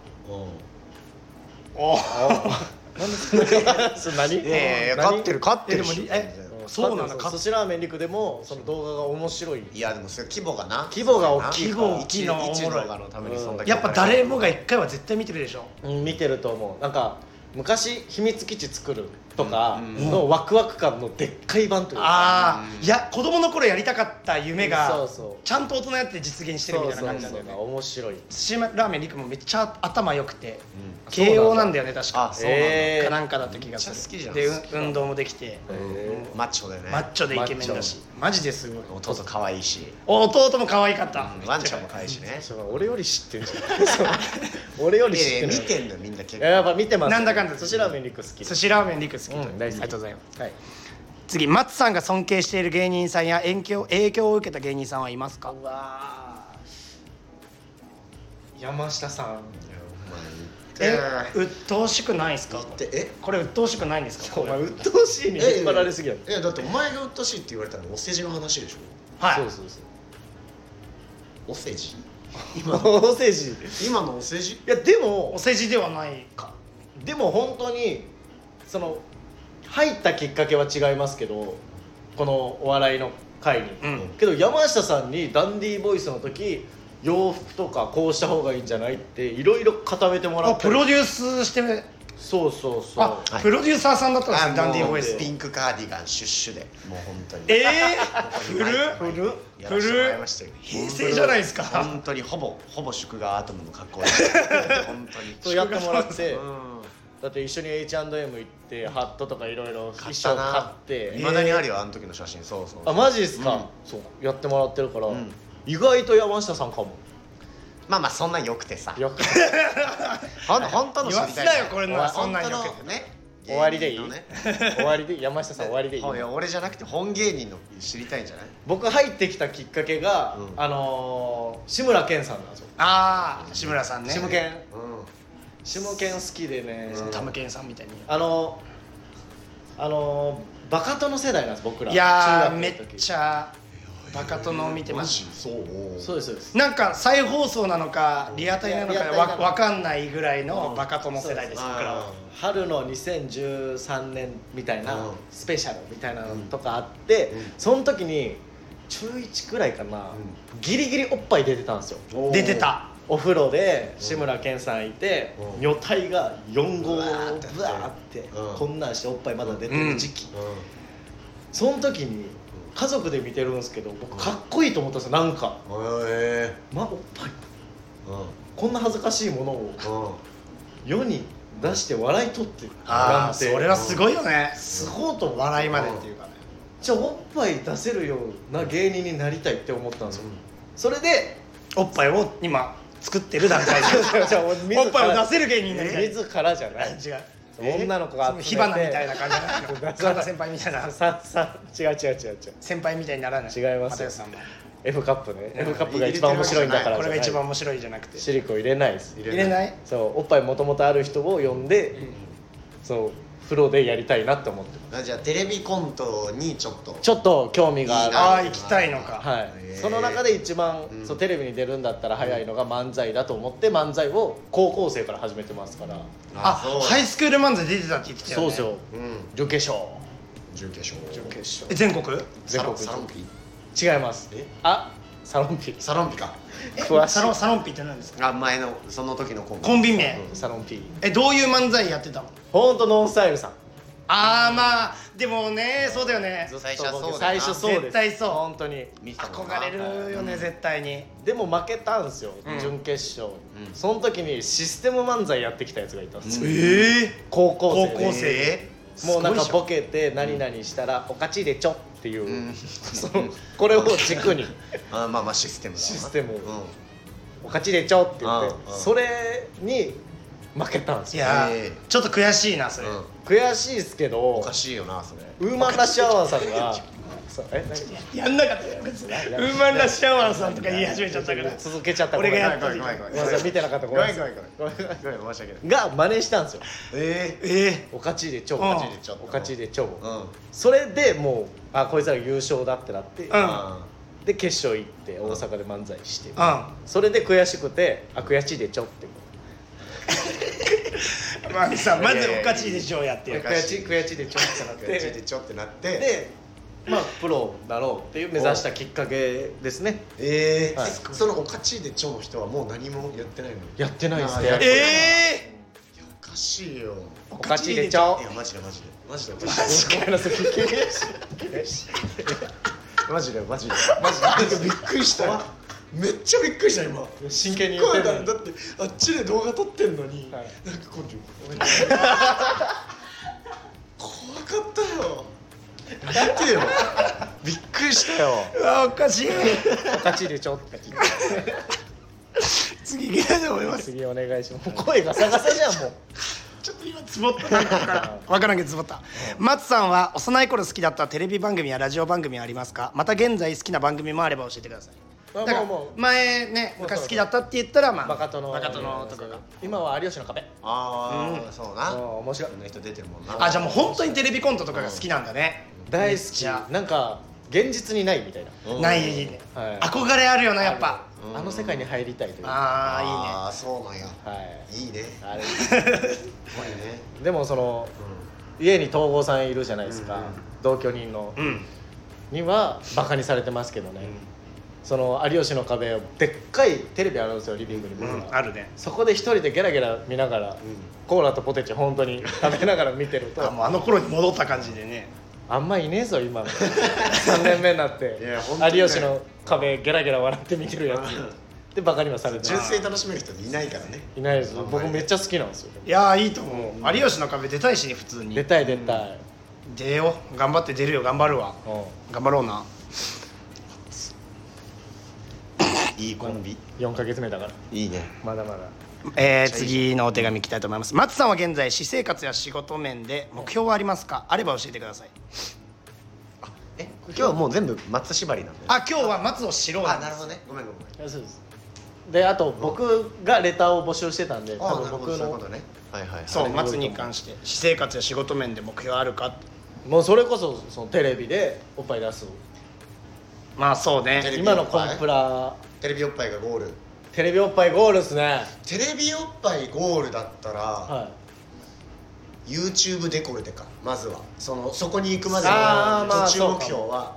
[SPEAKER 1] お
[SPEAKER 2] なんでそん
[SPEAKER 3] [laughs]
[SPEAKER 2] なそれ何
[SPEAKER 3] いやいや
[SPEAKER 2] 何
[SPEAKER 3] 勝ってる勝ってる
[SPEAKER 1] えでも
[SPEAKER 3] し
[SPEAKER 1] え
[SPEAKER 2] ん
[SPEAKER 1] そうなの
[SPEAKER 2] 寿司ラーメン陸でもその動画が面白い
[SPEAKER 3] いやでもそれ規模がな
[SPEAKER 2] 規模が大きい
[SPEAKER 1] 規模大きいのはお
[SPEAKER 3] 一一
[SPEAKER 1] もろ
[SPEAKER 3] 動
[SPEAKER 1] い
[SPEAKER 3] 画のためにそんだけ
[SPEAKER 1] やっぱ誰もが一回は絶対見てるでしょ
[SPEAKER 2] うん見てると思うなんか昔秘密基地作るとかのワクワク感のでっかい版というか、
[SPEAKER 1] ああいや子供の頃やりたかった夢
[SPEAKER 2] そ
[SPEAKER 1] が
[SPEAKER 2] うそう
[SPEAKER 1] ちゃんと大人やって実現してるみたいな感じなんだよね
[SPEAKER 2] 面白い
[SPEAKER 1] 寿司ラーメン陸もめっちゃ頭良くて
[SPEAKER 3] う
[SPEAKER 1] 慶応なんだよね確か
[SPEAKER 3] あそうなんだ
[SPEAKER 2] えー
[SPEAKER 1] かなんかだった気がする
[SPEAKER 3] めっちゃ好きじゃん
[SPEAKER 1] で
[SPEAKER 3] 好きだ
[SPEAKER 1] 運動もできて
[SPEAKER 2] え
[SPEAKER 3] マッチョだよね
[SPEAKER 1] マッチョでイケメンだしマジですごい
[SPEAKER 3] 弟可愛いし
[SPEAKER 1] 弟も可愛かった
[SPEAKER 3] ワンちゃんも可愛いしね
[SPEAKER 2] ー、俺より知ってるじゃんそう俺より知ってる
[SPEAKER 3] で見てんのみんな結
[SPEAKER 2] い
[SPEAKER 3] 構
[SPEAKER 2] ややっぱ見てます
[SPEAKER 1] なんだかんだ
[SPEAKER 2] 寿司ラーメンリック好き
[SPEAKER 1] 寿司ラーメン陸好
[SPEAKER 2] う
[SPEAKER 1] き、
[SPEAKER 2] ん大好き
[SPEAKER 1] ありがとうございます
[SPEAKER 2] はい
[SPEAKER 1] 次松さんが尊敬している芸人さんや影響影響を受けた芸人さんはいますか
[SPEAKER 2] うわー山下さん
[SPEAKER 1] え
[SPEAKER 3] えう
[SPEAKER 1] 鬱陶しくないですか
[SPEAKER 3] ってえ
[SPEAKER 1] これ鬱陶しくないんですか
[SPEAKER 2] お
[SPEAKER 1] これ
[SPEAKER 2] 前鬱陶しいに引っ張られすぎやろ
[SPEAKER 3] いやだってお前がうっとしいって言われたらお世辞の話でしょ
[SPEAKER 1] はい
[SPEAKER 2] そうそうそ
[SPEAKER 3] お世辞
[SPEAKER 2] うお世辞い
[SPEAKER 3] 今のお世辞
[SPEAKER 2] やでも
[SPEAKER 1] お世辞ではないか
[SPEAKER 2] でも本当にその入ったきっかけは違いますけどこのお笑いの会に、
[SPEAKER 1] うん
[SPEAKER 2] けど山下さんにダンディーボイスの時洋服とかこうした方がいいんじゃないっていろいろ固めてもら
[SPEAKER 1] あ
[SPEAKER 2] って
[SPEAKER 1] プロデュースして
[SPEAKER 2] そうそうそう
[SPEAKER 1] あ、
[SPEAKER 3] はい
[SPEAKER 1] プロデューサーさんだったんですねダンディーボ
[SPEAKER 3] も
[SPEAKER 1] イ
[SPEAKER 3] う
[SPEAKER 1] ス
[SPEAKER 3] ピンクカーディガンシュッシュでもう本当に
[SPEAKER 1] え
[SPEAKER 3] はい
[SPEAKER 1] ー、古っ
[SPEAKER 3] 古っやらせてもらいましたよ
[SPEAKER 1] 平成じゃないですか
[SPEAKER 3] 本当にほぼほぼ祝賀アトムの格好で本当に
[SPEAKER 2] そうやってもらって
[SPEAKER 3] うん
[SPEAKER 2] だって一緒に H&M 行ってハットとかいろいろ
[SPEAKER 3] 買
[SPEAKER 2] 衣
[SPEAKER 3] っ
[SPEAKER 2] 装
[SPEAKER 3] た
[SPEAKER 2] 買
[SPEAKER 3] な
[SPEAKER 2] って
[SPEAKER 3] いまだにあるよあの時の写真そうそう
[SPEAKER 2] あマジですか、
[SPEAKER 3] うん
[SPEAKER 2] そうやってもらってるから、
[SPEAKER 3] うん
[SPEAKER 2] 意外と山下さんかも
[SPEAKER 3] まあまあそんなんよくてさ
[SPEAKER 2] よく
[SPEAKER 3] ほん本当の知
[SPEAKER 1] 言わ
[SPEAKER 3] り
[SPEAKER 1] せ
[SPEAKER 3] たい
[SPEAKER 1] なよこれ
[SPEAKER 2] お
[SPEAKER 1] の
[SPEAKER 2] い
[SPEAKER 1] そんなんよ
[SPEAKER 3] 本
[SPEAKER 1] く
[SPEAKER 3] 当のね
[SPEAKER 2] 終わりでいい、
[SPEAKER 3] 芸人のね
[SPEAKER 2] 終わりで山下さん終わりでいい
[SPEAKER 3] ほい俺じゃなくて本芸人の知りたいんじゃない
[SPEAKER 2] 僕入ってきたきっかけが、
[SPEAKER 3] うん
[SPEAKER 2] あのー、志村けんさんなんですよ
[SPEAKER 1] ああ志村さんね
[SPEAKER 2] 志むけん
[SPEAKER 3] う
[SPEAKER 2] 志むけん好きでね、
[SPEAKER 3] うん
[SPEAKER 1] タムケンさんみたいに
[SPEAKER 2] あのー、あのー、バカ殿世代なんです僕ら
[SPEAKER 1] いやー
[SPEAKER 2] 中
[SPEAKER 1] め
[SPEAKER 2] 学の時
[SPEAKER 1] っちゃバカ殿を見てま
[SPEAKER 3] マ
[SPEAKER 1] す
[SPEAKER 3] ジそう
[SPEAKER 2] そうですそうです
[SPEAKER 1] なんか再放送なのかリアタイなの
[SPEAKER 2] リア
[SPEAKER 1] か
[SPEAKER 2] タイなの
[SPEAKER 1] わ
[SPEAKER 2] か
[SPEAKER 1] わかんないぐらいうの
[SPEAKER 2] ん
[SPEAKER 1] バカ殿世代です
[SPEAKER 3] そうです
[SPEAKER 1] 僕らは
[SPEAKER 2] 春の2013年みたいな、
[SPEAKER 3] うん
[SPEAKER 2] スペシャルみたいなのとかあって、
[SPEAKER 3] うん
[SPEAKER 2] その時に中1くらいかな、
[SPEAKER 3] う
[SPEAKER 2] ギリギリおっぱい出てたんですよ
[SPEAKER 3] おー
[SPEAKER 1] 出てた
[SPEAKER 2] お風呂で志村けんさんいて、
[SPEAKER 3] うん
[SPEAKER 2] 女体が4号
[SPEAKER 3] う
[SPEAKER 2] ブ
[SPEAKER 3] わ
[SPEAKER 2] ワ
[SPEAKER 3] ー
[SPEAKER 2] ー
[SPEAKER 3] って
[SPEAKER 2] って、
[SPEAKER 3] うん
[SPEAKER 2] こんなんしておっぱいまだ出てる時期、
[SPEAKER 3] う
[SPEAKER 2] その時に家族で見てるんですけど僕かっこいいと思ったんですよなんか、
[SPEAKER 3] んへえ
[SPEAKER 2] ま、おっぱい
[SPEAKER 3] うんうん
[SPEAKER 2] こんな恥ずかしいものを世に出して笑い取ってる
[SPEAKER 1] あ
[SPEAKER 2] な
[SPEAKER 1] あ
[SPEAKER 2] ん
[SPEAKER 1] そ
[SPEAKER 2] て
[SPEAKER 1] れはすごいよね
[SPEAKER 2] すごいと思う
[SPEAKER 1] 笑いまでっていうかね
[SPEAKER 2] じゃあおっぱい出せるような芸人になりたいって思ったんですよ、それで
[SPEAKER 1] おっぱいを今作ってる段階で
[SPEAKER 2] じゃあお
[SPEAKER 1] おっぱいを出せる芸人になりたい
[SPEAKER 2] 自らじゃない
[SPEAKER 1] 違う
[SPEAKER 2] 女の子が集めて
[SPEAKER 1] 火花みたいな感じ
[SPEAKER 2] [laughs]
[SPEAKER 1] じゃない神田先輩みたいな
[SPEAKER 2] ささ違う違う違う違う
[SPEAKER 1] 先輩みたいにならない
[SPEAKER 2] 違います
[SPEAKER 1] 又吉さんも
[SPEAKER 2] F カップね
[SPEAKER 1] うん
[SPEAKER 2] F カップが一番面白いんだから
[SPEAKER 1] これが一
[SPEAKER 2] じゃな
[SPEAKER 1] 番
[SPEAKER 2] い
[SPEAKER 1] 面白いじゃなくて
[SPEAKER 2] シリコン入れないです
[SPEAKER 3] 入
[SPEAKER 1] 入れない
[SPEAKER 2] そうおっぱいもともとある人を呼んで、そう風呂でやりたいなって思ってます
[SPEAKER 3] あじゃあテレビコントにちょっと
[SPEAKER 2] ちょっと興味があ
[SPEAKER 3] いい
[SPEAKER 2] る
[SPEAKER 3] な
[SPEAKER 1] ああ行きたいのか
[SPEAKER 2] は
[SPEAKER 3] へ
[SPEAKER 2] い、
[SPEAKER 3] ー
[SPEAKER 2] その中で一番、
[SPEAKER 3] うん
[SPEAKER 2] そうテレビに出るんだったら早いのが漫才だと思って漫才を高校生から始めてますから、
[SPEAKER 1] あ
[SPEAKER 3] そう
[SPEAKER 1] ハイスクール漫才出てたって言ってた
[SPEAKER 2] そう
[SPEAKER 1] よね
[SPEAKER 2] ですよ
[SPEAKER 3] うん
[SPEAKER 2] 準決勝
[SPEAKER 3] 準決勝
[SPEAKER 2] 準決勝
[SPEAKER 1] え全国
[SPEAKER 2] 全国
[SPEAKER 3] サロサロンピ
[SPEAKER 2] 違います
[SPEAKER 3] え
[SPEAKER 2] あサロンピ
[SPEAKER 3] サロンピか
[SPEAKER 2] 詳しい
[SPEAKER 1] サロンサロンピって何ですか
[SPEAKER 3] あ前のその時のコンビ
[SPEAKER 1] コンビ名
[SPEAKER 2] サロンピ
[SPEAKER 1] えどういう漫才やってたの
[SPEAKER 2] ほんとノンスタイルさん
[SPEAKER 1] あーまあでもねそうだよね
[SPEAKER 3] 最初はそうだな
[SPEAKER 2] 最初そうです
[SPEAKER 1] 絶対そう
[SPEAKER 2] 本当に
[SPEAKER 3] 見てたもんな
[SPEAKER 1] 憧れるよね絶対に
[SPEAKER 2] でも負けたんですよ、
[SPEAKER 1] うん
[SPEAKER 2] 準決勝、
[SPEAKER 3] うん
[SPEAKER 2] その時にシステム漫才やってきたやつがいたんですよ、
[SPEAKER 1] え
[SPEAKER 2] 高校生
[SPEAKER 1] 高
[SPEAKER 2] で
[SPEAKER 1] 校生
[SPEAKER 3] えー
[SPEAKER 2] もうなんか
[SPEAKER 3] すごい
[SPEAKER 2] ボケて何々したら「おかちでちょ」っていう、
[SPEAKER 3] うん
[SPEAKER 2] そのこれを軸
[SPEAKER 3] [laughs]
[SPEAKER 2] に
[SPEAKER 3] じゃんあまあまあシステムだわな
[SPEAKER 2] システム
[SPEAKER 3] うん
[SPEAKER 2] 「おかちでちょ」って言って
[SPEAKER 3] うんうん
[SPEAKER 2] それに負けたんです
[SPEAKER 1] い
[SPEAKER 2] よ
[SPEAKER 1] や
[SPEAKER 3] え
[SPEAKER 1] ー
[SPEAKER 3] ー
[SPEAKER 1] ちょっと悔しいなそれ
[SPEAKER 3] うん
[SPEAKER 2] 悔しいですけど
[SPEAKER 3] おかしいよなそれ
[SPEAKER 2] ウーマンラッシュアワーさん
[SPEAKER 1] [laughs]
[SPEAKER 2] がそうえ何
[SPEAKER 1] やんなかったよ別にウーマンラッシュアワーさんとか言い始めちゃったから
[SPEAKER 2] [laughs] 続けちゃった
[SPEAKER 1] 俺がやっ
[SPEAKER 2] ご
[SPEAKER 1] た
[SPEAKER 2] めん
[SPEAKER 1] 時
[SPEAKER 3] ごめんごめん
[SPEAKER 2] ごめんなさい見てなかったご
[SPEAKER 3] ご
[SPEAKER 2] めん
[SPEAKER 3] め
[SPEAKER 2] なん
[SPEAKER 3] ご
[SPEAKER 2] さ
[SPEAKER 3] め
[SPEAKER 2] い
[SPEAKER 3] んごめん
[SPEAKER 2] ごめんなさ
[SPEAKER 3] ごめん申し訳ない
[SPEAKER 2] いが真似したんですよ
[SPEAKER 3] ええ
[SPEAKER 1] ええ
[SPEAKER 2] おかちでちょお
[SPEAKER 1] うん
[SPEAKER 2] かちでちょおかちでちょ
[SPEAKER 3] うんうん
[SPEAKER 2] それでもうあこいつら優勝だってなって
[SPEAKER 1] うん
[SPEAKER 2] で決勝行って大阪で漫才して
[SPEAKER 1] う
[SPEAKER 2] それで悔しくてあ悔しいでちょって
[SPEAKER 1] んまあさま
[SPEAKER 3] い
[SPEAKER 1] ず
[SPEAKER 3] やいやいや
[SPEAKER 1] おかしいでしょうやってよ
[SPEAKER 3] おか
[SPEAKER 2] 悔
[SPEAKER 3] し
[SPEAKER 2] し
[SPEAKER 3] い
[SPEAKER 2] い悔しいでちょってなっ
[SPEAKER 3] でちょって
[SPEAKER 2] て
[SPEAKER 3] ちょってなって
[SPEAKER 2] でまあプロだろうっていう目指したきっかけですね
[SPEAKER 3] ええ
[SPEAKER 2] はい
[SPEAKER 3] そのおかちいでちょの人はもう何もやってないの
[SPEAKER 2] やってないです
[SPEAKER 3] あ
[SPEAKER 2] ね
[SPEAKER 3] ー
[SPEAKER 1] え
[SPEAKER 3] おかかしいよ
[SPEAKER 2] おかち入れちゃおう
[SPEAKER 3] いやマジでマジでマジで
[SPEAKER 2] ごめんなさい聞けねえし
[SPEAKER 3] マジで
[SPEAKER 1] [laughs]
[SPEAKER 3] マジで
[SPEAKER 2] [laughs] マジで
[SPEAKER 3] びっくりしたよめっちゃびっくりした今
[SPEAKER 2] 真剣に言って
[SPEAKER 3] 声
[SPEAKER 2] るの
[SPEAKER 3] だ
[SPEAKER 2] に
[SPEAKER 3] だってあっちで動画撮ってんのに、
[SPEAKER 2] はい
[SPEAKER 3] なんか今度怖かったよ見てよ
[SPEAKER 2] びっくりしたよ
[SPEAKER 1] あおかしい
[SPEAKER 2] おかち入れちゃおうって
[SPEAKER 1] 次いけないと思います
[SPEAKER 2] 次お願いしますもう声ガサガサじゃんもう
[SPEAKER 1] ちょっと今つぼったなんか分 [laughs] からん分からんけどつぼった松さんは幼い頃好きだったテレビ番組やラジオ番組はありますかまた現在好きな番組もあれば教えてください
[SPEAKER 2] あ
[SPEAKER 1] だから
[SPEAKER 2] もうもう
[SPEAKER 1] 前ね昔好きだったって言ったらまあ
[SPEAKER 2] バカ殿
[SPEAKER 1] バカ殿とかが
[SPEAKER 2] 今は有吉の壁
[SPEAKER 3] ああ、そう
[SPEAKER 2] あ
[SPEAKER 3] な
[SPEAKER 2] 面白い
[SPEAKER 3] こんな人出てるもんな
[SPEAKER 1] あじゃあもう本当にテレビコントとかが好きなんだね
[SPEAKER 2] 大
[SPEAKER 1] めっ
[SPEAKER 2] 好き
[SPEAKER 1] ちゃ
[SPEAKER 2] なんか現実にないみたいな
[SPEAKER 3] うん
[SPEAKER 1] ないね
[SPEAKER 2] はい
[SPEAKER 1] 憧れあるよなやっぱ
[SPEAKER 3] うん
[SPEAKER 2] あの世界に入りたいというか
[SPEAKER 1] あ
[SPEAKER 3] あーそうなんや
[SPEAKER 2] はい
[SPEAKER 3] いいね
[SPEAKER 2] あれ [laughs]
[SPEAKER 3] すごいね
[SPEAKER 2] でもその家に東郷さんいるじゃないですか、
[SPEAKER 3] うんうん
[SPEAKER 2] 同居人の
[SPEAKER 1] あいいね
[SPEAKER 2] にはバカにされてますけどね、その有吉の壁をでっかいテレビあるんですよリビングに
[SPEAKER 1] う
[SPEAKER 2] 僕
[SPEAKER 1] ん、
[SPEAKER 2] は
[SPEAKER 1] うん、あるね
[SPEAKER 2] そこで一人でゲラゲラ見ながら、コーラとポテチ本当に食べながら見てると
[SPEAKER 1] あもうあの頃に戻った感じでね
[SPEAKER 2] あんまいねえぞ今の3年目になって
[SPEAKER 3] いや本当にね
[SPEAKER 2] 有吉の壁ゲラゲラ笑って見てるやつでバカにはされて
[SPEAKER 3] 純
[SPEAKER 2] な
[SPEAKER 3] 粋に楽しめる人いないからね
[SPEAKER 2] いいないです
[SPEAKER 3] あんまり
[SPEAKER 2] 僕めっちゃ好きなんですよ
[SPEAKER 1] いやーいいと思う、有吉の壁出たいしね普通に
[SPEAKER 2] 出たい出たい、
[SPEAKER 1] 出よう頑張って出るよ頑張るわ
[SPEAKER 2] うん
[SPEAKER 1] 頑張ろうない
[SPEAKER 3] いコンビ
[SPEAKER 2] 4か月目だから
[SPEAKER 3] いいね
[SPEAKER 2] まだまだ
[SPEAKER 1] えー次のお手紙来たいと思います松さんは現在私生活や仕事面で目標はありますかあれば教えてください
[SPEAKER 3] え今日はもう全部松縛りなんだよ
[SPEAKER 1] あ今日は松を知ろう
[SPEAKER 3] あなるほどねごめんごめん
[SPEAKER 2] そうですであと僕がレターを募集してたんで多
[SPEAKER 3] あな
[SPEAKER 2] 分
[SPEAKER 3] るほ
[SPEAKER 2] 僕
[SPEAKER 3] どそういう
[SPEAKER 2] の
[SPEAKER 3] ことねはいはいはい
[SPEAKER 1] そう松に関して私生活や仕事面で目標あるかって
[SPEAKER 2] もうそれこそそのテレビでおっぱい出す
[SPEAKER 1] まあそう
[SPEAKER 3] テレ
[SPEAKER 1] ね
[SPEAKER 3] ビ
[SPEAKER 2] 今のコンプラ
[SPEAKER 3] テレビおっぱいがゴール
[SPEAKER 2] テレビおっぱいゴールですね
[SPEAKER 3] テレビおっぱいゴールだったら、、
[SPEAKER 2] はい
[SPEAKER 3] YouTube デコルテかまずはそのそこに行くまで
[SPEAKER 2] あーま
[SPEAKER 3] の
[SPEAKER 2] あ
[SPEAKER 3] 途中目標は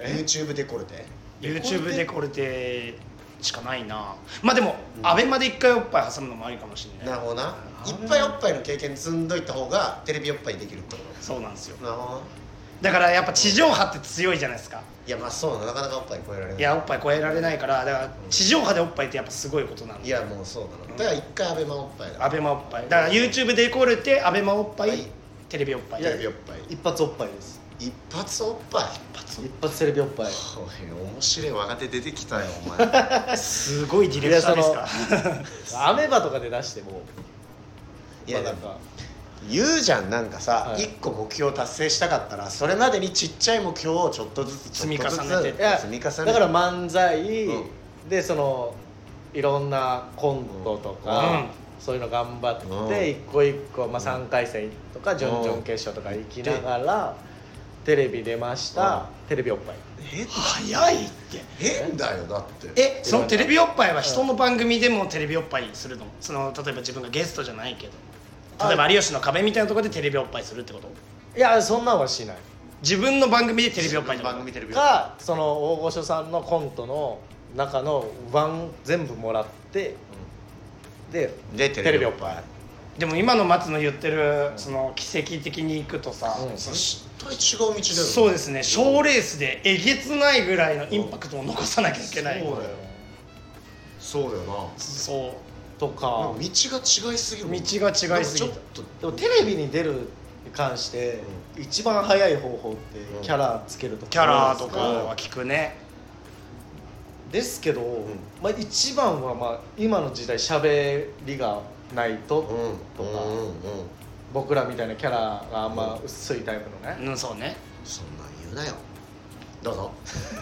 [SPEAKER 3] YouTube デコルテ
[SPEAKER 1] YouTube でこれでしかないなまあでも、アベマで一回おっぱい挟むのもありかもしれ
[SPEAKER 3] な
[SPEAKER 1] ない
[SPEAKER 3] るほどないっぱいおっぱいの経験積んどいた方がテレビおっぱいできるってこ
[SPEAKER 1] そうなんですよ
[SPEAKER 3] となるほどな
[SPEAKER 1] だからやっぱ地上波って強いじゃないですか
[SPEAKER 3] いやまあそうななかなかおっぱい超えられない
[SPEAKER 1] いやおっぱい超えられないからだから地上波でおっぱいってやっぱすごいことなん
[SPEAKER 3] い
[SPEAKER 1] で
[SPEAKER 3] やもうそうだなだから一回アベマおっぱいだ
[SPEAKER 1] アベマおっぱいだから YouTube でイコールってアベマおっぱい、
[SPEAKER 3] はい
[SPEAKER 1] テレビおっぱい
[SPEAKER 3] テレビおっぱい
[SPEAKER 2] 一発おっぱいです
[SPEAKER 3] 一発おっぱい
[SPEAKER 2] 一発テレビおっぱい
[SPEAKER 3] おい面白い若手出てきたよ [laughs] お前
[SPEAKER 1] すごいディレクターですか
[SPEAKER 2] アメバとかで出しても
[SPEAKER 3] いや
[SPEAKER 2] まあ
[SPEAKER 3] な
[SPEAKER 2] なんん
[SPEAKER 3] か
[SPEAKER 2] か
[SPEAKER 3] 言うじゃんなんかさ、
[SPEAKER 2] はい
[SPEAKER 3] 一個目標達成したかったらそれまでにちっちゃい目標をちょっとずつ
[SPEAKER 1] 積み重ねて
[SPEAKER 3] ちょっとずつ
[SPEAKER 2] いや
[SPEAKER 3] 積み重ねて
[SPEAKER 2] だから漫才、
[SPEAKER 3] うん
[SPEAKER 2] でそのいろんなコントと
[SPEAKER 1] う
[SPEAKER 2] か、
[SPEAKER 1] ん
[SPEAKER 2] そういうの頑張っ
[SPEAKER 3] うん
[SPEAKER 2] て一個一個、まあ、3回戦とか準々決勝とか行きながらテレビ出ましたテレビおっぱい
[SPEAKER 3] え
[SPEAKER 1] 早いって
[SPEAKER 3] 変だよだって
[SPEAKER 1] えそのテレビおっぱいは人の番組でもテレビおっぱいするのその例えば自分がゲストじゃないけど例えば有吉の壁みたいなところでテレビおっぱいするってこと
[SPEAKER 2] いやそんなんはしない
[SPEAKER 1] 自分の番組でテレビおっぱいってこと
[SPEAKER 3] 番組テレビ
[SPEAKER 2] かその大御所さんのコントの中のワン全部もらってで
[SPEAKER 3] で
[SPEAKER 2] テレビおっぱい
[SPEAKER 1] でも今の松の言ってるその奇跡的に行くとさ、
[SPEAKER 2] うん
[SPEAKER 1] その
[SPEAKER 3] 絶対違う道だよ
[SPEAKER 1] そうですね賞レースでえげつないぐらいのインパクトを残さなきゃいけない
[SPEAKER 3] そうだよそうだよななんか
[SPEAKER 1] そう
[SPEAKER 2] とか
[SPEAKER 3] 道が違いすぎるも
[SPEAKER 1] 道
[SPEAKER 3] ん
[SPEAKER 1] が違いすぎ
[SPEAKER 3] なん
[SPEAKER 1] る
[SPEAKER 3] かちょっ
[SPEAKER 2] でもテレビに出るに関して、一番早い方法って
[SPEAKER 3] うん
[SPEAKER 2] キャラつけるとか
[SPEAKER 1] キャラとかは聞くね
[SPEAKER 2] ですけど、まあ、一番はまあ今の時代しゃべりがないと、
[SPEAKER 3] とうん
[SPEAKER 2] とか
[SPEAKER 3] うんうんうん
[SPEAKER 2] 僕らみたいなキャラがあんま薄いタイプのね、
[SPEAKER 1] うんそうね
[SPEAKER 3] そんなん言うなよどうぞ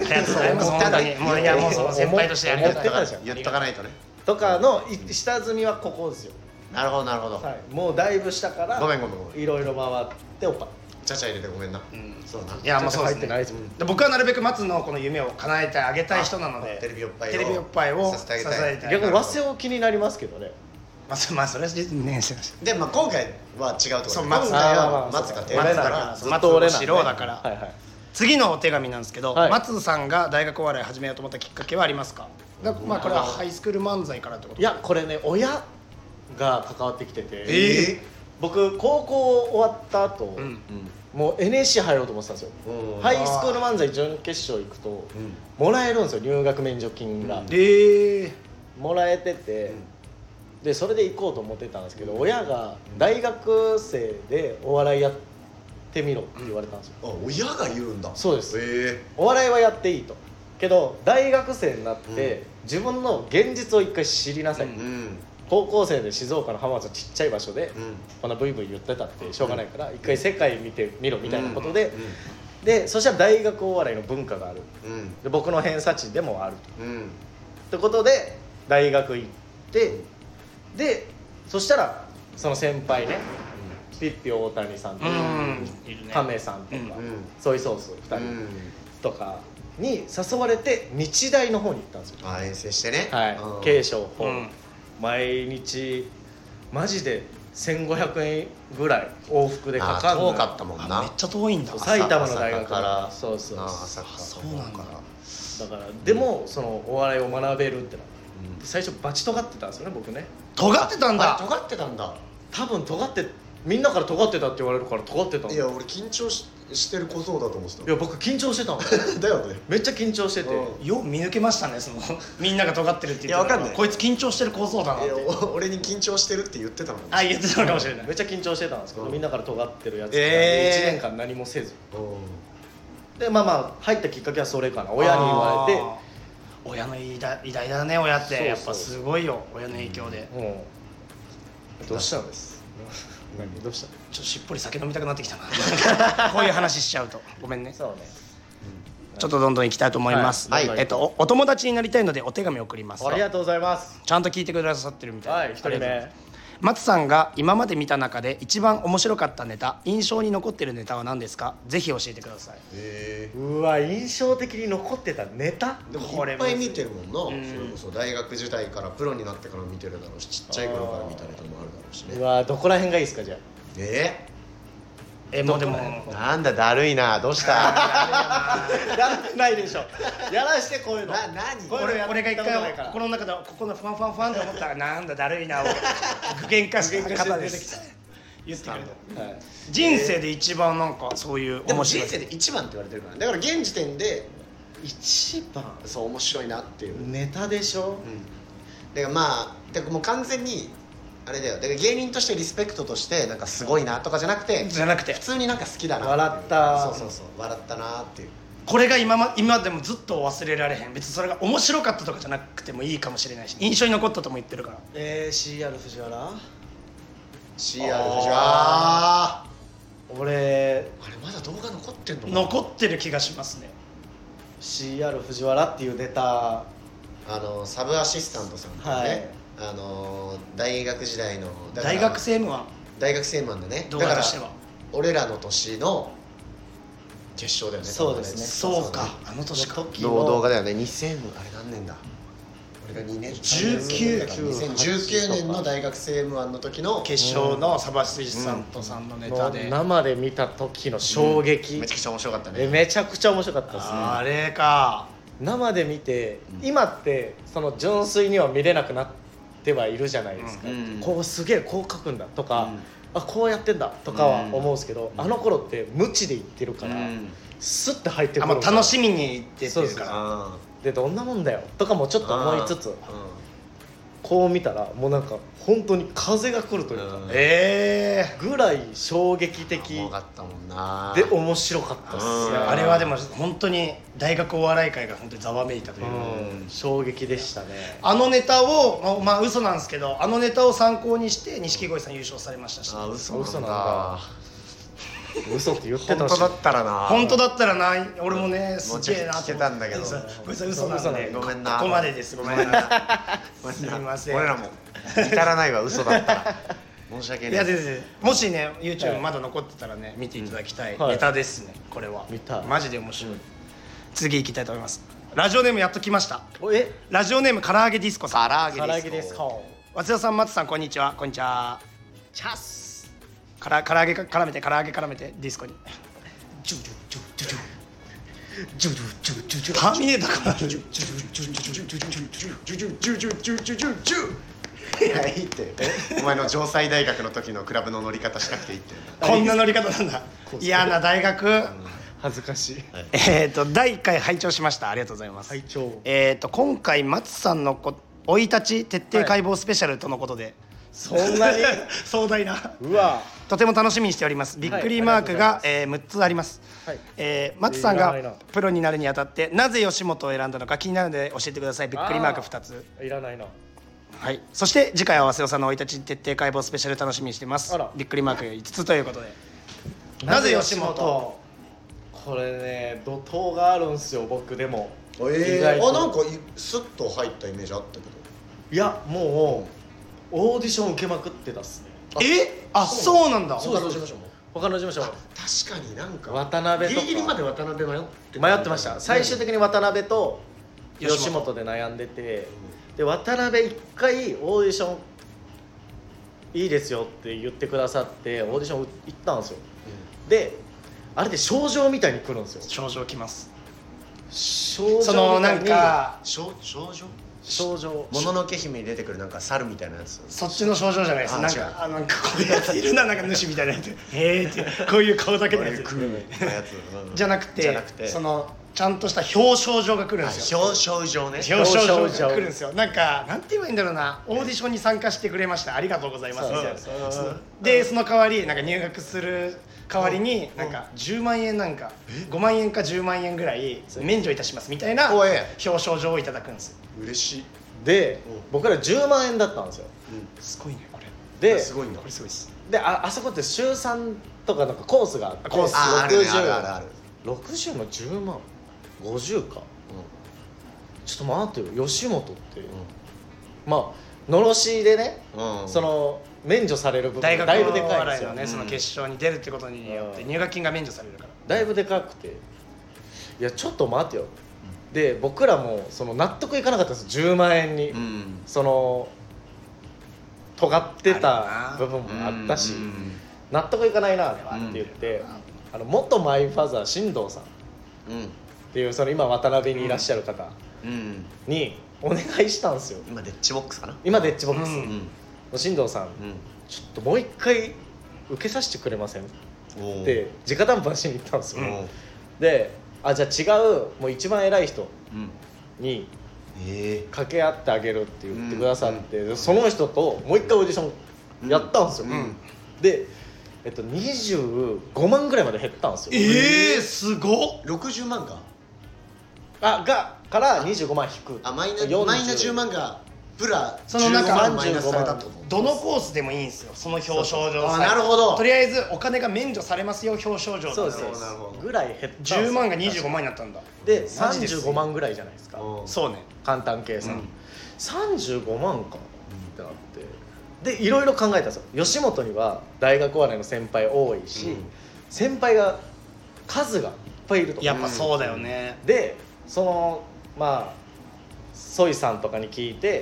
[SPEAKER 1] ありがとうございます
[SPEAKER 3] 思っ
[SPEAKER 1] 本
[SPEAKER 3] たんだ
[SPEAKER 1] 当にもういやもうその先輩としてありが
[SPEAKER 2] 思
[SPEAKER 1] た
[SPEAKER 2] っ
[SPEAKER 1] い
[SPEAKER 2] てたじゃん
[SPEAKER 3] 言っとかないとね
[SPEAKER 2] とかのい下積みはここですよ、
[SPEAKER 3] なるほどなるほど
[SPEAKER 2] はい、もうだいぶ下から
[SPEAKER 3] ごめんごめんごめん
[SPEAKER 2] いろいろ回っておっぱい
[SPEAKER 3] ちゃちゃ入れてごめんな
[SPEAKER 1] うん
[SPEAKER 3] そうだない
[SPEAKER 1] やまあそうです
[SPEAKER 2] 入ってない
[SPEAKER 1] ね
[SPEAKER 2] ですもん
[SPEAKER 1] で僕はなるべく松のこの夢を叶えてあげたい人なので
[SPEAKER 3] あテレビおっぱいを
[SPEAKER 1] テレビおっぱいを
[SPEAKER 3] させてあげ
[SPEAKER 1] 支
[SPEAKER 3] たい
[SPEAKER 1] えてあげ
[SPEAKER 2] 逆
[SPEAKER 1] たい
[SPEAKER 2] に和製を気になりますけどね
[SPEAKER 1] まあそまあそれはねすいません
[SPEAKER 3] でまあ今回は違うところで
[SPEAKER 1] そう
[SPEAKER 3] 今
[SPEAKER 1] 松
[SPEAKER 3] 回
[SPEAKER 2] あーま
[SPEAKER 3] は
[SPEAKER 2] あ
[SPEAKER 3] 松が手
[SPEAKER 2] 折
[SPEAKER 3] 松
[SPEAKER 2] れな
[SPEAKER 3] だ
[SPEAKER 2] い
[SPEAKER 3] から
[SPEAKER 1] ずっと
[SPEAKER 2] 折れない
[SPEAKER 1] 素人だから
[SPEAKER 2] はいはい
[SPEAKER 1] 次のお手紙なんですけど、
[SPEAKER 2] はい
[SPEAKER 1] 松さんが大学お笑い始めようと思ったきっかけはありますかだまあこれはハイスクール漫才からってこと
[SPEAKER 2] いやこれね親が関わってきてて、
[SPEAKER 3] え
[SPEAKER 2] 僕高校終わった後、
[SPEAKER 3] ん
[SPEAKER 2] もう NSC 入ろうと思ってたんですよ
[SPEAKER 3] うん
[SPEAKER 2] ハイスクール漫才準決勝行くともらえるんですよ入学免除金が、
[SPEAKER 3] ええ
[SPEAKER 2] もらえてて、でそれで行こうと思ってたんですけど親が大学生でお笑いやってみろって言われたんですよ、
[SPEAKER 3] あ親が言うんだ
[SPEAKER 2] そうです
[SPEAKER 3] え
[SPEAKER 2] お笑いはやっていいとけど大学生になって、
[SPEAKER 3] うん
[SPEAKER 2] 自分の現実を一回知りなさい、
[SPEAKER 3] えうん
[SPEAKER 2] 高校生で静岡の浜松のちっちゃい場所で、
[SPEAKER 3] うん
[SPEAKER 2] こんなブイブイ言ってたってしょうがないから、一回世界見てみろみたいなことで、
[SPEAKER 3] う
[SPEAKER 2] でそしたら大学お笑いの文化がある
[SPEAKER 3] ん
[SPEAKER 2] で僕の偏差値でもある
[SPEAKER 3] うんうん
[SPEAKER 2] ってことで大学行ってでそしたらその先輩ねピッピ大谷さんとか、
[SPEAKER 1] うんいるね
[SPEAKER 2] 亀さんとか、
[SPEAKER 3] うん
[SPEAKER 2] ソイソース2
[SPEAKER 3] う
[SPEAKER 2] 人
[SPEAKER 3] ん
[SPEAKER 2] とかに誘われて日大の方に行ったんですよ、
[SPEAKER 3] あ遠征してね
[SPEAKER 2] はい、継承法、
[SPEAKER 1] うん
[SPEAKER 2] 毎日マジで1500円ぐらい往復でか
[SPEAKER 3] か
[SPEAKER 2] か
[SPEAKER 3] か
[SPEAKER 2] る
[SPEAKER 3] ん
[SPEAKER 2] のよ
[SPEAKER 3] 遠かったもん
[SPEAKER 1] あめ
[SPEAKER 3] な
[SPEAKER 1] っちゃ遠いんだ
[SPEAKER 2] そう埼玉の大
[SPEAKER 3] 朝
[SPEAKER 2] 学
[SPEAKER 3] 霞から
[SPEAKER 2] そうそう
[SPEAKER 3] なあ
[SPEAKER 2] そ
[SPEAKER 3] 朝
[SPEAKER 2] う
[SPEAKER 3] 霞
[SPEAKER 1] そうなんだ
[SPEAKER 2] だからでもそのお笑いを学べるってな最初バチ尖ってたんですよね僕ね
[SPEAKER 1] 尖ってたん
[SPEAKER 3] あ
[SPEAKER 1] だ
[SPEAKER 3] 尖ってたんだ
[SPEAKER 2] 多分尖ってみんなから尖ってたって言われるから尖ってたの
[SPEAKER 3] い
[SPEAKER 2] いや
[SPEAKER 3] や俺緊張ししてる小僧だと思って
[SPEAKER 2] 僕緊張してたの
[SPEAKER 3] ただよね
[SPEAKER 2] めっちゃ緊張してて
[SPEAKER 3] うん
[SPEAKER 1] よう見抜けましたねその [laughs] みんなが尖ってるって言ってた
[SPEAKER 3] いやわかんない
[SPEAKER 1] こいつ緊張してる構想だなって
[SPEAKER 3] いやお俺に緊張してるって言ってたもん
[SPEAKER 1] あ言ってたのかもしれない
[SPEAKER 2] めっちゃ緊張してたんですけど
[SPEAKER 3] うん
[SPEAKER 2] みんなから尖ってるやつが
[SPEAKER 1] えー
[SPEAKER 2] 1年間何もせず
[SPEAKER 3] う
[SPEAKER 2] でまあまあ入ったきっかけはそれかな親に言われて
[SPEAKER 1] あー親の偉大偉大だね親って
[SPEAKER 2] そうそう
[SPEAKER 1] やっぱすごいよ親の影響で、ちょ
[SPEAKER 2] もうどうしたんです
[SPEAKER 3] 何
[SPEAKER 2] どうした
[SPEAKER 1] っとしっぽり酒飲みたくなってきたな [laughs] こういう話しちゃうとごめんね
[SPEAKER 2] そうね
[SPEAKER 1] ちょっとどんどん行きたいと思います、
[SPEAKER 2] はい
[SPEAKER 1] はい
[SPEAKER 2] はい
[SPEAKER 1] えっとおお友達になりたいのでお手紙送ります
[SPEAKER 2] ありがとうございます
[SPEAKER 1] ちゃんと聞いてくださってるみたい
[SPEAKER 2] はい一人
[SPEAKER 1] ありがとうござ
[SPEAKER 2] 目
[SPEAKER 1] ます松さんが今まで見た中で一番面白かったネタ印象に残ってるネタは何ですかぜひ教えてください
[SPEAKER 3] え
[SPEAKER 2] うわ印象的に残ってたネタ
[SPEAKER 3] で
[SPEAKER 1] こ
[SPEAKER 3] も
[SPEAKER 1] れ
[SPEAKER 3] いっ
[SPEAKER 1] む
[SPEAKER 3] ぱ
[SPEAKER 1] ずい
[SPEAKER 3] い見てるもん
[SPEAKER 1] うん
[SPEAKER 3] なそれこそ大学時代からプロになってから見てるだろうしちっちゃい頃から見たネタもあるだろうし
[SPEAKER 2] う
[SPEAKER 3] ね
[SPEAKER 2] わどこら辺がいいですかじゃ
[SPEAKER 3] え
[SPEAKER 1] えもうでも
[SPEAKER 3] ーなんだだるいなどうした
[SPEAKER 2] あやらないでしょ [laughs] やらしてこういうの
[SPEAKER 3] な何
[SPEAKER 2] こういうの
[SPEAKER 1] 俺
[SPEAKER 2] や
[SPEAKER 1] 俺が
[SPEAKER 2] っ
[SPEAKER 1] 一
[SPEAKER 2] たことない
[SPEAKER 1] 回
[SPEAKER 2] から
[SPEAKER 1] 心の中でここのファンファンファンと思ったらなんだだる
[SPEAKER 2] [laughs]
[SPEAKER 1] いなを具現化して方です言ってくれた
[SPEAKER 2] はい
[SPEAKER 1] 人生で一番なんかそういう
[SPEAKER 3] [laughs] でも
[SPEAKER 1] 面白い
[SPEAKER 3] 人生で一番って言われてるからだから現時点で
[SPEAKER 2] 一番
[SPEAKER 3] そう面白いなっていう
[SPEAKER 2] ネタでしょ
[SPEAKER 3] だからまあだからもう完全にあれだよだから芸人としてリスペクトとしてなんかすごいなとかじゃなくて
[SPEAKER 1] じゃなくて
[SPEAKER 3] 普通になんか好きだな
[SPEAKER 2] 笑った
[SPEAKER 3] そうそうそう笑ったなっていう
[SPEAKER 1] これが今,、ま、今でもずっと忘れられへん別にそれが面白かったとかじゃなくてもいいかもしれないし印象に残ったとも言ってるから
[SPEAKER 2] えー、CR 藤原
[SPEAKER 3] CR 藤あ
[SPEAKER 2] 俺
[SPEAKER 3] あれまだ動画残ってんのかな
[SPEAKER 1] 残ってる気がしますね
[SPEAKER 2] CR 藤原っていうネタ
[SPEAKER 3] あのサブアシスタントさんっていうね、あの大学時代のだから
[SPEAKER 1] 大学生のは
[SPEAKER 3] 大学生マンでね
[SPEAKER 1] 動画として
[SPEAKER 3] だ
[SPEAKER 1] は
[SPEAKER 3] から俺らの年の決勝だよね
[SPEAKER 2] そうですね
[SPEAKER 1] そうかあの年か
[SPEAKER 3] どう動画だよね2000あれ何年だ俺が2年
[SPEAKER 1] 19
[SPEAKER 3] 2019年の大学生 M−1 の時の
[SPEAKER 1] 決勝のサバスイスさんとさんのネタで、
[SPEAKER 2] の生で見た時の衝撃、
[SPEAKER 3] めちゃくちゃ面白かった
[SPEAKER 2] え
[SPEAKER 3] ね
[SPEAKER 2] めちゃくちゃ面白かったですね
[SPEAKER 1] あれか
[SPEAKER 2] 生で見て、
[SPEAKER 3] うん
[SPEAKER 2] 今ってその純粋には見れなくなってはいるじゃないですか、
[SPEAKER 3] うん
[SPEAKER 2] こうすげえこう書くんだとか、
[SPEAKER 3] うん
[SPEAKER 2] あこうやってんだとかは思うんですけど、
[SPEAKER 3] うん
[SPEAKER 2] あの頃って無知で言ってるから、
[SPEAKER 3] うん
[SPEAKER 2] スッて入ってく
[SPEAKER 1] あ
[SPEAKER 2] る
[SPEAKER 1] まあ楽
[SPEAKER 2] み
[SPEAKER 1] しみに行ってっていう
[SPEAKER 2] そうそう
[SPEAKER 1] か
[SPEAKER 2] そう
[SPEAKER 3] あ
[SPEAKER 2] でどんなもんだよとかもちょっ
[SPEAKER 3] ー
[SPEAKER 2] と思いつつこう見たらもうなんか本当に風が来るというか、
[SPEAKER 3] うん
[SPEAKER 1] ええ
[SPEAKER 2] ぐらい衝撃的
[SPEAKER 3] うん重かったもんな
[SPEAKER 2] で面白かったっすね
[SPEAKER 3] うん
[SPEAKER 1] あれはでも本当に大学お笑い界が本当にざわめいたというか、
[SPEAKER 2] うん衝撃でしたね
[SPEAKER 1] あのネタをまあまあ嘘なんですけどあのネタを参考にして錦鯉さん優勝されましたし
[SPEAKER 3] あ嘘
[SPEAKER 2] 嘘
[SPEAKER 3] なん
[SPEAKER 2] なん
[SPEAKER 3] だ
[SPEAKER 2] だ嘘って言って
[SPEAKER 3] 本
[SPEAKER 2] た
[SPEAKER 3] 当
[SPEAKER 2] し
[SPEAKER 3] だったらな
[SPEAKER 1] 本当だったらな俺もねすげえな
[SPEAKER 3] もうちょい聞けたんだけど
[SPEAKER 1] ごめんなさい嘘なんで
[SPEAKER 3] ごめんな
[SPEAKER 1] ここまでですごめんなさいす
[SPEAKER 3] み
[SPEAKER 1] みません
[SPEAKER 3] 俺らも至らないわ嘘だった申し訳
[SPEAKER 1] い
[SPEAKER 3] な
[SPEAKER 1] や
[SPEAKER 3] い
[SPEAKER 1] 全然もしね
[SPEAKER 2] は
[SPEAKER 1] YouTube
[SPEAKER 2] い
[SPEAKER 1] まだ残ってたらね見ていただきたい
[SPEAKER 2] はい
[SPEAKER 1] ネタですねこれは
[SPEAKER 2] 見たい
[SPEAKER 1] マジで面白い次行きたいと思いますラジオネームやっと来ました
[SPEAKER 2] おえ
[SPEAKER 1] ラジオネーム唐揚げディスコさん
[SPEAKER 3] 唐揚げ
[SPEAKER 2] 唐揚げですか
[SPEAKER 1] 松田さん松さんこんにちはこんにちはチャスから唐揚げか絡めて唐揚げ絡めてディスコにジュジュジュジュジュジュジュジュジュジュターミネーターかな
[SPEAKER 3] ジュジュジュジュジュジュジュジュジュジュジュジュジュジュジュジュジュジュジュいやいいってお前の城西大学の時のクラブの乗り方したくていいって
[SPEAKER 1] こんな乗り方なんだ嫌な大学、
[SPEAKER 2] 恥ずかしい
[SPEAKER 1] えっと第1回拝聴しましたありがとうございます、
[SPEAKER 2] 体調
[SPEAKER 1] えっ、と今回松さんのこ生い立ち徹底解剖スペシャルとのことで、
[SPEAKER 2] そん
[SPEAKER 1] [laughs]
[SPEAKER 2] なに
[SPEAKER 1] 壮大な
[SPEAKER 2] うわ
[SPEAKER 1] とても楽しみにしておりますびっくりマークが,、
[SPEAKER 2] はいありがとうございます
[SPEAKER 1] えー6つあります、
[SPEAKER 2] はい
[SPEAKER 1] えー松さん
[SPEAKER 2] いらないな
[SPEAKER 1] がプロになるにあたってなぜ吉本を選んだのか気になるので教えてくださいびっくりマーク2つ
[SPEAKER 2] いらないな
[SPEAKER 1] はいそして次回は早稲尾さんの生い立ち徹底解剖スペシャル楽しみにしてます
[SPEAKER 2] あら
[SPEAKER 1] びっくりマーク5つということでなぜ吉本
[SPEAKER 2] これね怒涛があるんすよ僕でも
[SPEAKER 3] え
[SPEAKER 2] 意外と
[SPEAKER 3] あなんかいスッと入ったイメージあったけど
[SPEAKER 2] いやもうオーディション受けまくってたっすね
[SPEAKER 1] えあそうなんだ
[SPEAKER 2] そうそうそう
[SPEAKER 3] も
[SPEAKER 2] 他の事務所
[SPEAKER 3] 確かになんか
[SPEAKER 2] 渡辺と
[SPEAKER 3] ギ
[SPEAKER 2] か
[SPEAKER 3] リギリまで渡辺迷って
[SPEAKER 2] 迷ってました最終的に渡辺と吉本で悩んでてで渡辺一回オーディションいいですよって言ってくださってオーディション行ったんですよであれで症状みたいに来るんですよ
[SPEAKER 1] 症状きます
[SPEAKER 2] 症
[SPEAKER 1] その
[SPEAKER 2] 状み
[SPEAKER 1] な
[SPEAKER 2] たい
[SPEAKER 1] ん
[SPEAKER 2] に
[SPEAKER 1] か
[SPEAKER 3] 少少女
[SPEAKER 2] 症状
[SPEAKER 3] もののけ姫に出てくるなんか猿みたいなやつ
[SPEAKER 1] そっちの症状じゃないです
[SPEAKER 3] あ
[SPEAKER 1] なん
[SPEAKER 3] 違う
[SPEAKER 1] かあなんかこういうやついるななんか主みたいなやつへえってこういう顔だけのやつ
[SPEAKER 3] なやつ
[SPEAKER 1] じゃなくて
[SPEAKER 3] じゃなくて
[SPEAKER 1] そのちゃんとした表彰状が来るんですよ、
[SPEAKER 3] 少少女ね
[SPEAKER 1] 表彰状が来るんですよなんかなんて言えばいいんだろうなオーディションに参加してくれましたありがとうございますみたいな
[SPEAKER 2] そう
[SPEAKER 3] そうそう
[SPEAKER 1] でその代わりなんか入学する代わりになんか10万円なんか5万円か10万円ぐらい免除いたしますみたいな
[SPEAKER 3] おい
[SPEAKER 1] 表彰状をいただくんですよ
[SPEAKER 3] 嬉しい
[SPEAKER 2] で
[SPEAKER 3] うん
[SPEAKER 2] 僕ら10万円だったんですよ
[SPEAKER 1] すごいねこれ
[SPEAKER 2] です
[SPEAKER 3] ごいんだ
[SPEAKER 1] これすごいです
[SPEAKER 2] でああそこって週3とかなんかコースがあって
[SPEAKER 1] コース
[SPEAKER 3] ああるねあるあるある
[SPEAKER 2] 60の10万50かちょっと待ってよ吉本って、まあのろしでね、
[SPEAKER 3] うん
[SPEAKER 2] その免除される部分
[SPEAKER 1] 大
[SPEAKER 2] が
[SPEAKER 1] 学
[SPEAKER 2] だいぶでかいん
[SPEAKER 1] お
[SPEAKER 2] で
[SPEAKER 1] 笑
[SPEAKER 2] す
[SPEAKER 1] い
[SPEAKER 2] よ、
[SPEAKER 1] のねその
[SPEAKER 3] うん
[SPEAKER 1] 決勝に出るってことによって入学金が免除されるから
[SPEAKER 2] だいぶでかくていやちょっと待てよで僕らもその納得いかなかったんです10万円に、
[SPEAKER 3] うん
[SPEAKER 2] その尖ってた部分もあったし、
[SPEAKER 3] うん
[SPEAKER 2] 納得いかないなあれはって言って、あの元マイファザー進藤さんっ
[SPEAKER 3] うん
[SPEAKER 2] ていうその今渡辺にいらっしゃる方
[SPEAKER 3] うん
[SPEAKER 2] にお願いしたんですよ
[SPEAKER 3] 今デッチボックスかな
[SPEAKER 2] 今デッチボックス、
[SPEAKER 1] う
[SPEAKER 3] うんん
[SPEAKER 2] の進藤さんちょっともう一回受けさせてくれませんっ
[SPEAKER 3] うん
[SPEAKER 2] て直談判しに行ったんです
[SPEAKER 3] う
[SPEAKER 2] よ、
[SPEAKER 3] ん
[SPEAKER 2] であじゃあ違うもう一番偉い人
[SPEAKER 3] うん
[SPEAKER 2] に
[SPEAKER 3] え
[SPEAKER 2] 掛け合ってあげるって言ってくださって、でその人ともう一回オーディションやったんですよ、
[SPEAKER 3] うんうん
[SPEAKER 2] で、えっと、25万ぐらいまで減ったんですよ
[SPEAKER 1] ええすごっ
[SPEAKER 3] え60万が
[SPEAKER 2] あがから25万引く
[SPEAKER 3] あマイナ
[SPEAKER 2] 40
[SPEAKER 3] マイナ10万がプラ
[SPEAKER 1] その中
[SPEAKER 3] 15万マイナスされたってこと
[SPEAKER 1] どのコースでもいいんですよその表彰状
[SPEAKER 3] あなるほど
[SPEAKER 1] とりあえずお金が免除されますよ表彰状
[SPEAKER 2] そうですそう
[SPEAKER 3] な
[SPEAKER 2] で
[SPEAKER 3] るほ
[SPEAKER 2] す
[SPEAKER 3] どなるほど
[SPEAKER 2] ぐらい減ったんですよ
[SPEAKER 1] 10万が25万になったんだ
[SPEAKER 2] で
[SPEAKER 1] マジです
[SPEAKER 2] 35万ぐらいじゃないですか
[SPEAKER 3] うん
[SPEAKER 1] そうね
[SPEAKER 2] 簡単計算、
[SPEAKER 1] うん
[SPEAKER 2] 35万かってなってでいろいろ考えたんですよ吉本には大学お笑いの先輩多いし、
[SPEAKER 3] うん
[SPEAKER 2] 先輩が数がいっぱいいると
[SPEAKER 1] やっぱそうだよね
[SPEAKER 2] でそのまあソイさんとかに聞いて、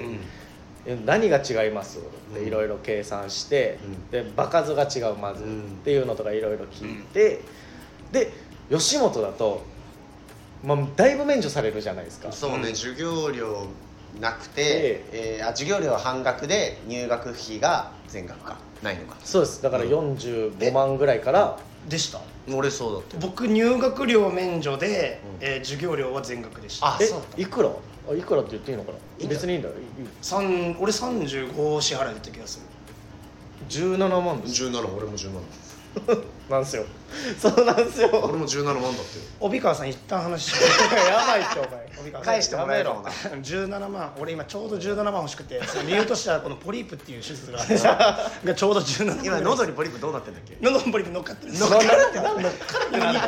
[SPEAKER 3] うん
[SPEAKER 2] 何が違いますって
[SPEAKER 3] うん
[SPEAKER 2] いろいろ計算して、
[SPEAKER 3] うん
[SPEAKER 2] で場数が違うまず、
[SPEAKER 3] うん
[SPEAKER 2] っていうのとかいろいろ聞いて、で吉本だと、まあ、だいぶ免除されるじゃないですか
[SPEAKER 3] そうね、
[SPEAKER 1] うん
[SPEAKER 3] 授業料なくて、えーあ授業料は半額で入学費が全額かないのか
[SPEAKER 2] そうですだから45万ぐらいから、
[SPEAKER 1] でした
[SPEAKER 3] 俺そうだった
[SPEAKER 1] 僕入学料免除で、
[SPEAKER 3] うん
[SPEAKER 1] えー授業料は全額でした
[SPEAKER 3] あそうだった
[SPEAKER 2] えいくらあいくらって言っていいのかない
[SPEAKER 3] いんだよ
[SPEAKER 2] 別にいいんだよいい
[SPEAKER 1] 三俺35支払いだった気がする
[SPEAKER 2] 17万 [laughs] です
[SPEAKER 3] 17俺も17
[SPEAKER 2] なんですよそうなんですよや
[SPEAKER 3] 俺も17万だって
[SPEAKER 1] 帯川さん一旦話して
[SPEAKER 2] ばいってお
[SPEAKER 1] [laughs]
[SPEAKER 2] 前
[SPEAKER 1] 帯川さん
[SPEAKER 3] 返してもらえろな
[SPEAKER 1] 17万俺今ちょうど17万欲しくてその理由としてはこのポリープっていう手術があってさがちょうど17万
[SPEAKER 3] 今喉にポリプどうなってんだっけ
[SPEAKER 1] 喉のポリープ乗っかってるんですよ
[SPEAKER 2] 乗っかってなんだ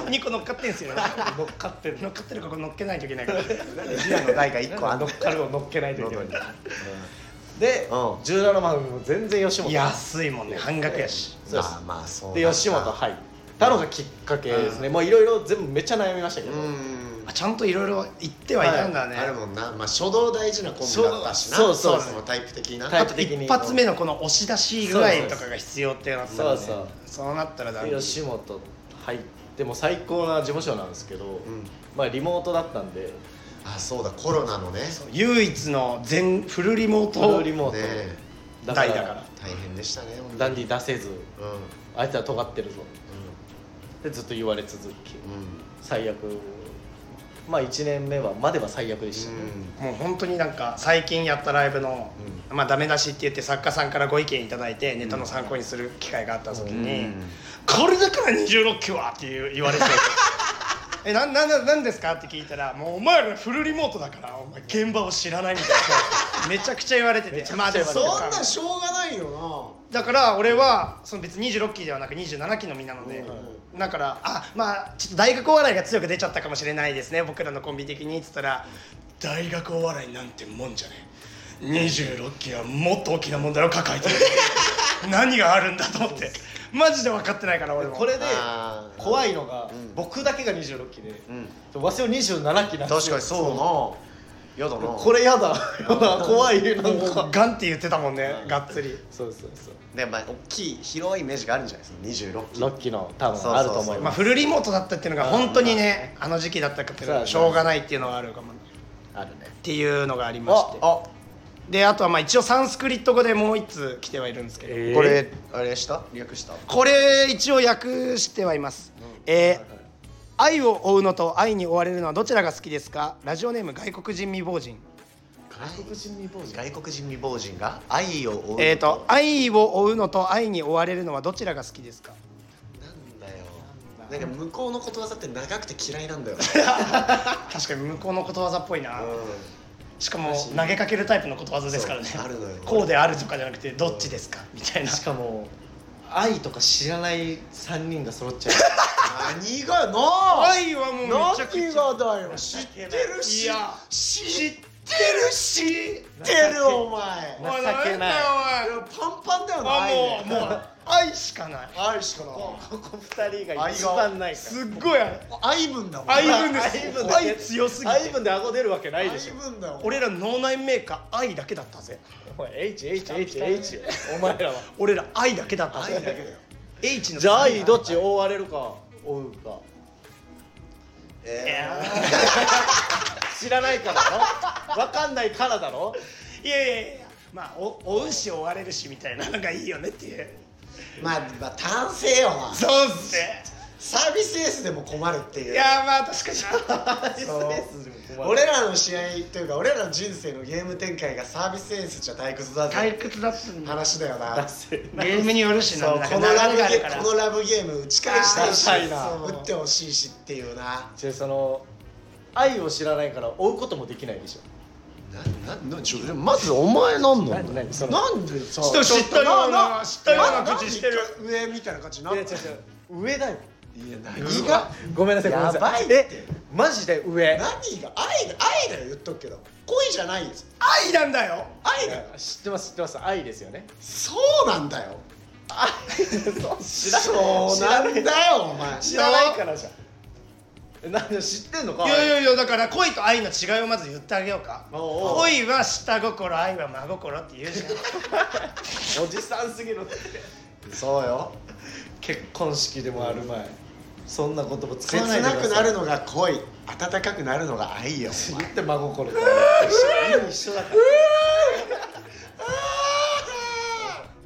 [SPEAKER 1] 2個乗っかってんすよ乗っかってる乗っかってるからこれ乗っけないといけないから
[SPEAKER 3] 平野大が1個あんの
[SPEAKER 2] 乗っかるを乗っけないといけない
[SPEAKER 3] 喉に
[SPEAKER 2] で、
[SPEAKER 3] うん
[SPEAKER 2] 17万も全然吉本
[SPEAKER 1] 安いもんね半額やし
[SPEAKER 2] そうです
[SPEAKER 3] まあまあそうなん
[SPEAKER 2] で
[SPEAKER 3] だ
[SPEAKER 2] 吉本入ったのがきっかけですね、もういろいろ全部めっちゃ悩みましたけど、
[SPEAKER 3] うん
[SPEAKER 1] あちゃんといろいろ言ってはいたんだね、
[SPEAKER 3] あるもんな、まあ、初動大事なコンビだったしな
[SPEAKER 2] 初動そうそう
[SPEAKER 3] そのタイプ的な
[SPEAKER 2] タイ
[SPEAKER 1] あ
[SPEAKER 2] プ
[SPEAKER 1] と
[SPEAKER 2] 的に
[SPEAKER 1] 一発目のこの押し出し具合とかが必要ってなったら、ね、
[SPEAKER 2] そうそう
[SPEAKER 1] そうなったらだ
[SPEAKER 2] で吉本入ってもう最高な事務所なんですけど、
[SPEAKER 3] ん
[SPEAKER 2] まあリモートだったんで
[SPEAKER 3] あそうだコロナのね
[SPEAKER 1] 唯一の全フルリモー
[SPEAKER 2] フル
[SPEAKER 1] ト
[SPEAKER 2] リモートで、
[SPEAKER 3] ね
[SPEAKER 2] だから
[SPEAKER 1] 代だから
[SPEAKER 3] 大変でしたね本
[SPEAKER 2] ダ
[SPEAKER 3] 当
[SPEAKER 2] ン
[SPEAKER 3] に
[SPEAKER 2] ディ出せず
[SPEAKER 3] うんうん
[SPEAKER 2] あいつは尖ってるぞってずっと言われ続き
[SPEAKER 3] うん
[SPEAKER 2] 最悪まあ1年目はまでは最悪でしたね、
[SPEAKER 1] もう本当になんか最近やったライブの、まあ、ダメ出しって言って作家さんからご意見いただいてネタの参考にする機会があった時に「
[SPEAKER 3] うん
[SPEAKER 1] これだから26期は!」っていう言われて [laughs] 「えななななんですか?」って聞いたら「もうお前らフルリモートだからお前現場を知らない」みたいなめちゃくちゃ言われててまあでも
[SPEAKER 3] そん
[SPEAKER 1] そ
[SPEAKER 3] な
[SPEAKER 1] うか
[SPEAKER 3] しょうがないよ
[SPEAKER 1] だから俺はその別に26期ではなく27期の身なので、
[SPEAKER 3] う
[SPEAKER 1] だからあまあちょっと大学お笑いが強く出ちゃったかもしれないですね僕らのコンビ的にっつったら大学お笑いなんてもんじゃねえ26期はもっと大きな問題を抱え [laughs] てる何があるんだと思ってマジで分かってないから俺も
[SPEAKER 2] これで
[SPEAKER 3] あー
[SPEAKER 2] 怖いのが、
[SPEAKER 3] うん
[SPEAKER 2] 僕だけが26期で、
[SPEAKER 3] なうん
[SPEAKER 2] わしを27期なんです
[SPEAKER 3] 確
[SPEAKER 2] よ
[SPEAKER 3] かにそうなやだな
[SPEAKER 2] これやだやだ怖いな
[SPEAKER 1] も
[SPEAKER 2] ん
[SPEAKER 1] う
[SPEAKER 2] か
[SPEAKER 1] ガンって言ってたもんねがっつり
[SPEAKER 2] そうそうそう
[SPEAKER 3] でまあ大きい広いイメージがあるんじゃないですか26期
[SPEAKER 2] 6期の多
[SPEAKER 3] そ
[SPEAKER 2] 分
[SPEAKER 3] うそうそう
[SPEAKER 2] あると思い
[SPEAKER 1] ま
[SPEAKER 2] ま
[SPEAKER 1] あ
[SPEAKER 2] す
[SPEAKER 1] フルリモートだったっていうのが本当にねあの時期だったからしょうがないっていうのはあるかもね
[SPEAKER 2] あるね
[SPEAKER 1] っていうのがありまし
[SPEAKER 2] あ
[SPEAKER 1] て
[SPEAKER 2] あ
[SPEAKER 1] であとはまあ一応サンスクリット語でもう一通来てはいるんですけど、
[SPEAKER 2] えー
[SPEAKER 3] これあれした略した
[SPEAKER 1] これ一応訳してはいます、えー愛を追うのと愛に追われるのはどちらが好きですかラジオネーム外国人未亡人
[SPEAKER 2] 外国人未亡人
[SPEAKER 3] 外国人未亡人が愛を追うの
[SPEAKER 1] えっ、と愛を追うのと愛に追われるのはどちらが好きですか
[SPEAKER 3] なんだよなんか向こうのことわざって長くて嫌いなんだよ、
[SPEAKER 1] 確かに向こうのことわざっぽいな、
[SPEAKER 3] う
[SPEAKER 1] しかも投げかけるタイプのことわざですからね
[SPEAKER 3] そうあるのよ
[SPEAKER 1] こうであるとかじゃなくてどっちですかみたいな
[SPEAKER 2] しかも愛とか知らない3人が揃っちゃう
[SPEAKER 3] ん、何がなあ
[SPEAKER 1] 愛はもうめちゃくちゃ
[SPEAKER 3] 何がだよ知ってるし
[SPEAKER 1] いや
[SPEAKER 3] 知ってるし知ってるお前
[SPEAKER 2] 情けない
[SPEAKER 1] あ
[SPEAKER 3] いやパンパンだよな
[SPEAKER 1] もうもう愛しかない
[SPEAKER 3] 愛しかない
[SPEAKER 2] ここ2人
[SPEAKER 3] が
[SPEAKER 2] が
[SPEAKER 3] 一
[SPEAKER 2] 一
[SPEAKER 3] 番
[SPEAKER 2] 番ないか
[SPEAKER 1] すっごいある
[SPEAKER 3] 愛分だもん
[SPEAKER 1] 愛分です
[SPEAKER 2] 愛分だけ
[SPEAKER 1] 愛強すぎ
[SPEAKER 2] ら
[SPEAKER 1] て
[SPEAKER 2] 愛分で顎出るわけないでしょ
[SPEAKER 3] 愛分だよ
[SPEAKER 1] 俺ら脳内メーカー愛だけだったぜ
[SPEAKER 2] お前 HHHH お前らは
[SPEAKER 1] 俺ら愛だけだった
[SPEAKER 3] 愛
[SPEAKER 1] ぜ
[SPEAKER 3] だけだよ
[SPEAKER 1] H の
[SPEAKER 2] じゃあ愛どっち追われるか追うか
[SPEAKER 3] え
[SPEAKER 2] 知らないからだろ分かんないからだろ
[SPEAKER 1] いやいやいやまあお追うし追われるしみたいなのがいいよねっていう
[SPEAKER 3] ーまあまあ単性よな
[SPEAKER 1] そうっすね
[SPEAKER 3] サービスエースでも困るっていう
[SPEAKER 1] いやまあ確かに
[SPEAKER 2] そう
[SPEAKER 3] 俺らの試合というか俺らの人生のゲーム展開がサービスエースじゃ退屈だぜ
[SPEAKER 1] 退屈だったんだ
[SPEAKER 3] 話だよな
[SPEAKER 2] 出せる
[SPEAKER 1] ゲームによるしな
[SPEAKER 3] そう
[SPEAKER 1] なんか
[SPEAKER 3] このラブ
[SPEAKER 1] 流
[SPEAKER 3] ゲ
[SPEAKER 1] れがあるから
[SPEAKER 3] ーこのラブゲーム打ち返したいし
[SPEAKER 2] あーしたいな
[SPEAKER 3] そう打ってほしいしっていうな
[SPEAKER 2] じゃあその愛を知らないから追うこともできないでしょ
[SPEAKER 3] なななちょまずお前なんな
[SPEAKER 2] 何何その
[SPEAKER 3] なんでさ
[SPEAKER 1] 人知ったような
[SPEAKER 3] な
[SPEAKER 1] 知ったような
[SPEAKER 3] な
[SPEAKER 1] 口してる
[SPEAKER 3] なんで上みたいな感じにないい
[SPEAKER 2] や違
[SPEAKER 3] や
[SPEAKER 2] う違う上だよ
[SPEAKER 3] 何が
[SPEAKER 2] ごめんなさいごめんなさい
[SPEAKER 3] やばいって
[SPEAKER 2] えマジで上
[SPEAKER 3] 何が愛だ愛だよ言っとくけど恋じゃないよ
[SPEAKER 1] 愛なんだよ
[SPEAKER 3] 愛だよ
[SPEAKER 2] 知ってます知ってます愛ですよね
[SPEAKER 3] そうなんだよ
[SPEAKER 2] 愛そう知ら
[SPEAKER 3] そうなんだよお前
[SPEAKER 2] 知らないからじゃんえなんで知ってんのか
[SPEAKER 1] いやいやいやだから恋と愛の違いをまず言ってあげようか
[SPEAKER 2] おうおう
[SPEAKER 1] 恋は下心愛は真心って言うじ [laughs] ゃん
[SPEAKER 2] おじさんすぎる
[SPEAKER 3] そうよ
[SPEAKER 2] 結婚式でもある前、そんな言葉使
[SPEAKER 3] 切
[SPEAKER 2] わないで
[SPEAKER 3] な
[SPEAKER 2] ください
[SPEAKER 3] くなるのが恋温かくなるのが愛よお
[SPEAKER 2] 言
[SPEAKER 3] 前
[SPEAKER 2] って真心と一緒一緒だから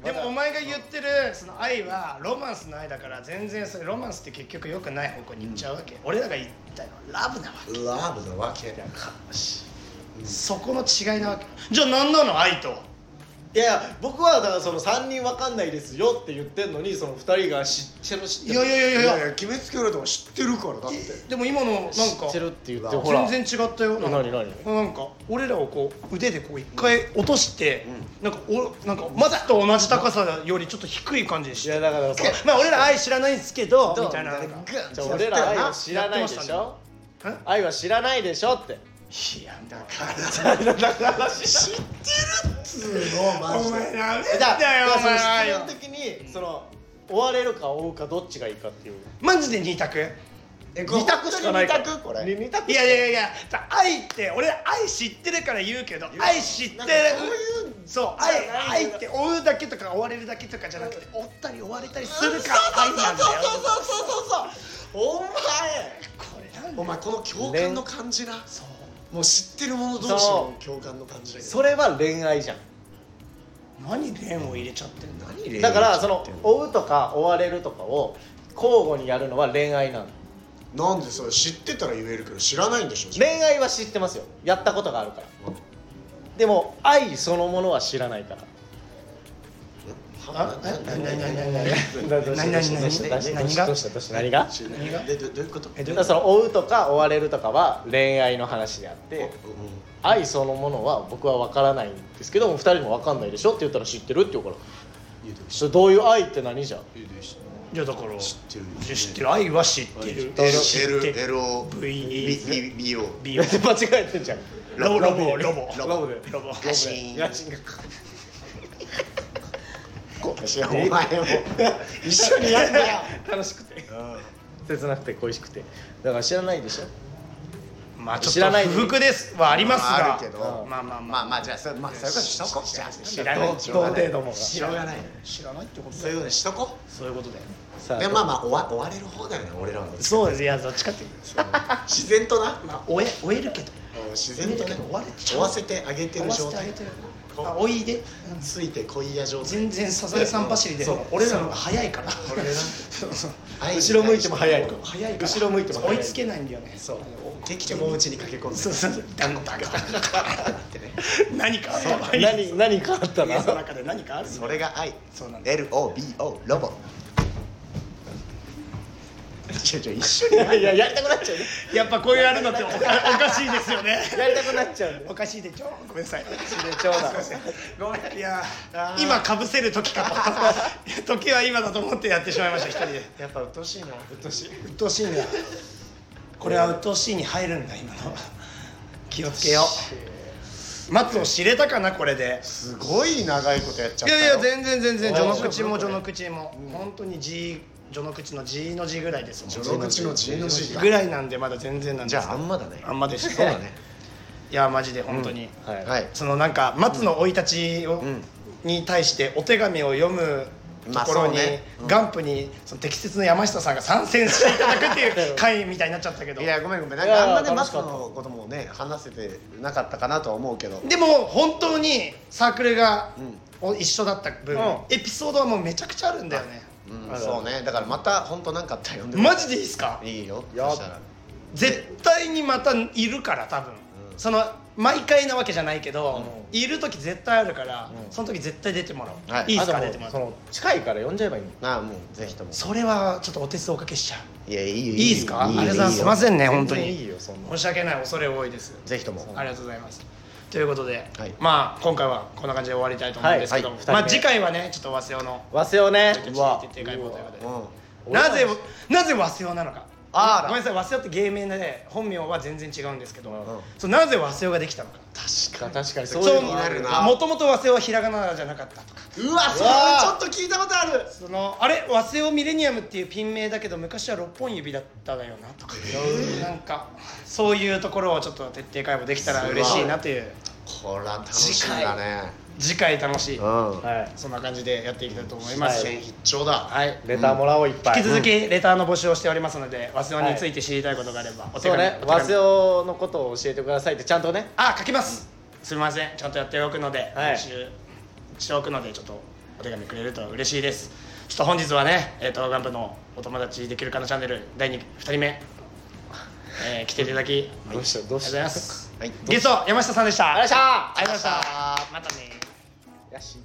[SPEAKER 1] でもお前が言ってるその愛はロマンスの愛だから全然それロマンスって結局良くない方向に行っちゃうわけ、俺らが言ったのはラブなわ
[SPEAKER 3] ラブなわけ
[SPEAKER 1] け、そこの違いなわけじゃあ何なの愛と
[SPEAKER 2] いやいや僕はだからその3人わかんないですよって言ってんのにその2人が知ってる知って
[SPEAKER 1] い
[SPEAKER 2] る
[SPEAKER 1] やいやい
[SPEAKER 3] い
[SPEAKER 1] やいや
[SPEAKER 3] や決めつけられたの知ってるからだって
[SPEAKER 1] でも今のなんか
[SPEAKER 2] 知ってるって言ってほら
[SPEAKER 1] 全然違ったよ
[SPEAKER 2] 何何
[SPEAKER 1] なんか俺らをこう腕でこう一回落として、なんかおなんかまだと同じ高さよりちょっと低い感じでし
[SPEAKER 2] い
[SPEAKER 1] て
[SPEAKER 2] やだからその
[SPEAKER 1] えまあ俺ら愛知らないんですけどみたいななん
[SPEAKER 3] グ
[SPEAKER 1] か
[SPEAKER 3] ン
[SPEAKER 2] じゃあ俺ら愛は知らないで
[SPEAKER 1] やってまし
[SPEAKER 2] した
[SPEAKER 1] ね
[SPEAKER 2] ょ愛は知らないでしょって
[SPEAKER 1] いやだか
[SPEAKER 3] 知ってるっつうのマ
[SPEAKER 1] らお
[SPEAKER 3] ジ
[SPEAKER 1] 前
[SPEAKER 3] で
[SPEAKER 1] なめ
[SPEAKER 2] え
[SPEAKER 1] んだよお前
[SPEAKER 2] だ
[SPEAKER 1] 愛を
[SPEAKER 2] からその知ってる時にその追われるか追うかどっちがいいかっていう
[SPEAKER 1] マジで二択
[SPEAKER 3] え
[SPEAKER 2] 二択しかないから
[SPEAKER 3] 二択これ
[SPEAKER 2] に二択
[SPEAKER 1] いやいやいや愛って俺愛知ってるから言うけど愛知ってる
[SPEAKER 3] なんかそういう
[SPEAKER 1] そう愛愛って追うだけとか追われるだけとかじゃなくて追ったり追われたりするから愛なんだよ
[SPEAKER 3] そうそうそうそうそうお前
[SPEAKER 1] これなんだ
[SPEAKER 3] お
[SPEAKER 1] よ
[SPEAKER 3] 前この共感の感じな
[SPEAKER 1] そう
[SPEAKER 3] もう知ってる者同士の共感の感じだけど
[SPEAKER 2] それは恋愛じゃん
[SPEAKER 1] 何蓮を入れちゃってんだ
[SPEAKER 3] 何で
[SPEAKER 2] だからその
[SPEAKER 3] お
[SPEAKER 2] 追うとか追われるとかを交互にやるのは恋愛なの
[SPEAKER 3] なんでそれ知ってたら言えるけど知らないんでしょ
[SPEAKER 2] 恋愛は知ってますよやったことがあるから
[SPEAKER 3] うん
[SPEAKER 2] でも愛そのものは知らないから
[SPEAKER 1] あえ何何何何何
[SPEAKER 2] どうした
[SPEAKER 1] 何
[SPEAKER 2] どうした
[SPEAKER 1] 何
[SPEAKER 2] どうしたど
[SPEAKER 1] 何
[SPEAKER 2] う
[SPEAKER 1] 何
[SPEAKER 2] した
[SPEAKER 1] が
[SPEAKER 2] どうしたどうした何が
[SPEAKER 3] 知ら
[SPEAKER 1] 何が
[SPEAKER 3] ないでどどういうこと
[SPEAKER 1] え
[SPEAKER 2] だ
[SPEAKER 1] どう
[SPEAKER 2] からその追うとか追われるとかは恋愛の話であって
[SPEAKER 3] う
[SPEAKER 2] 愛そのものは僕は分からないんですけども2人も分かんないでしょって言ったら知ってるって言うから
[SPEAKER 3] ん言うてほしい
[SPEAKER 2] それどういう愛って何じゃん
[SPEAKER 3] 言うてほしい
[SPEAKER 1] いやだから
[SPEAKER 3] 知ってる
[SPEAKER 1] 知ってる愛は知ってる知って
[SPEAKER 3] L- L- LO
[SPEAKER 1] VE
[SPEAKER 3] B- B- BO
[SPEAKER 1] B
[SPEAKER 2] 間違えてんじゃん
[SPEAKER 1] ロボロボロボ
[SPEAKER 3] ロボ
[SPEAKER 2] ラブで
[SPEAKER 1] ロボ
[SPEAKER 3] ガシーン
[SPEAKER 2] 家賃が
[SPEAKER 3] お前も一緒にやんなよ
[SPEAKER 2] 楽しくて切なくて恋しくてだから知らないでしょ
[SPEAKER 1] まあち
[SPEAKER 2] 知
[SPEAKER 1] ょ
[SPEAKER 2] ら
[SPEAKER 1] っと
[SPEAKER 2] ない
[SPEAKER 1] 不服ですはあります
[SPEAKER 3] ま
[SPEAKER 1] が
[SPEAKER 3] ああるけど
[SPEAKER 1] まあまあま
[SPEAKER 3] ま
[SPEAKER 1] あ
[SPEAKER 3] あまあじゃあそまあそういうことしとこじゃあ
[SPEAKER 1] 知らない
[SPEAKER 3] しょうが
[SPEAKER 1] 同程度もが
[SPEAKER 3] しょうがない
[SPEAKER 1] 知らないってこと
[SPEAKER 3] そう
[SPEAKER 1] だ
[SPEAKER 3] いう
[SPEAKER 1] よ
[SPEAKER 3] ことしとこ
[SPEAKER 1] そういうことだよ
[SPEAKER 2] さ
[SPEAKER 3] でまあまあ追わ追われる方だよね俺らは
[SPEAKER 1] そうですいやどっちかっていう
[SPEAKER 3] そう自然とな
[SPEAKER 1] まあ終え終えるけど
[SPEAKER 3] 自然とね
[SPEAKER 1] 追われちゃう
[SPEAKER 3] 追わせてあげてる状態
[SPEAKER 1] 追わせてあげてるあおいで
[SPEAKER 3] ついてこいや状態
[SPEAKER 1] 全然サザエさん走りで
[SPEAKER 3] そう
[SPEAKER 1] 俺らの方が早いから
[SPEAKER 3] 俺ら
[SPEAKER 1] そうそう
[SPEAKER 2] 後ろ向いても早い
[SPEAKER 1] 早いから
[SPEAKER 2] 後ろ向いても
[SPEAKER 1] 追
[SPEAKER 2] 早い
[SPEAKER 1] いつけないんだよね
[SPEAKER 3] そう適当におうちに駆け込んで
[SPEAKER 1] そうそうそう
[SPEAKER 3] ダンゴダンゴってね
[SPEAKER 1] 何かあった場合
[SPEAKER 2] 何何かあった
[SPEAKER 1] 家の
[SPEAKER 2] な
[SPEAKER 1] 中で何かある
[SPEAKER 3] それが愛
[SPEAKER 1] そうなんだ
[SPEAKER 3] LOBO ロボちょちょ一緒
[SPEAKER 2] い
[SPEAKER 1] [laughs]
[SPEAKER 2] やいややりたくなっちゃうね
[SPEAKER 1] やっぱこういうやるのっておかおかしいですよね
[SPEAKER 2] やりたくなっちゃうんで
[SPEAKER 1] おかしいでちょごめんなさい
[SPEAKER 2] ちょうだ
[SPEAKER 1] ごめんいや
[SPEAKER 3] あー
[SPEAKER 1] 今かぶせる時かとい
[SPEAKER 3] [laughs]
[SPEAKER 1] や時は今だと思ってやってしまいました一人で
[SPEAKER 3] やっぱ鬱陶しいな鬱陶しい
[SPEAKER 1] 鬱陶しいなこれは鬱陶しいに入るんだ今の気をつけよう松を知れたかなこれです
[SPEAKER 3] ごい長いことやっちゃっ
[SPEAKER 1] い
[SPEAKER 3] たよ
[SPEAKER 1] やいや全然全然序の口も
[SPEAKER 3] 面白
[SPEAKER 1] 序
[SPEAKER 3] い
[SPEAKER 1] の口も本当に G 序の口の G の G ぐらいですもん
[SPEAKER 3] 序の口の G の G
[SPEAKER 1] ぐらいなんでまだ全然なんです
[SPEAKER 3] じ
[SPEAKER 1] け
[SPEAKER 3] ゃ
[SPEAKER 1] ど
[SPEAKER 3] ああんまだね
[SPEAKER 1] あんまでした
[SPEAKER 3] そうだね
[SPEAKER 1] いやマジで本当に、
[SPEAKER 2] はい、
[SPEAKER 3] はい
[SPEAKER 1] そのなんか松の生い立ちを、
[SPEAKER 3] ん
[SPEAKER 1] に対してお手紙を読むと
[SPEAKER 3] まあ
[SPEAKER 1] ころに、
[SPEAKER 3] そうねうん
[SPEAKER 1] ガンプにその適切な山下さんが参戦していただくっていう回みたいになっちゃったけど
[SPEAKER 3] いやごめんごめんなん
[SPEAKER 2] いや
[SPEAKER 3] かあんまねマ
[SPEAKER 2] 楽し
[SPEAKER 3] ス
[SPEAKER 2] か
[SPEAKER 3] の
[SPEAKER 2] った
[SPEAKER 3] こともね話せてなかったかなとは思うけど
[SPEAKER 1] でも本当にサークルが、お一緒だった分、
[SPEAKER 2] うん
[SPEAKER 1] エピソードはもうめちゃくちゃあるんだよね
[SPEAKER 3] うんそうねだからまた本当なんかあったら呼んでくれ
[SPEAKER 1] マジでいいっすか
[SPEAKER 3] いいよ
[SPEAKER 2] や
[SPEAKER 3] そしたら
[SPEAKER 1] 絶対にまたいるから多分、
[SPEAKER 3] うん
[SPEAKER 1] その毎回なわけじゃないけど、
[SPEAKER 2] う
[SPEAKER 1] いる時絶対あるから、
[SPEAKER 2] うん
[SPEAKER 1] その時絶対出てもらおう、
[SPEAKER 3] はい
[SPEAKER 1] いいっ
[SPEAKER 2] あ
[SPEAKER 1] す
[SPEAKER 2] と
[SPEAKER 1] か
[SPEAKER 2] も
[SPEAKER 1] 出
[SPEAKER 2] う
[SPEAKER 1] てもらっ
[SPEAKER 2] そ
[SPEAKER 1] て
[SPEAKER 2] の近いから呼んじゃえばいいの
[SPEAKER 3] なあもうぜひとも
[SPEAKER 1] それはちょっとお手数おかけしちゃう
[SPEAKER 3] いやいいよ
[SPEAKER 1] いいですか
[SPEAKER 3] よ
[SPEAKER 1] ありがとうございますすいませんね本当
[SPEAKER 2] 全然い
[SPEAKER 1] に
[SPEAKER 2] いよそんな
[SPEAKER 1] 申し訳ない恐れ多いです
[SPEAKER 3] ぜひとも
[SPEAKER 1] ありがとうございますということで、
[SPEAKER 3] はい
[SPEAKER 1] まあ今回はこんな感じで終わりたいと思うんですけども、
[SPEAKER 2] はいはい
[SPEAKER 1] まあ次回はねちょっと和製オの
[SPEAKER 2] 忘れよね
[SPEAKER 1] ちょっと聞いて展開もということで
[SPEAKER 3] うん
[SPEAKER 1] なぜなぜ和製オなのか
[SPEAKER 3] あら
[SPEAKER 1] ごめんなさい和製オって芸名で本名は全然違うんですけど、
[SPEAKER 2] うん
[SPEAKER 1] そうなぜ和製オができたのか
[SPEAKER 2] 確かに確かにそういうの
[SPEAKER 3] 気に
[SPEAKER 2] あ
[SPEAKER 3] な
[SPEAKER 2] る
[SPEAKER 3] る
[SPEAKER 2] な
[SPEAKER 3] な
[SPEAKER 1] もともと和製オはひらがなじゃなかったとか
[SPEAKER 3] うわそれちょっと聞いたことある
[SPEAKER 1] そのあれ和製オミレニアムっていうピン名だけど昔は六本指だっただよなとか、なんかそういうところをちょっと徹底解剖できたら嬉しいなという
[SPEAKER 3] これは楽しみだね
[SPEAKER 1] 次回楽しい、
[SPEAKER 3] うん
[SPEAKER 2] はい
[SPEAKER 1] そんな感じでやっていきたいと思いま
[SPEAKER 3] 一
[SPEAKER 1] す、
[SPEAKER 2] は
[SPEAKER 3] 戦必勝だ
[SPEAKER 1] はい
[SPEAKER 2] レターもらおういっぱい
[SPEAKER 1] 引き続きレターの募集をしておりますので早稲尾について知りたいことがあればお手
[SPEAKER 2] そう
[SPEAKER 1] 紙,、
[SPEAKER 2] ね
[SPEAKER 1] お手
[SPEAKER 2] 和
[SPEAKER 1] 紙
[SPEAKER 2] 製オのことを教えてくださいってちゃんとね
[SPEAKER 1] あ書きますすみませんちゃんとやっておくので
[SPEAKER 2] はい
[SPEAKER 1] 練習しておくのでちょっとお手紙くれると嬉しいですちょっと本日はねえっ、とガンプのお友達できるかなチャンネル第 2, 人 [laughs] 目、えー来ていただきあり
[SPEAKER 2] どうしたどう
[SPEAKER 1] がとうご
[SPEAKER 2] し
[SPEAKER 1] ざい
[SPEAKER 2] た
[SPEAKER 1] ます
[SPEAKER 3] はい
[SPEAKER 1] ゲスト山下さんでしたありがとう
[SPEAKER 2] あ
[SPEAKER 1] ございましたまたね
[SPEAKER 2] よし